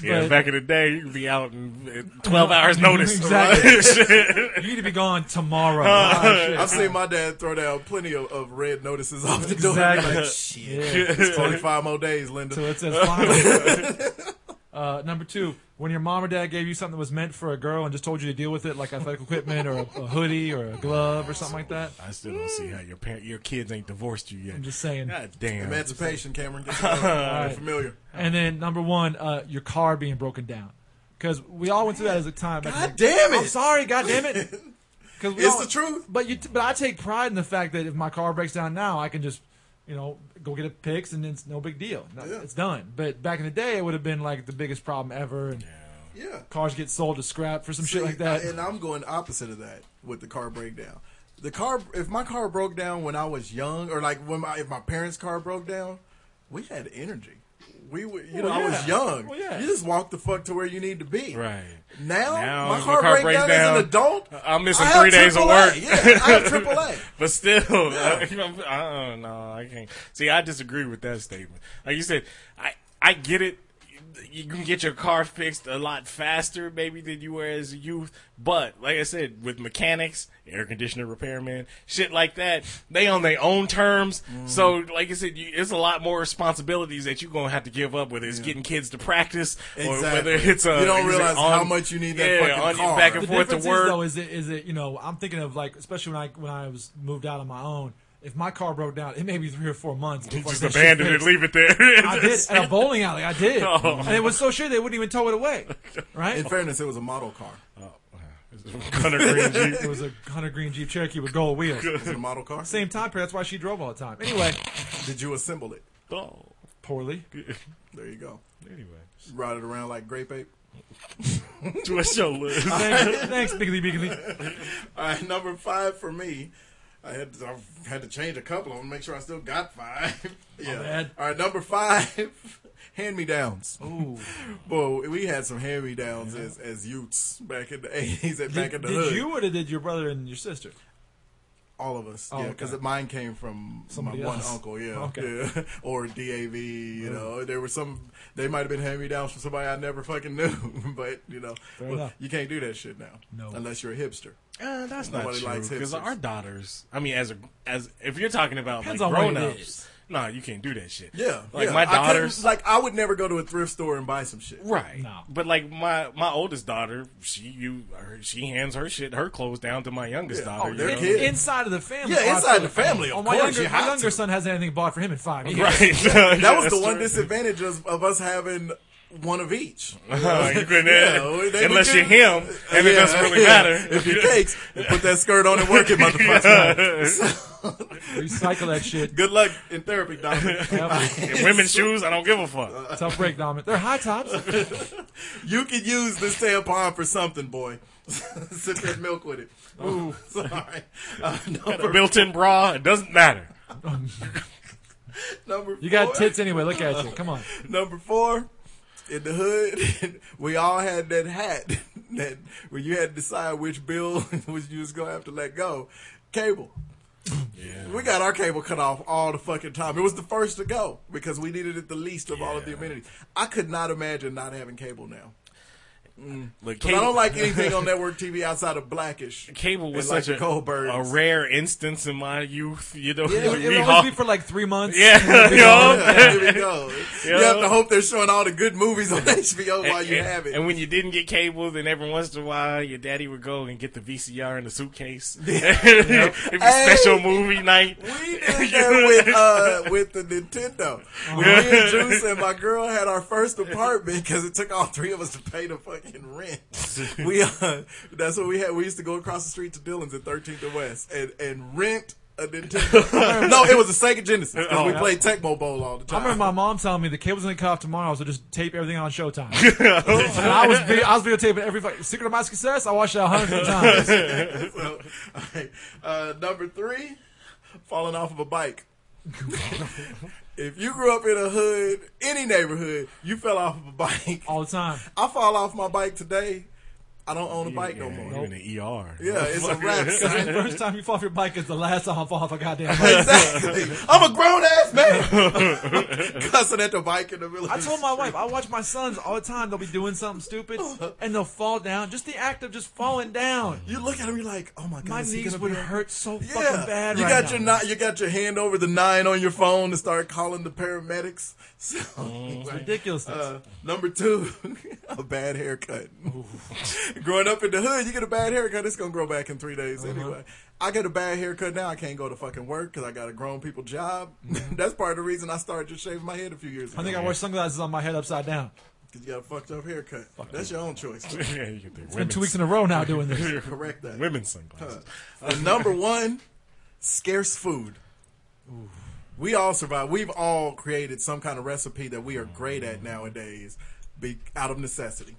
S1: Yeah.
S5: But-
S1: back in the day, you could be out in in twelve hours
S5: [laughs]
S1: notice.
S5: Exactly.
S1: [laughs] Shit.
S5: You need to be gone
S6: [laughs]
S5: tomorrow.
S6: I've seen my dad throw down plenty of, of red notices [laughs] off the door.
S5: Exactly.
S6: Like, shit.
S5: Yeah.
S6: It's 25 more days,
S5: [laughs]
S6: Linda.
S5: So it says finally. [laughs] uh, number two, when your mom or dad gave you something that was meant for a girl and just told you to deal with it, like athletic equipment or a, a hoodie or a glove or something like that.
S1: I still don't see how your parent, your kids ain't divorced you yet.
S5: I'm just saying.
S1: God damn.
S6: Emancipation, Cameron.
S5: [laughs]
S6: Get your own. You're familiar.
S5: And then number one, uh, your car being broken down. Because we all went through that as a time. back in
S6: God
S5: the day.
S6: damn it.
S5: I'm sorry, God damn
S6: [laughs]
S5: it. Cause we
S6: It's
S5: all-
S6: the truth.
S5: But you, t- but I take pride in the fact that if my car breaks down now, I can just, you know, go get it fixed and it's no big deal. No,
S6: Yeah.
S5: It's done. But back in the day, it would have been like the biggest problem ever. And
S6: Yeah.
S5: cars get sold to scrap for some shit
S6: See,
S5: like that.
S6: And I'm going opposite of that with the car breakdown. The car, if my car broke down when I was young, or like when my if my parents' car broke down, we had energy. We were, you know,
S5: Well,
S6: I
S5: yeah.
S6: was young.
S5: Well, yeah.
S6: You just walk the fuck to where you need to be.
S1: Right.
S6: Now,
S1: Now,
S6: my
S1: if
S6: car, breaks down, as an adult.
S1: I'm missing
S6: I have
S1: three days of
S6: AAA.
S1: work.
S6: Yeah, I have AAA.
S1: But still,
S6: [laughs]
S1: [laughs] I, I don't know. I can't. See, I disagree with that statement. Like you said, I I get it. You can get your car fixed a lot faster, maybe than you were as a youth. But like I said, with mechanics, air conditioner repairmen, shit like that, they on their own terms.
S6: Mm-hmm.
S1: So, like I said, you, it's a lot more responsibilities that you're gonna have to give up. Whether it's getting kids to practice, or
S6: Exactly.
S1: whether it's a
S6: You don't
S1: like said,
S6: realize how much you need that
S1: yeah,
S6: fucking
S1: on your
S6: car.
S1: back and
S5: the
S1: forth to
S5: difference
S1: work.
S5: is though is it is it you know I'm thinking of like especially when I when I was moved out on my own. If my car broke down, it may be three or four months.
S1: You
S5: Before
S1: just
S5: that shit
S1: abandon it,
S5: fixed.
S1: leave it there.
S5: I
S1: [laughs]
S5: did at a bowling alley. I did,
S1: Oh.
S5: and it was so shitty they wouldn't even tow it away. Right?
S6: In fairness, it was a model car.
S1: Gunner Green Jeep.
S5: it was a Hunter Green Jeep Cherokee with gold wheels.
S6: Was it a model car?
S5: Same time period. That's why she drove all the time. Anyway,
S6: Did you assemble it?
S1: Oh,
S5: poorly.
S6: There you go.
S1: [laughs]
S5: [laughs]
S1: anyway.
S6: Ride it around like grape ape.
S1: What's your list?
S5: [laughs] Thanks, thanks Biggly Biggly.
S6: All right, Uh, [laughs] number five for me. I had to, I had to change a couple of them, make sure I still got five. [laughs] yeah.
S5: bad.
S6: All right, number five, [laughs] hand me downs.
S5: Ooh.
S6: [laughs] Well, we had some hand me downs as, as youths back in the [laughs] eighties and back
S5: Did,
S6: in the
S5: did
S6: hood.
S5: you or did your brother and your sister?
S6: all of us.
S5: Oh,
S6: yeah, because
S5: okay.
S6: mine came from
S5: Somebody
S6: my one
S5: else.
S6: uncle. Yeah,
S5: Okay.
S6: [laughs] yeah. or DAV. You know, there were some. They might have been hand me downs from somebody I never fucking knew. [laughs] but you know, well,
S5: enough.
S6: you can't do that shit now.
S5: No.
S6: unless you're a hipster.
S1: Uh, that's
S6: Nobody
S1: not
S6: likes
S1: true. Because
S6: hipsters.
S1: our daughters, I mean, as a as if you're talking about
S5: Depends
S1: like
S5: on what it
S1: grown ups,
S5: is.
S1: nah, you can't do that shit.
S6: Yeah,
S1: like
S6: yeah.
S1: my
S6: I couldn't-
S1: daughters,
S6: like I would never go to a thrift store and buy some shit.
S1: right?
S5: No.
S1: But like my my oldest daughter, she you her, she hands her shit her clothes down to my youngest
S6: Yeah.
S1: daughter.
S6: Oh, they're
S1: you know?
S6: kids.
S5: Inside of the family.
S6: Yeah,
S5: oh, I
S6: inside
S5: feel
S6: the
S5: it.
S6: family, of
S5: Oh, my
S6: course, you
S5: younger, my
S6: have
S5: younger son hasn't anything bought for him in five
S1: [laughs]
S5: years.
S1: Right.
S6: [laughs] That was the one disadvantage of, of us having one of each.
S1: [laughs] you couldn't
S6: Yeah, they-
S1: unless
S6: we
S1: you're
S6: could-
S1: him, and it
S6: Yeah.
S1: doesn't really matter.
S6: [laughs] if
S1: [laughs]
S6: you're cakes, put that skirt on and work it, motherfucker.
S5: Recycle that shit.
S6: Good luck in therapy, Dominic.
S5: Yep.
S1: In women's shoes, I don't give a
S6: [laughs]
S1: fuck.
S5: Tough break, Dominic. They're high tops.
S6: You can use this tampon for something, boy. [laughs] Sip that milk with it.
S1: Oh.
S6: Ooh, sorry. Uh,
S1: A
S6: number,
S1: built-in bra, it doesn't matter.
S6: number
S5: You got
S6: four-
S5: tits anyway. Look at you. Come on.
S6: Number four, in the hood, [laughs] we all had that hat [laughs] that when you had to decide which bill [laughs] was you was gonna have to let go. Cable. We got our cable cut off all the fucking time. It was the first to go because we needed it the least of all of the amenities. I could not imagine not having cable now.
S1: Look,
S6: 'Cause I don't like
S1: [laughs]
S6: anything on network TV outside of Blackish.
S1: cable was
S6: and, like
S1: such a,
S6: Goldbergs.
S1: a rare instance in my youth. You know,
S5: It, would- it
S1: we
S5: would
S1: hawk-
S5: always be for like three months.
S6: [laughs]
S1: yeah, you know.
S6: [laughs] Yeah, here
S1: [laughs]
S6: we go. You
S1: Yeah.
S6: have to hope they're showing all the good movies on [laughs] HBO while you
S1: and,
S6: have it.
S1: and when you didn't get cable, then every once in a while your daddy would go and get the VCR in the
S6: [laughs]
S1: suitcase. [laughs] It'd be
S6: Hey.
S1: special movie night.
S6: We
S5: [laughs]
S6: did that with uh, with the Nintendo. When me and Juice and my girl had our first apartment because it took all three of us to pay the fucking rent. We uh, that's what we had. We used to go across the street to Dillon's at 13th and West and and rent.
S5: [laughs]
S6: A Nintendo. no, it was a Sega Genesis. 'cause we played Tecmo Bowl all the
S5: Oh, I
S6: time.
S5: remember my mom telling me the cable's gonna cut off tomorrow, so just tape everything on Showtime. and I was video, I was videotaping every fucking secret of my success. I watched it a hundred times.
S6: [laughs] [laughs] So, all right. uh, number three, falling off of
S5: [laughs]
S6: a bike. if you grew up in a hood, any neighborhood, you fell off of a bike.
S5: all the time.
S6: I fall off my bike today. I don't own a bike no more.
S1: You in the ER.
S6: Yeah, it's a
S5: [laughs]
S6: wrap.
S5: The
S6: son.
S5: first time you fall off your bike is the last time I fall off a goddamn bike.
S6: exactly. I'm a grown ass
S5: [laughs]
S6: man. Cussing at the bike in the middle. of
S5: I
S6: the
S5: told my wife, I watch my sons all the time. They'll be doing something stupid and they'll fall down. Just the act of just falling down.
S6: You look at him, you're like, oh my god,
S5: My
S6: is he
S5: knees
S6: gonna
S5: would
S6: be all-
S5: hurt so
S6: Yeah,
S5: fucking bad
S6: you
S5: right
S6: got
S5: now.
S6: your ni- you got your hand over the nine on your phone to start calling the paramedics. [laughs] So,
S5: Mm. Ridiculous.
S6: uh, number two, [laughs] a bad haircut. Growing up in the hood, you get a bad haircut, it's gonna grow back in three days
S5: Uh-huh.
S6: anyway. I get a bad haircut now. I can't go to fucking work because I got a grown people job. [laughs] That's part of the reason I started just shaving my head a few years
S5: Mm-hmm.
S6: ago.
S5: I think I wore sunglasses on my head upside down.
S6: Because you got a fucked up haircut. That's your
S5: [laughs]
S6: own choice.
S1: yeah, [laughs] you get the
S5: Been
S1: women's,
S5: two weeks in a row now doing
S6: [laughs]
S5: this.
S6: Correct
S1: [laughs]
S6: that.
S1: women's sunglasses.
S6: Uh, number one, scarce food. We all survive. We've all created some kind of recipe that we are great at nowadays, be out of necessity.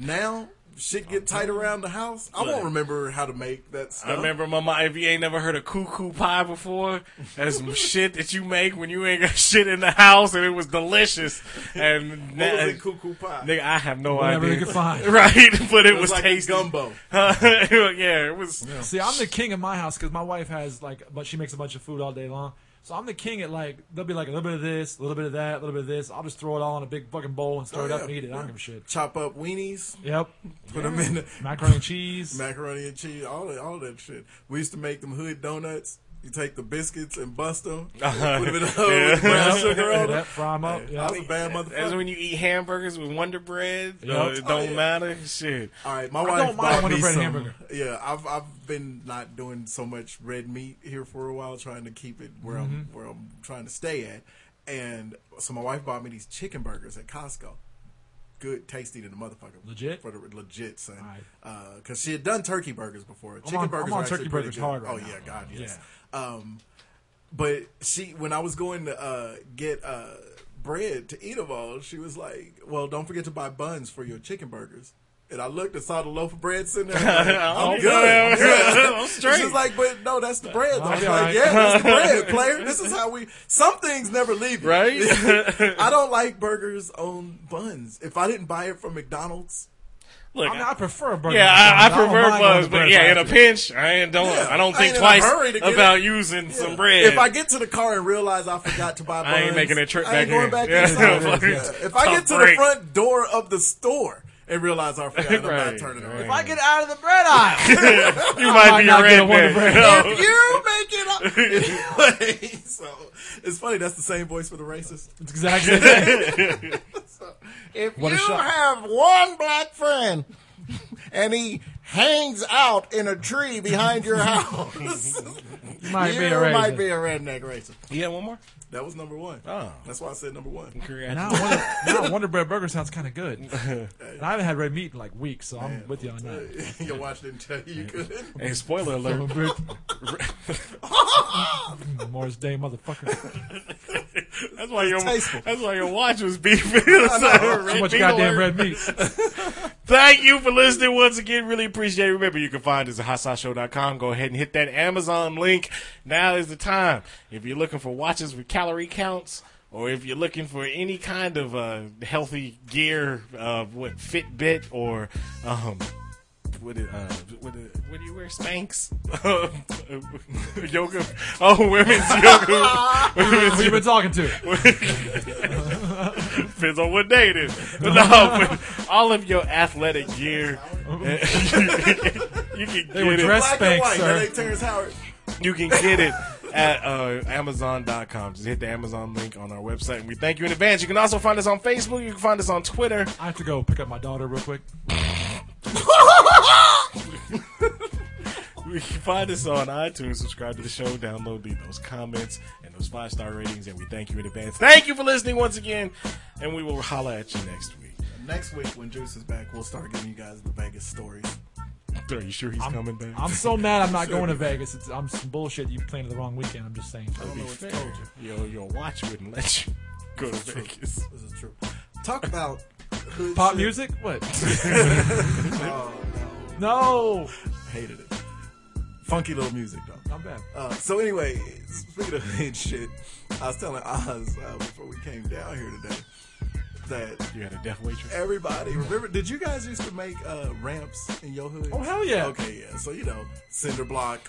S6: Now shit get tight around the house. I won't remember how to make that stuff.
S1: Mm-hmm. I remember my mom, if you ain't never heard of cuckoo pie before, that's
S6: [laughs]
S1: some shit that you make when you ain't got [laughs] shit in the house and it was
S6: [laughs]
S1: delicious. And
S6: What was
S1: that-
S6: it, cuckoo pie?
S1: Nigga, I have no
S5: Whatever
S1: idea.
S5: they could find.
S1: [laughs] Right, but it, was,
S6: like
S1: tasty.
S6: gumbo.
S1: [laughs] yeah, it was.
S5: See, I'm the king of my house because my wife has like, but she makes a bunch of food all day long. So I'm the king at like, there'll be like a little bit of this, a little bit of that, a little bit of this. I'll just throw it all in a big fucking bowl and stir
S6: Oh,
S5: it up
S6: yeah,
S5: and eat it. I
S6: yeah.
S5: don't give a shit.
S6: Chop up weenies,
S5: Yep.
S6: put them in the
S5: Macaroni and cheese.
S6: macaroni and cheese, all that, all that shit. We used to make them hood donuts. You take the biscuits and bust
S1: [laughs]
S6: them, put them in the oven with brown sugar on
S5: Yep,
S6: them.
S5: fry 'em up. Yep.
S6: I was a bad
S1: That's
S6: motherfucker.
S1: when you eat hamburgers with Wonder Bread.
S5: Yeah.
S1: Uh, it
S6: Oh,
S1: don't
S6: yeah.
S1: matter. Shit.
S6: All right, my
S5: don't
S6: wife
S5: mind
S6: bought
S5: Wonder
S6: me
S5: Bread
S6: some.
S5: hamburger.
S6: Yeah, I've I've been not doing so much red meat here for a while, trying to keep it where I'm
S5: Mm-hmm.
S6: where I'm trying to stay at. And so my wife bought me these chicken burgers at Costco. Good, tasty to the motherfucker.
S5: Legit?
S6: for the legit son.
S5: right.
S6: Because she had done turkey burgers before. Chicken
S5: on-
S6: burgers
S5: I'm on
S6: are actually
S5: turkey
S6: pretty
S5: burgers
S6: good.
S5: hard right
S6: oh
S5: now.
S6: yeah, God yes. Um, but she, when I was going to uh, get uh, bread to eat them all, she was like, "Well, don't forget to buy buns for your chicken burgers." And I looked and saw the loaf of bread sitting there. I'm, like,
S1: [laughs]
S6: I'm
S1: I'm good.
S6: good. Yeah. [laughs]
S1: I'm straight.
S6: She's like, "But no, that's the bread." Though. I was
S5: be
S6: like,
S5: all right.
S6: "Yeah, that's the bread, player. This is how we. Some things never leave, you. [laughs]
S1: Right?
S6: I don't like burgers on buns. If I didn't buy it from McDonald's,
S1: Look,
S5: I mean, I prefer a burger.
S1: yeah, I,
S5: than
S1: I
S5: McDonald's. don't
S1: prefer
S5: mind going
S1: bugs,
S5: to
S1: but
S5: Burger [laughs]
S1: yeah, in a
S5: Factory.
S1: pinch, I ain't don't. I don't
S6: I
S1: think
S6: ain't in a
S1: twice
S6: hurry to get
S1: about using some bread.
S6: If I get to the car and realize I forgot to buy buns,
S1: [laughs] I ain't making a trip
S6: I ain't
S1: back
S6: going
S1: in.
S6: back
S1: Yeah. [laughs]
S6: inside.
S1: Fucking
S6: Yeah. If I get to
S1: tough break.
S6: the front door of the store and realize I forgot, I'm
S1: Right,
S6: not turning
S1: right.
S6: around. [laughs]
S5: If I get out of the bread aisle,
S1: you might be a
S5: not get a Wonder
S1: redneck.
S5: Bread.
S1: [laughs] No.
S6: If you make it up. anyway, so it's funny. That's the same voice for the racist.
S5: it's [laughs] exactly. the same.
S8: If
S5: What a
S8: you
S5: shock.
S8: have one black friend and he hangs out in a tree behind
S6: [laughs]
S8: your house,
S5: You might
S8: you
S5: be a
S8: might
S5: racist.
S8: be a redneck racist.
S1: You got one more?
S6: That was number one.
S1: Oh.
S6: That's why I said number one.
S5: And now Wonder, now Wonder Bread Burger sounds kind of good. And I haven't had red meat in like weeks, so I'm with you on that.
S6: [laughs] Your watch didn't tell you you couldn't.
S1: Hey, spoiler
S6: [laughs]
S1: alert.
S5: Morris Day, motherfucker.
S1: That's why your
S6: tasteful.
S1: that's why your watch was beefing. [laughs] so
S5: Too much goddamn red meat.
S1: Thank you for listening once again. Really appreciate it. Remember, you can find us at hotsauceshow.com. Go ahead and hit that Amazon link. Now is the time. If you're looking for watches with calorie counts, or if you're looking for any kind of uh, healthy gear, uh, what Fitbit or um, what, it, uh, what, it, what do you wear? Spanx? [laughs] yoga? Oh, women's yoga.
S5: Who you been talking to?
S1: [laughs] Depends on what day it is. But no, [laughs] but all of your athletic gear, uh, [laughs] you can get
S5: They were
S1: it.
S5: dressed
S6: Black
S5: spanks,
S6: and white. That
S5: sir.
S6: ain't Terrence Howard.
S1: You can get it at uh, Amazon.com. Just hit the Amazon link on our website, and we thank you in advance. You can also find us on Facebook. You can find us on Twitter.
S5: I have to go pick up my daughter real quick.
S1: You can find us on iTunes. Subscribe to the show. Download the, those comments and those five star ratings, and we thank you in advance. Thank you for listening once again, and we will holla at you next week.
S6: Next week, when Juice is back, we'll start giving you guys the Vegas stories.
S1: Are you sure he's coming back?
S5: I'm so mad I'm not going to Vegas. It's, I'm some bullshit. You planned the wrong weekend. I'm just saying.
S6: I don't know what's told you.
S1: Yo, your watch wouldn't let you [laughs] go to Vegas.
S6: [laughs] This is true. Talk about hood
S5: Pop
S6: shit.
S5: music?
S6: [laughs]
S5: What? [laughs] no.
S6: Hated it. Funky little music though.
S5: Not bad.
S6: Uh, so anyway, speaking of [laughs] hood shit, I was telling Oz uh, before we came down here today that
S1: You had a deaf waitress.
S6: everybody remember. Did you guys used to make uh, ramps in your hood?
S5: Oh, hell yeah.
S6: Okay, yeah. So you know, cinder block,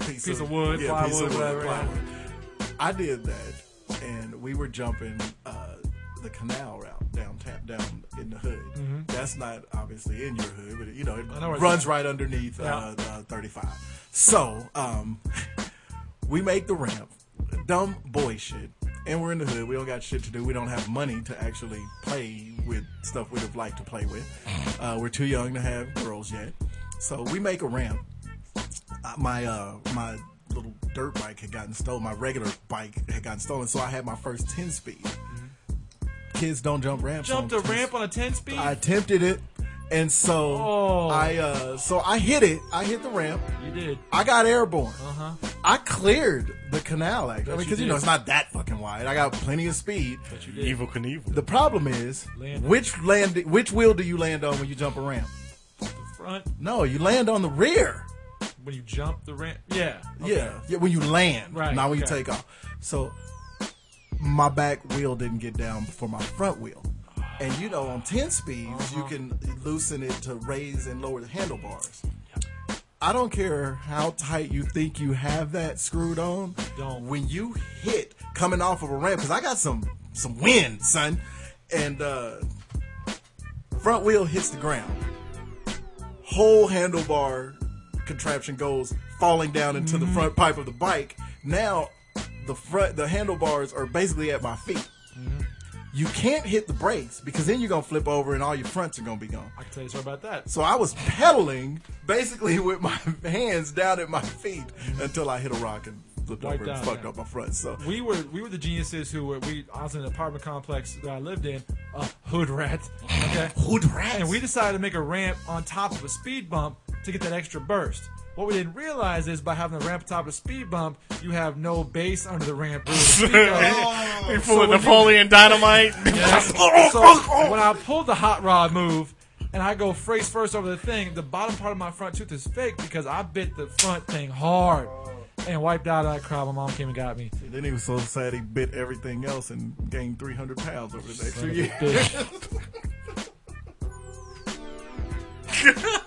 S6: piece,
S5: Piece of wood,
S6: yeah, piece
S5: plywood,
S6: of
S5: whatever,
S6: wood, plywood. I did that, and we were jumping uh, the canal route downtown, down in the hood. That's not obviously in your hood, but it, you know, it
S5: Mm-hmm. know where it's
S6: runs
S5: at.
S6: right underneath uh, uh, 35. So um, we make the ramp, dumb boy shit, and we're in the hood. We don't got shit to do. We don't have money to actually play with stuff we'd have liked to play with.
S5: Mm.
S6: Uh, we're too young to have girls yet, so we make a ramp uh, my uh my little dirt bike had gotten stolen. My regular bike had gotten stolen, so I had my first ten speed. Kids don't jump ramps.
S5: Jumped a
S6: on 10
S5: ramp on a 10 speed?
S6: I attempted it, and so
S5: Oh.
S6: I uh so I hit it. I hit the ramp.
S5: you did.
S6: I got airborne. I cleared the canal actually. I
S5: Uh-huh.
S6: mean,
S5: you
S6: because you,
S5: did.
S6: know it's not that fucking wide. I got plenty of speed.
S1: Evil Knievel.
S6: The problem is,
S5: Land.
S6: which land, which wheel do you land on when you jump a ramp?
S5: Front.
S6: No, you land on the rear.
S5: When you jump the ramp. Yeah.
S6: Yeah, yeah. When you land,
S5: Right,
S6: Not when you
S5: okay.
S6: take off. So my back wheel didn't get down before my front wheel. And you know, on ten speeds, you can loosen it to raise and lower the handlebars. I don't care how tight you think you have that screwed on.
S5: Don't.
S6: When you hit coming off of a ramp, because I got some some wind, son, and uh, front wheel hits the ground. Whole handlebar contraption goes falling down into the front pipe of the bike. Now the front the handlebars are basically at my feet. You can't hit the brakes because then you're gonna flip over and all your fronts are gonna be gone.
S5: I can tell you a story about that.
S6: So I was pedaling basically with my [laughs] hands down at my feet until I hit a rock and flipped
S5: Wiped
S6: over and
S5: out,
S6: fucked
S5: yeah.
S6: up my front. So
S5: we were we were the geniuses who were we I was in an apartment complex that I lived in, a hood rat. Okay.
S6: hood rats.
S5: And we decided to make a ramp on top of a speed bump to get that extra burst. What we didn't realize is by having the ramp on top of the speed bump, you have no base under the ramp.
S1: [laughs]
S5: really to speak of.
S1: Oh. He pulled Napoleon Dynamite. [laughs] Oh,
S5: so when I pulled the hot rod move and I go face first over the thing, the bottom part of my front tooth is fake because I bit the front thing hard and wiped out. I cried. My mom came and got me.
S6: then he was so sad he bit everything else and gained 300 pounds over the next
S5: Son
S6: two
S5: of a
S6: years.
S5: bitch.
S1: fuck?